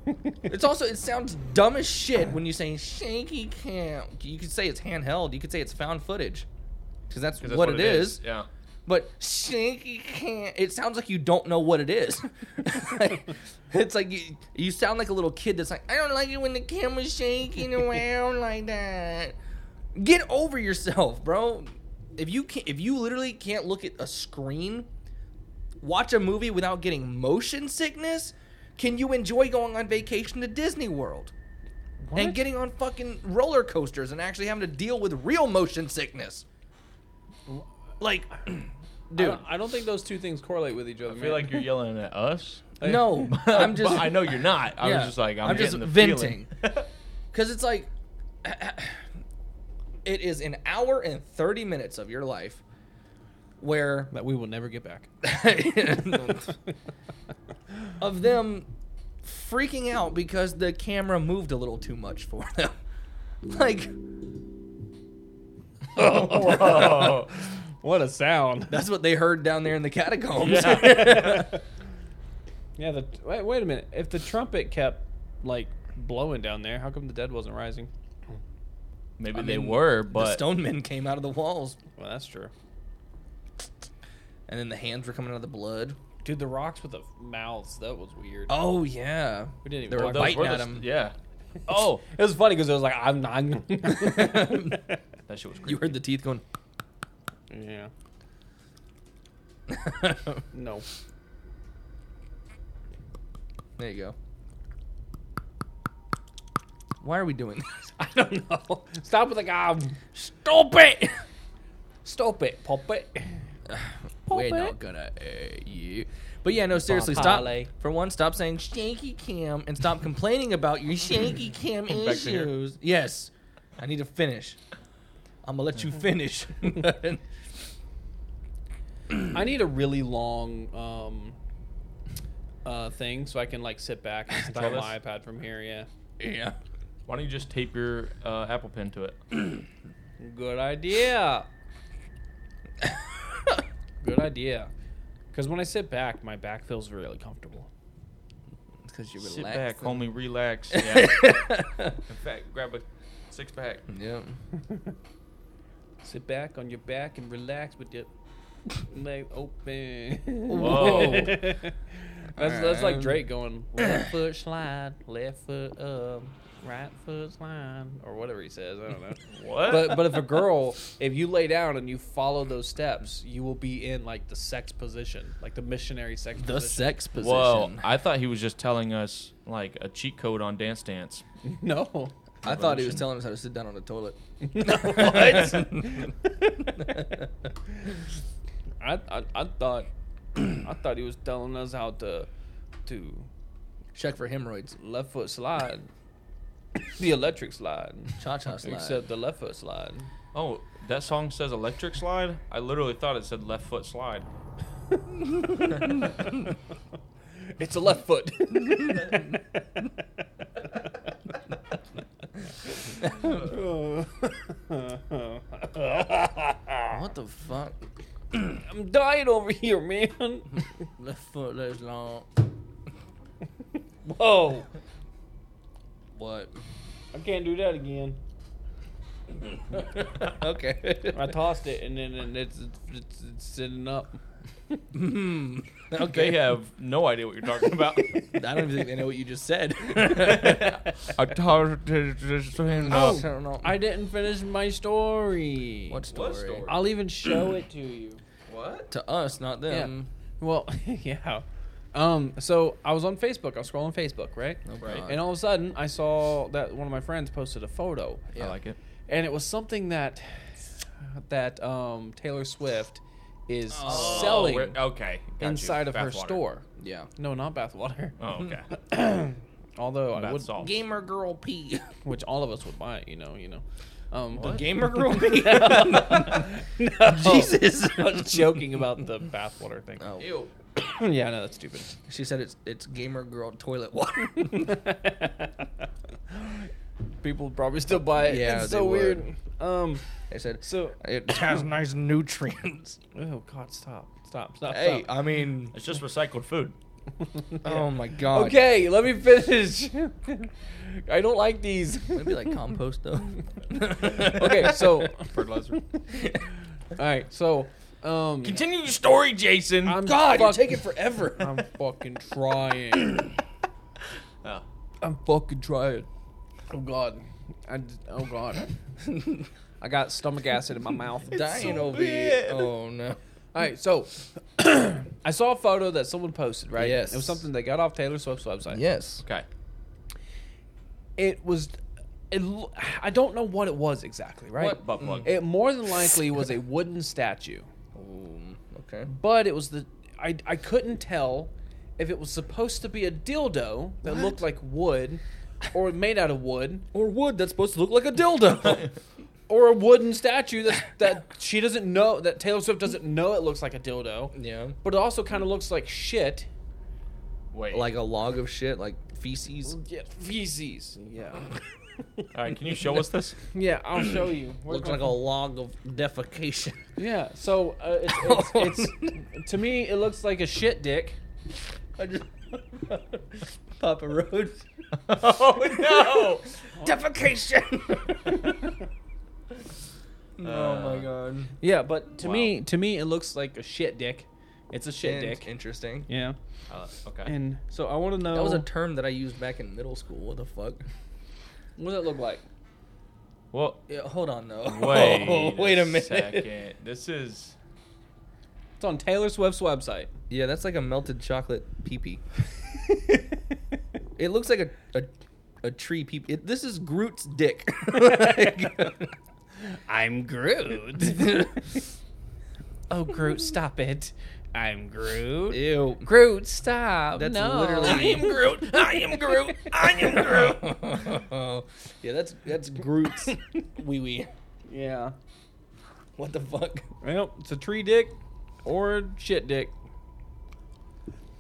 Speaker 1: it's also it sounds dumb as shit when you say shaky cam. You could say it's handheld. You could say it's found footage, because that's,
Speaker 2: 'Cause that's
Speaker 1: what, it is.
Speaker 2: Yeah.
Speaker 1: But shaky cam. It sounds like you don't know what it is. it's like you, you sound like a little kid that's like, I don't like it when the camera's shaking around like that. Get over yourself, bro. If you can not if you literally can't look at a screen, watch a movie without getting motion sickness, can you enjoy going on vacation to Disney World? And getting on fucking roller coasters and actually having to deal with real motion sickness. Like,
Speaker 4: I
Speaker 1: dude,
Speaker 4: don't, I don't think those two things correlate with each other.
Speaker 2: I feel like you're yelling at us.
Speaker 1: no, I'm just
Speaker 2: Oh, But I know you're not. I
Speaker 1: Yeah.
Speaker 2: was just like, I'm,
Speaker 1: I'm just
Speaker 2: getting the
Speaker 1: venting.
Speaker 2: feeling.
Speaker 1: Because it's like, it is an hour and 30 minutes of your life where,
Speaker 4: that we will never get back.
Speaker 1: of them freaking out because the camera moved a little too much for them. Like,
Speaker 4: Whoa. what a sound!
Speaker 1: that's what they heard down there in the catacombs.
Speaker 4: Yeah. The wait, wait a minute. If the trumpet kept like blowing down there, how come the dead wasn't rising?
Speaker 2: Maybe
Speaker 1: I
Speaker 2: they
Speaker 1: mean,
Speaker 2: were,
Speaker 1: the
Speaker 2: but
Speaker 1: stone men came out of the walls,
Speaker 4: Well, that's true.
Speaker 1: and then the hands were coming out of the blood.
Speaker 4: Dude, the rocks with the mouths. That was weird.
Speaker 1: Oh, yeah.
Speaker 4: We didn't even
Speaker 1: They were
Speaker 4: talk about
Speaker 1: biting
Speaker 2: the
Speaker 1: at
Speaker 2: st-
Speaker 1: him.
Speaker 2: Yeah. Oh,
Speaker 4: It was funny because it was like I'm not.
Speaker 2: that shit was creepy.
Speaker 1: You heard the teeth going.
Speaker 4: yeah. No.
Speaker 1: There you go. Why are we doing this?
Speaker 4: I don't know. Stop with the guy.
Speaker 1: Stop it!
Speaker 4: Stop it, pop it.
Speaker 1: We're
Speaker 4: Pop
Speaker 1: not
Speaker 4: it.
Speaker 1: gonna hurt you. But yeah, no, seriously, stop.
Speaker 4: Papale.
Speaker 1: For one, stop saying shanky cam and stop complaining about your shanky cam
Speaker 2: Back to here.
Speaker 1: issues. Yes, I need to finish. I'm gonna let you finish.
Speaker 4: I need a really long um, uh, thing so I can like sit back and
Speaker 2: Try
Speaker 4: style
Speaker 2: this?
Speaker 4: my iPad from here. Yeah,
Speaker 1: yeah.
Speaker 2: Why don't you just tape your uh, Apple Pen to it?
Speaker 4: good idea. Good idea. Because when I sit back, my back feels really comfortable.
Speaker 1: Because you relax.
Speaker 2: Sit back, homie, relax. Yeah.
Speaker 1: Yeah.
Speaker 2: In fact, grab a six pack.
Speaker 1: yeah.
Speaker 4: Sit back on your back and relax with your leg open.
Speaker 1: Whoa.
Speaker 4: that's that's like
Speaker 1: Um,
Speaker 4: Drake going left foot slide, left foot up, right foot slide, or whatever he says. I don't know.
Speaker 2: What?
Speaker 4: But but if a girl, if you lay down and you follow those steps, you will be in like the sex position, like the missionary sex
Speaker 3: The
Speaker 4: position.
Speaker 3: sex position.
Speaker 2: Whoa! I thought he was just telling us like a cheat code on Dance Dance.
Speaker 4: No.
Speaker 1: I thought he was telling us how to sit down on a toilet.
Speaker 4: what? I, I I thought I thought he was telling us how to to
Speaker 1: Check for hemorrhoids.
Speaker 4: left foot slide, the electric slide,
Speaker 1: Cha cha slide.
Speaker 4: except the left foot slide.
Speaker 2: Oh, that song says electric slide. I literally thought it said left foot slide.
Speaker 4: It's a left foot.
Speaker 1: what the fuck?
Speaker 4: I'm dying over here, man.
Speaker 1: Left foot left long.
Speaker 4: Whoa.
Speaker 1: What?
Speaker 4: I can't do that again.
Speaker 1: Okay.
Speaker 4: I tossed it and then and it's, it's, it's sitting up.
Speaker 1: Hmm.
Speaker 2: They
Speaker 1: okay.
Speaker 2: have no idea what you're talking about.
Speaker 1: I don't even think they know what you just said.
Speaker 2: I thought it just-
Speaker 1: Oh.
Speaker 2: no.
Speaker 4: I didn't finish my story.
Speaker 1: What story?
Speaker 2: What story?
Speaker 4: I'll even show it to you.
Speaker 2: What?
Speaker 1: To us, not them.
Speaker 4: Well, yeah. Um, so I was on Facebook. I was scrolling Facebook, right?
Speaker 1: No
Speaker 2: Right.
Speaker 1: problem.
Speaker 4: And all of a sudden, I saw that one of my friends posted a photo,
Speaker 1: Yeah.
Speaker 2: I like it.
Speaker 4: and it was something that that um, Taylor Swift is
Speaker 1: Oh,
Speaker 4: selling
Speaker 2: we're- okay. got you.
Speaker 4: inside of her
Speaker 2: Bathwater.
Speaker 4: store.
Speaker 1: yeah.
Speaker 4: No, not bathwater.
Speaker 2: Oh, okay.
Speaker 4: Although I
Speaker 2: Bath
Speaker 4: would,
Speaker 2: salts.
Speaker 1: Gamer girl P.
Speaker 4: which all of us would buy, you know, you know. Um,
Speaker 2: What?
Speaker 1: Gamer girl P. Jesus.
Speaker 4: I was joking about the bathwater thing.
Speaker 1: Oh.
Speaker 2: Ew.
Speaker 4: yeah, no, that's stupid.
Speaker 1: She said it's it's gamer girl toilet water.
Speaker 4: People probably still buy it.
Speaker 1: Yeah,
Speaker 4: it's
Speaker 1: they
Speaker 4: so
Speaker 1: would.
Speaker 4: weird. Um,
Speaker 1: I said
Speaker 4: so
Speaker 1: it has nice nutrients.
Speaker 4: oh god, stop, stop, stop.
Speaker 1: Hey,
Speaker 4: stop.
Speaker 1: I mean,
Speaker 2: It's just recycled food.
Speaker 1: oh my god.
Speaker 4: okay, let me finish. I don't like these.
Speaker 1: Maybe like compost though.
Speaker 4: okay, so
Speaker 2: Fertilizer.
Speaker 4: all right, so um,
Speaker 2: Continue your story, Jason.
Speaker 4: I'm
Speaker 1: God, you're
Speaker 4: fuck-
Speaker 1: taking forever.
Speaker 4: I'm fucking trying.
Speaker 2: Oh.
Speaker 4: I'm fucking trying. Oh god. I d- oh god. I got stomach acid in my mouth.
Speaker 1: Dying
Speaker 2: so
Speaker 1: over
Speaker 2: bad.
Speaker 1: here. Oh no.
Speaker 4: All right, so I saw a photo that someone posted, right?
Speaker 1: Yes.
Speaker 4: It was something they got off Taylor Swift's website.
Speaker 1: Yes.
Speaker 2: Okay.
Speaker 4: It was it, l- I don't know what it was exactly, right?
Speaker 2: What butt plug?
Speaker 4: It more than likely was a wooden statue,
Speaker 1: Um, okay.
Speaker 4: but it was the I I couldn't tell if it was supposed to be a dildo that looked like wood or made out of wood
Speaker 1: Or wood that's supposed to look like a dildo.
Speaker 4: or a wooden statue that that she doesn't know that Taylor Swift doesn't know it looks like a dildo,
Speaker 1: yeah.
Speaker 4: but it also kind of looks like shit.
Speaker 2: Wait.
Speaker 1: Like a log of shit, like feces.
Speaker 4: Yeah, feces. Yeah.
Speaker 2: All right. Can you show us this?
Speaker 4: Yeah, I'll show you. Where's
Speaker 1: Looks
Speaker 4: my
Speaker 1: like a log of defecation.
Speaker 4: phone? Yeah. So uh, it's, it's, it's to me it looks like a shit dick.
Speaker 1: I just Papa Roach.
Speaker 2: oh
Speaker 1: defecation. oh my god.
Speaker 4: Yeah, but to
Speaker 2: Wow.
Speaker 4: me to me it looks like a shit dick. It's a shit
Speaker 1: In-
Speaker 4: dick.
Speaker 1: Interesting.
Speaker 4: yeah.
Speaker 2: Uh, okay.
Speaker 4: And so I want to know
Speaker 1: That was a term that I used back in middle school. What the fuck?
Speaker 4: what does it look like?
Speaker 2: well,
Speaker 1: Yeah, hold on though.
Speaker 2: wait.
Speaker 1: Oh, wait a minute.
Speaker 2: Second. This is.
Speaker 4: It's on Taylor Swift's website.
Speaker 1: Yeah, that's like a melted chocolate peepee. It looks like a a, a tree peep. It, this is Groot's dick.
Speaker 4: I'm Groot. oh, Groot, stop it. I'm Groot.
Speaker 1: Ew.
Speaker 4: Groot, stop.
Speaker 1: That's
Speaker 4: no.
Speaker 1: literally.
Speaker 2: Groot. I am Groot. I
Speaker 1: yeah, that's that's Groot's wee wee.
Speaker 4: yeah.
Speaker 1: What the fuck?
Speaker 4: Well, it's a tree dick or a shit dick.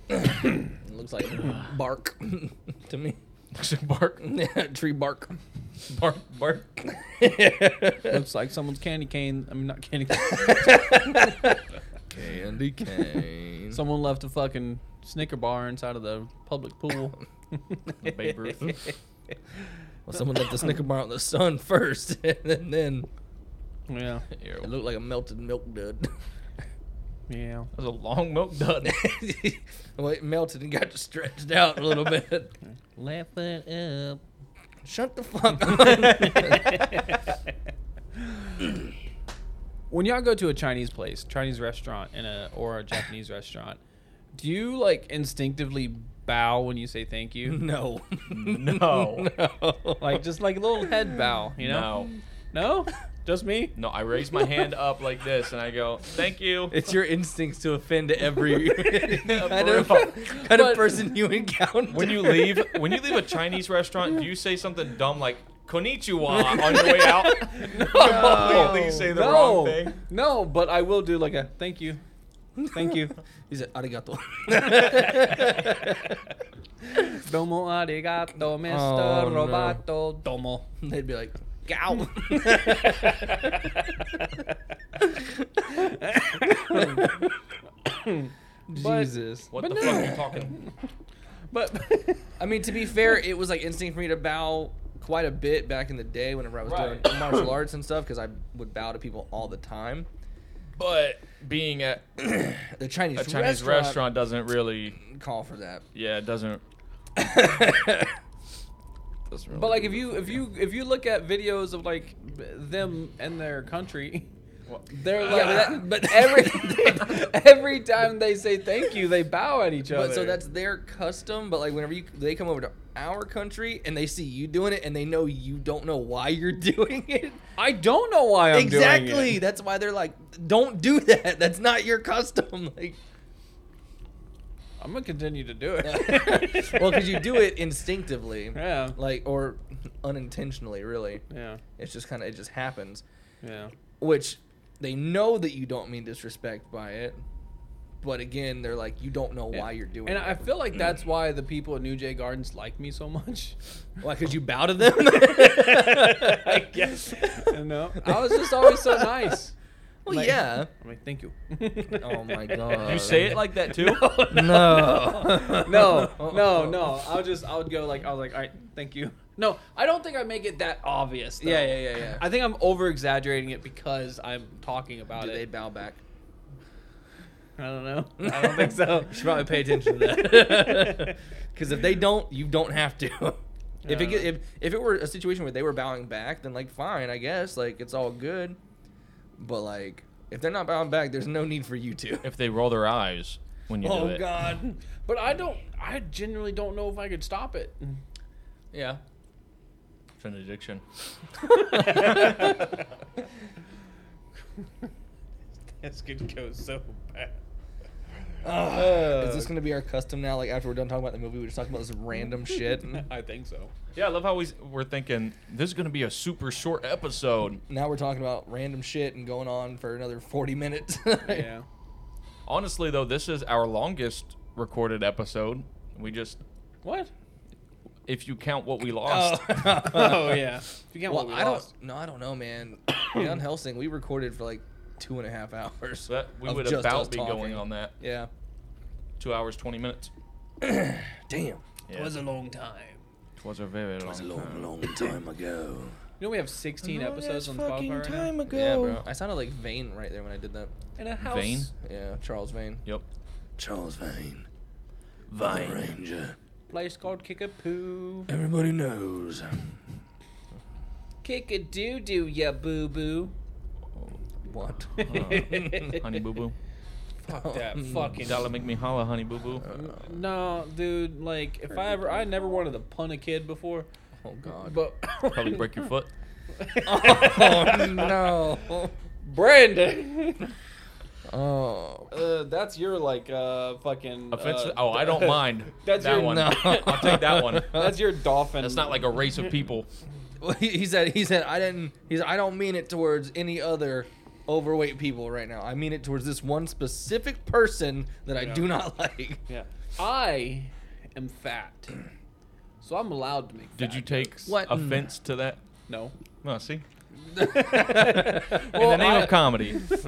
Speaker 1: It looks like bark to me.
Speaker 2: bark.
Speaker 1: Yeah, tree bark.
Speaker 2: Bark. Bark.
Speaker 4: Looks like someone's candy cane. I mean, not candy cane.
Speaker 1: Candy cane.
Speaker 4: Someone left a fucking Snicker bar inside of the public pool.
Speaker 2: Babe Ruth.
Speaker 1: well, someone left the Snicker bar out in the sun first, and then
Speaker 4: yeah.
Speaker 2: Ew.
Speaker 1: it looked like a melted milk dud.
Speaker 4: Yeah.
Speaker 2: That was a long milk dud.
Speaker 1: well, it melted and got stretched out a little bit.
Speaker 4: Left foot up.
Speaker 1: Shut the fuck up.
Speaker 4: when y'all go to a Chinese place, Chinese restaurant, and a or a Japanese restaurant, do you like instinctively bow when you say thank you?
Speaker 1: No.
Speaker 2: No.
Speaker 4: like just like a little head bow, you know?
Speaker 2: No.
Speaker 4: No, just me.
Speaker 2: No, I raise my hand up like this and I go, "Thank you."
Speaker 1: It's your instincts to offend every kind, of,
Speaker 2: brutal.
Speaker 1: kind of person you encounter.
Speaker 2: When you leave, when you leave a Chinese restaurant, do you say something dumb like "Konnichiwa" on your way out? no, completely say the
Speaker 4: no,
Speaker 2: wrong thing.
Speaker 4: no, but I will do like a thank you, thank you.
Speaker 1: He said, arigato.
Speaker 4: Domo arigato, Mr.
Speaker 1: Oh, no.
Speaker 4: Roboto. Domo.
Speaker 1: They'd be like,
Speaker 4: Gow.
Speaker 1: Jesus.
Speaker 2: What the fuck are you talking?
Speaker 4: but
Speaker 1: I mean, to be fair, it was like instinct for me to bow quite a bit back in the day whenever I was
Speaker 2: Right.
Speaker 1: doing martial arts and stuff because I would bow to people all the time.
Speaker 2: But being at
Speaker 1: The Chinese,
Speaker 2: a Chinese restaurant doesn't really,
Speaker 1: call for that.
Speaker 2: yeah, it doesn't. doesn't really
Speaker 4: but like if you if you if you look at videos of like b- them and their country, they're like
Speaker 1: but that- but
Speaker 4: every every time they say thank you, they bow at each other.
Speaker 1: But so that's their custom. But like whenever you they come over to our country and they see you doing it and they know you don't know why you're doing it.
Speaker 4: I don't know why I'm
Speaker 1: exactly.
Speaker 4: doing it.
Speaker 1: That's why they're like, don't do that. That's not your custom. Like,
Speaker 4: I'm gonna continue to do it.
Speaker 1: well, because you do it instinctively,
Speaker 4: Yeah.
Speaker 1: like or unintentionally, really.
Speaker 4: Yeah.
Speaker 1: It's just kind of it just happens,
Speaker 4: Yeah.
Speaker 1: which they know that you don't mean disrespect by it, but again, they're like, you don't know why you're doing
Speaker 4: And
Speaker 1: it.
Speaker 4: I feel like that's why the people at New Jay Gardens like me so much.
Speaker 1: why could you bow to them?
Speaker 4: I guess. You know, I was just always so nice.
Speaker 1: Well,
Speaker 4: Like-
Speaker 1: yeah.
Speaker 4: I'm like, thank you.
Speaker 1: Oh my god.
Speaker 2: you say it like that too.
Speaker 1: no.
Speaker 4: No, no, no. I'll just, I would go like, I was like, all right, thank you. No, I don't think I make it that obvious. Though.
Speaker 1: Yeah, yeah, yeah, yeah.
Speaker 4: I think I'm over exaggerating it because I'm talking about
Speaker 1: Do
Speaker 4: it.
Speaker 1: they bow back?
Speaker 4: I don't know. I don't think so.
Speaker 1: you should probably pay attention to that. Because if they don't, you don't have to. If it,
Speaker 4: Yeah.
Speaker 1: get- if, if it were a situation where they were bowing back, then like fine, I guess like it's all good. But like if they're not bowing back, there's no need for you to.
Speaker 2: If they roll their eyes when you do it,
Speaker 1: God.
Speaker 4: Oh, But I don't. I generally don't know if I could stop it.
Speaker 1: Yeah.
Speaker 2: it's an addiction.
Speaker 4: This could go so bad.
Speaker 1: Is this gonna be our custom now? Like after we're done talking about the movie, we just talk about this random shit.
Speaker 4: I think so.
Speaker 2: Yeah, I love how we we're thinking this is gonna be a super short episode.
Speaker 1: Now we're talking about random shit and going on for another forty minutes.
Speaker 4: Yeah.
Speaker 2: Honestly, though, this is our longest recorded episode. We just,
Speaker 4: What?
Speaker 2: if you count what we lost,
Speaker 4: Oh yeah. If you can't,
Speaker 1: Well,
Speaker 4: what we
Speaker 1: I
Speaker 4: lost.
Speaker 1: don't. No, I don't know, man. Young Helsing, we recorded for like two and a half hours.
Speaker 2: so that we
Speaker 1: Of
Speaker 2: would
Speaker 1: just us
Speaker 2: about be
Speaker 1: talking.
Speaker 2: going on that
Speaker 1: Yeah.
Speaker 2: two hours twenty minutes.
Speaker 1: Damn.
Speaker 2: Yeah.
Speaker 4: a long time.
Speaker 2: was a very long, time.
Speaker 1: long time ago.
Speaker 4: You know we have 16 episodes on Spotify right now.
Speaker 1: ago. Yeah, bro. I sounded like Vane right there when I did that.
Speaker 4: In a house.
Speaker 2: Vane.
Speaker 1: Yeah, Charles Vane.
Speaker 2: Yep.
Speaker 1: Charles Vane.
Speaker 2: Vine.
Speaker 1: Ranger.
Speaker 4: Place called Kickapoo.
Speaker 1: Everybody knows.
Speaker 4: Kickadoo doo ya boo boo.
Speaker 1: What?
Speaker 2: Oh, honey boo boo.
Speaker 4: Fuck that
Speaker 1: Mm.
Speaker 4: fucking.
Speaker 2: That'll make me holla, honey boo boo.
Speaker 4: No, dude. Like if I ever, I never wanted to pun a kid before,
Speaker 1: Oh God.
Speaker 4: but
Speaker 2: Probably break your foot.
Speaker 1: oh no.
Speaker 4: Brandon.
Speaker 1: Oh.
Speaker 4: Uh, that's your like uh fucking
Speaker 2: Offensive?
Speaker 4: uh,
Speaker 2: oh, I don't mind.
Speaker 4: That's
Speaker 2: that
Speaker 4: your-
Speaker 2: one.
Speaker 1: no.
Speaker 2: I'll take that one.
Speaker 4: That's your dolphin.
Speaker 2: That's not like a race of people.
Speaker 1: Well, he, he said. He said. I didn't. He's. I don't mean it towards any other overweight people right now. I mean it towards this one specific person that I do not like.
Speaker 4: Yeah. I am fat, so I'm allowed to make.
Speaker 2: Did
Speaker 4: fat
Speaker 2: you take
Speaker 4: jokes.
Speaker 1: What?
Speaker 2: offense to that?
Speaker 4: No.
Speaker 2: No, see.
Speaker 4: Well,
Speaker 2: In the name
Speaker 4: I-
Speaker 2: of comedy.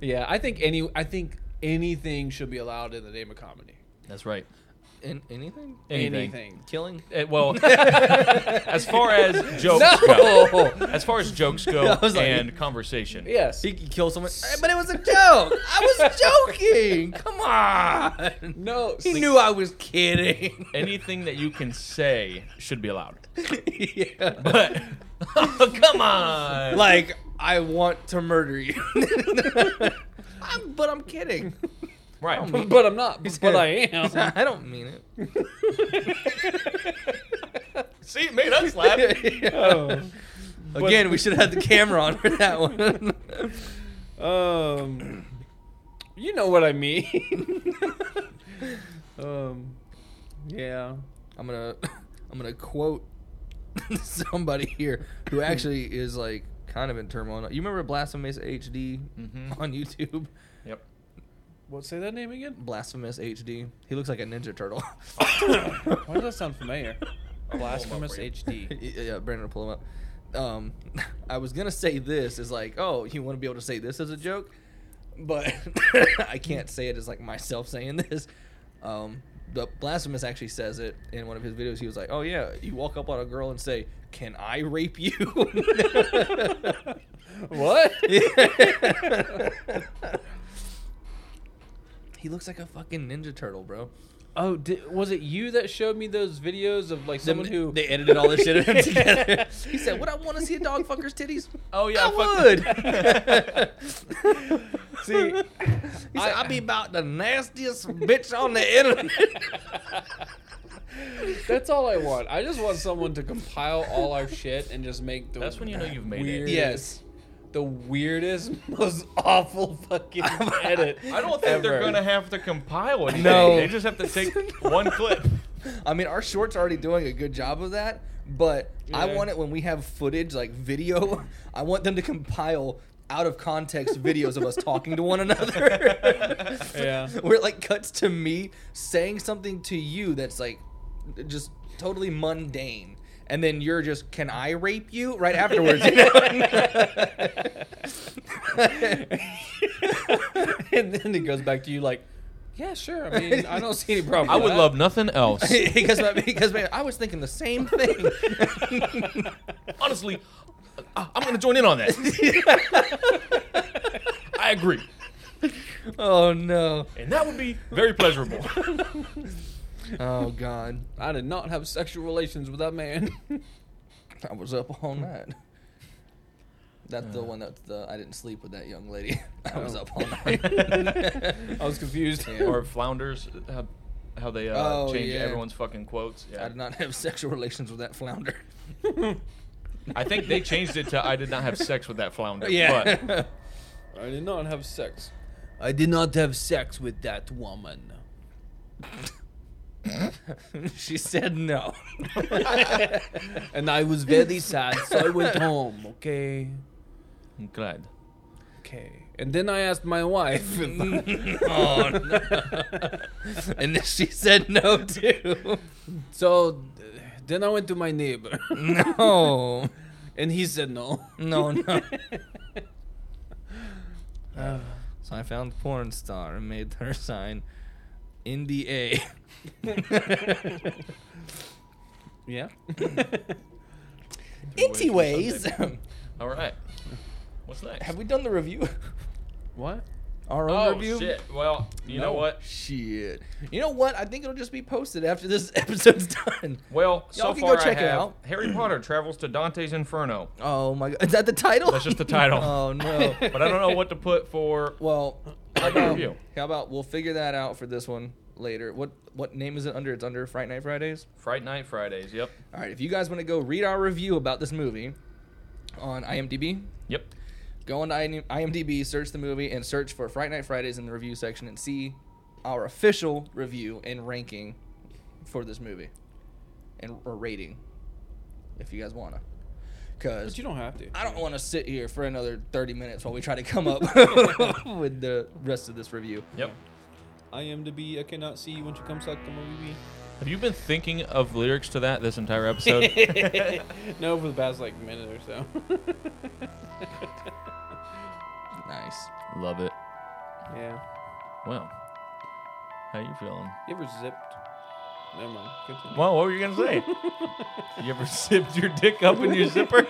Speaker 4: yeah, I think any I think anything should be allowed in the name of comedy.
Speaker 2: That's right.
Speaker 1: In, anything?
Speaker 2: Anything.
Speaker 1: Killing?
Speaker 2: Eh, well, as far as jokes
Speaker 4: No!
Speaker 2: go, as far as jokes go,
Speaker 1: I was like-
Speaker 2: and conversation.
Speaker 4: Yes.
Speaker 1: He could kill someone. Eh, But it was a joke. I was joking. Come on.
Speaker 4: no.
Speaker 1: He
Speaker 4: see-
Speaker 1: knew I was kidding.
Speaker 2: Anything that you can say should be allowed.
Speaker 1: yeah.
Speaker 2: But oh, come on.
Speaker 1: Like I want to murder you. I'm, but I'm kidding.
Speaker 2: Right.
Speaker 1: I don't mean-
Speaker 4: but I'm not.
Speaker 1: He said-
Speaker 4: but I
Speaker 1: he
Speaker 4: am.
Speaker 1: said, I don't mean it.
Speaker 2: See, it made us laugh.
Speaker 4: Oh.
Speaker 1: Again, we should have had the camera on for that one.
Speaker 4: Um, you know what I mean. um, yeah.
Speaker 1: I'm gonna I'm gonna quote somebody here who actually is like kind of in turmoil. You remember Blasphemous HD
Speaker 2: Mhm.
Speaker 1: on YouTube?
Speaker 2: Yep.
Speaker 4: What? Say that name again.
Speaker 1: Blasphemous HD. He looks like a Ninja Turtle.
Speaker 4: Why does that sound familiar? Blasphemous
Speaker 2: Reed.
Speaker 4: HD.
Speaker 1: yeah, yeah, Brandon will pull him up. Um, I was gonna say this is like, oh, you want to be able to say this as a joke, but I can't say it as like myself saying this. Um, but Blasphemous actually says it in one of his videos. He was like, oh yeah, you walk up on a girl and say, "Can I rape you?"
Speaker 4: What?
Speaker 1: he looks like a fucking ninja turtle, bro.
Speaker 4: Oh, did, was it you that showed me those videos of like someone who
Speaker 1: they edited all this shit of him together. He said, "Would I want to see a dog fucker's titties?"
Speaker 2: Oh yeah,
Speaker 1: I would.
Speaker 4: See,
Speaker 1: he said, I, would be about the nastiest bitch on the internet."
Speaker 4: That's all I want. I just want someone to compile all our shit and just make the
Speaker 2: That's when you know you've made it.
Speaker 4: weirdest,
Speaker 1: yes,
Speaker 4: the weirdest, most awful fucking edit.
Speaker 2: I don't think they're
Speaker 4: ever.
Speaker 2: gonna have to compile anything.
Speaker 1: No.
Speaker 2: they just have to take one clip.
Speaker 1: I mean our shorts are already doing a good job of that, but I
Speaker 4: Yeah.
Speaker 1: want it when we have footage like video. I want them to compile out of context videos of us talking to one another.
Speaker 4: Yeah.
Speaker 1: where it like cuts to me saying something to you that's like just totally mundane and then you're just can i rape you right afterwards you know?
Speaker 4: and then it goes back to you like, yeah, sure. I mean, I don't see any problem.
Speaker 2: I
Speaker 4: with
Speaker 2: would
Speaker 4: that."
Speaker 2: love nothing else.
Speaker 1: because, my- because man, i was thinking the same thing
Speaker 2: Honestly, I- I'm gonna join in on that. I agree,
Speaker 1: oh no
Speaker 2: and that would be very pleasurable.
Speaker 1: oh god
Speaker 4: I did not have sexual relations with that man.
Speaker 1: i was up all night that's the one that's the i didn't sleep with that young lady i was up all night
Speaker 4: I was confused.
Speaker 2: or flounders, how, how they uh,
Speaker 1: Oh,
Speaker 2: change
Speaker 1: yeah.
Speaker 2: everyone's fucking quotes. Yeah.
Speaker 1: i did not have sexual relations with that flounder
Speaker 2: I think they changed it to I did not have sex with that flounder.
Speaker 1: yeah
Speaker 2: But
Speaker 4: I did not have sex. I did not have sex with that woman.
Speaker 1: she said no.
Speaker 4: and I was very sad, so I went home, okay?
Speaker 2: I'm glad.
Speaker 4: Okay. And then I asked my wife. if I-
Speaker 1: oh, no. And then she said no too.
Speaker 4: so uh, then I went to my neighbor.
Speaker 1: No.
Speaker 4: and he said no.
Speaker 1: No, no. So I found the porn star and made her sign NDA.
Speaker 4: yeah.
Speaker 1: Anyways,
Speaker 2: All right. What's next?
Speaker 1: have we done the review?
Speaker 4: what?
Speaker 1: Our own
Speaker 2: oh
Speaker 1: review? Oh,
Speaker 2: shit! Well, you know
Speaker 4: No.
Speaker 2: what?
Speaker 1: Shit. You know what? I think it'll just be posted after this episode's done.
Speaker 2: Well, so
Speaker 1: Y'all can go
Speaker 2: far
Speaker 1: check
Speaker 2: I
Speaker 1: it
Speaker 2: have
Speaker 1: out.
Speaker 2: Harry Potter travels to Dante's Inferno,
Speaker 1: Oh my god. Is that the title?
Speaker 2: That's just the title.
Speaker 1: oh no.
Speaker 2: but I don't know what to put for
Speaker 1: Well, how
Speaker 2: Like a
Speaker 1: about,
Speaker 2: review.
Speaker 1: how about we'll figure that out for this one later. What what name is it under? It's under Fright Night Fridays.
Speaker 2: Fright Night Fridays. Yep.
Speaker 1: All right, if you guys want to go read our review about this movie on IMDb,
Speaker 2: Yep.
Speaker 1: go on to IMDb, search the movie, and search for Fright Night Fridays in the review section and see our official review and ranking for this movie and or rating if you guys wanna. Cause
Speaker 4: But you don't have to.
Speaker 1: I don't want to sit here for another 30 minutes while we try to come up with the rest of this review.
Speaker 2: Yep.
Speaker 4: I am to be. I cannot see you when you come suck the movie.
Speaker 2: Have you been thinking of lyrics to that this entire episode?
Speaker 4: no, for the past like minute or so.
Speaker 1: Nice.
Speaker 2: Love it.
Speaker 4: yeah.
Speaker 2: Well, how you feeling?
Speaker 4: You ever zipped? Never mind. Continue.
Speaker 2: Well, what were you gonna say? you ever zipped your dick up in your zipper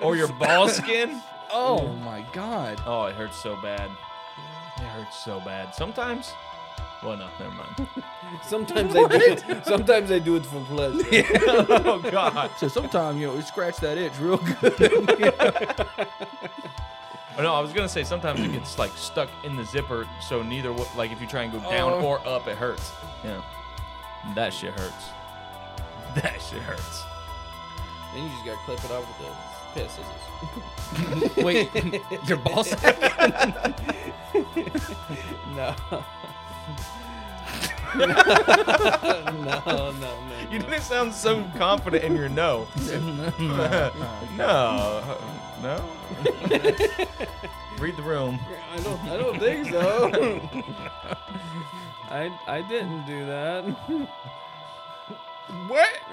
Speaker 2: or your ball skin?
Speaker 1: Oh my god.
Speaker 2: Oh, it hurts so bad. It hurts so bad. Sometimes Well, no, never mind.
Speaker 4: Sometimes I do it. Sometimes I do it for pleasure.
Speaker 2: oh God.
Speaker 1: So sometimes you know, we scratch that itch real good.
Speaker 2: Oh, no, I was gonna say sometimes it gets like stuck in the zipper, so neither wa- like if you try and go down
Speaker 4: Oh.
Speaker 2: or up, it hurts. Yeah, that shit hurts. That shit hurts.
Speaker 4: Then you just gotta clip it off with the pair of scissors.
Speaker 1: Wait, your ball sack?
Speaker 4: No. no, no, no.
Speaker 2: You didn't sound so confident in your no. no, no. Read the room.
Speaker 4: I don't. I don't think so. I I didn't do that.
Speaker 3: What?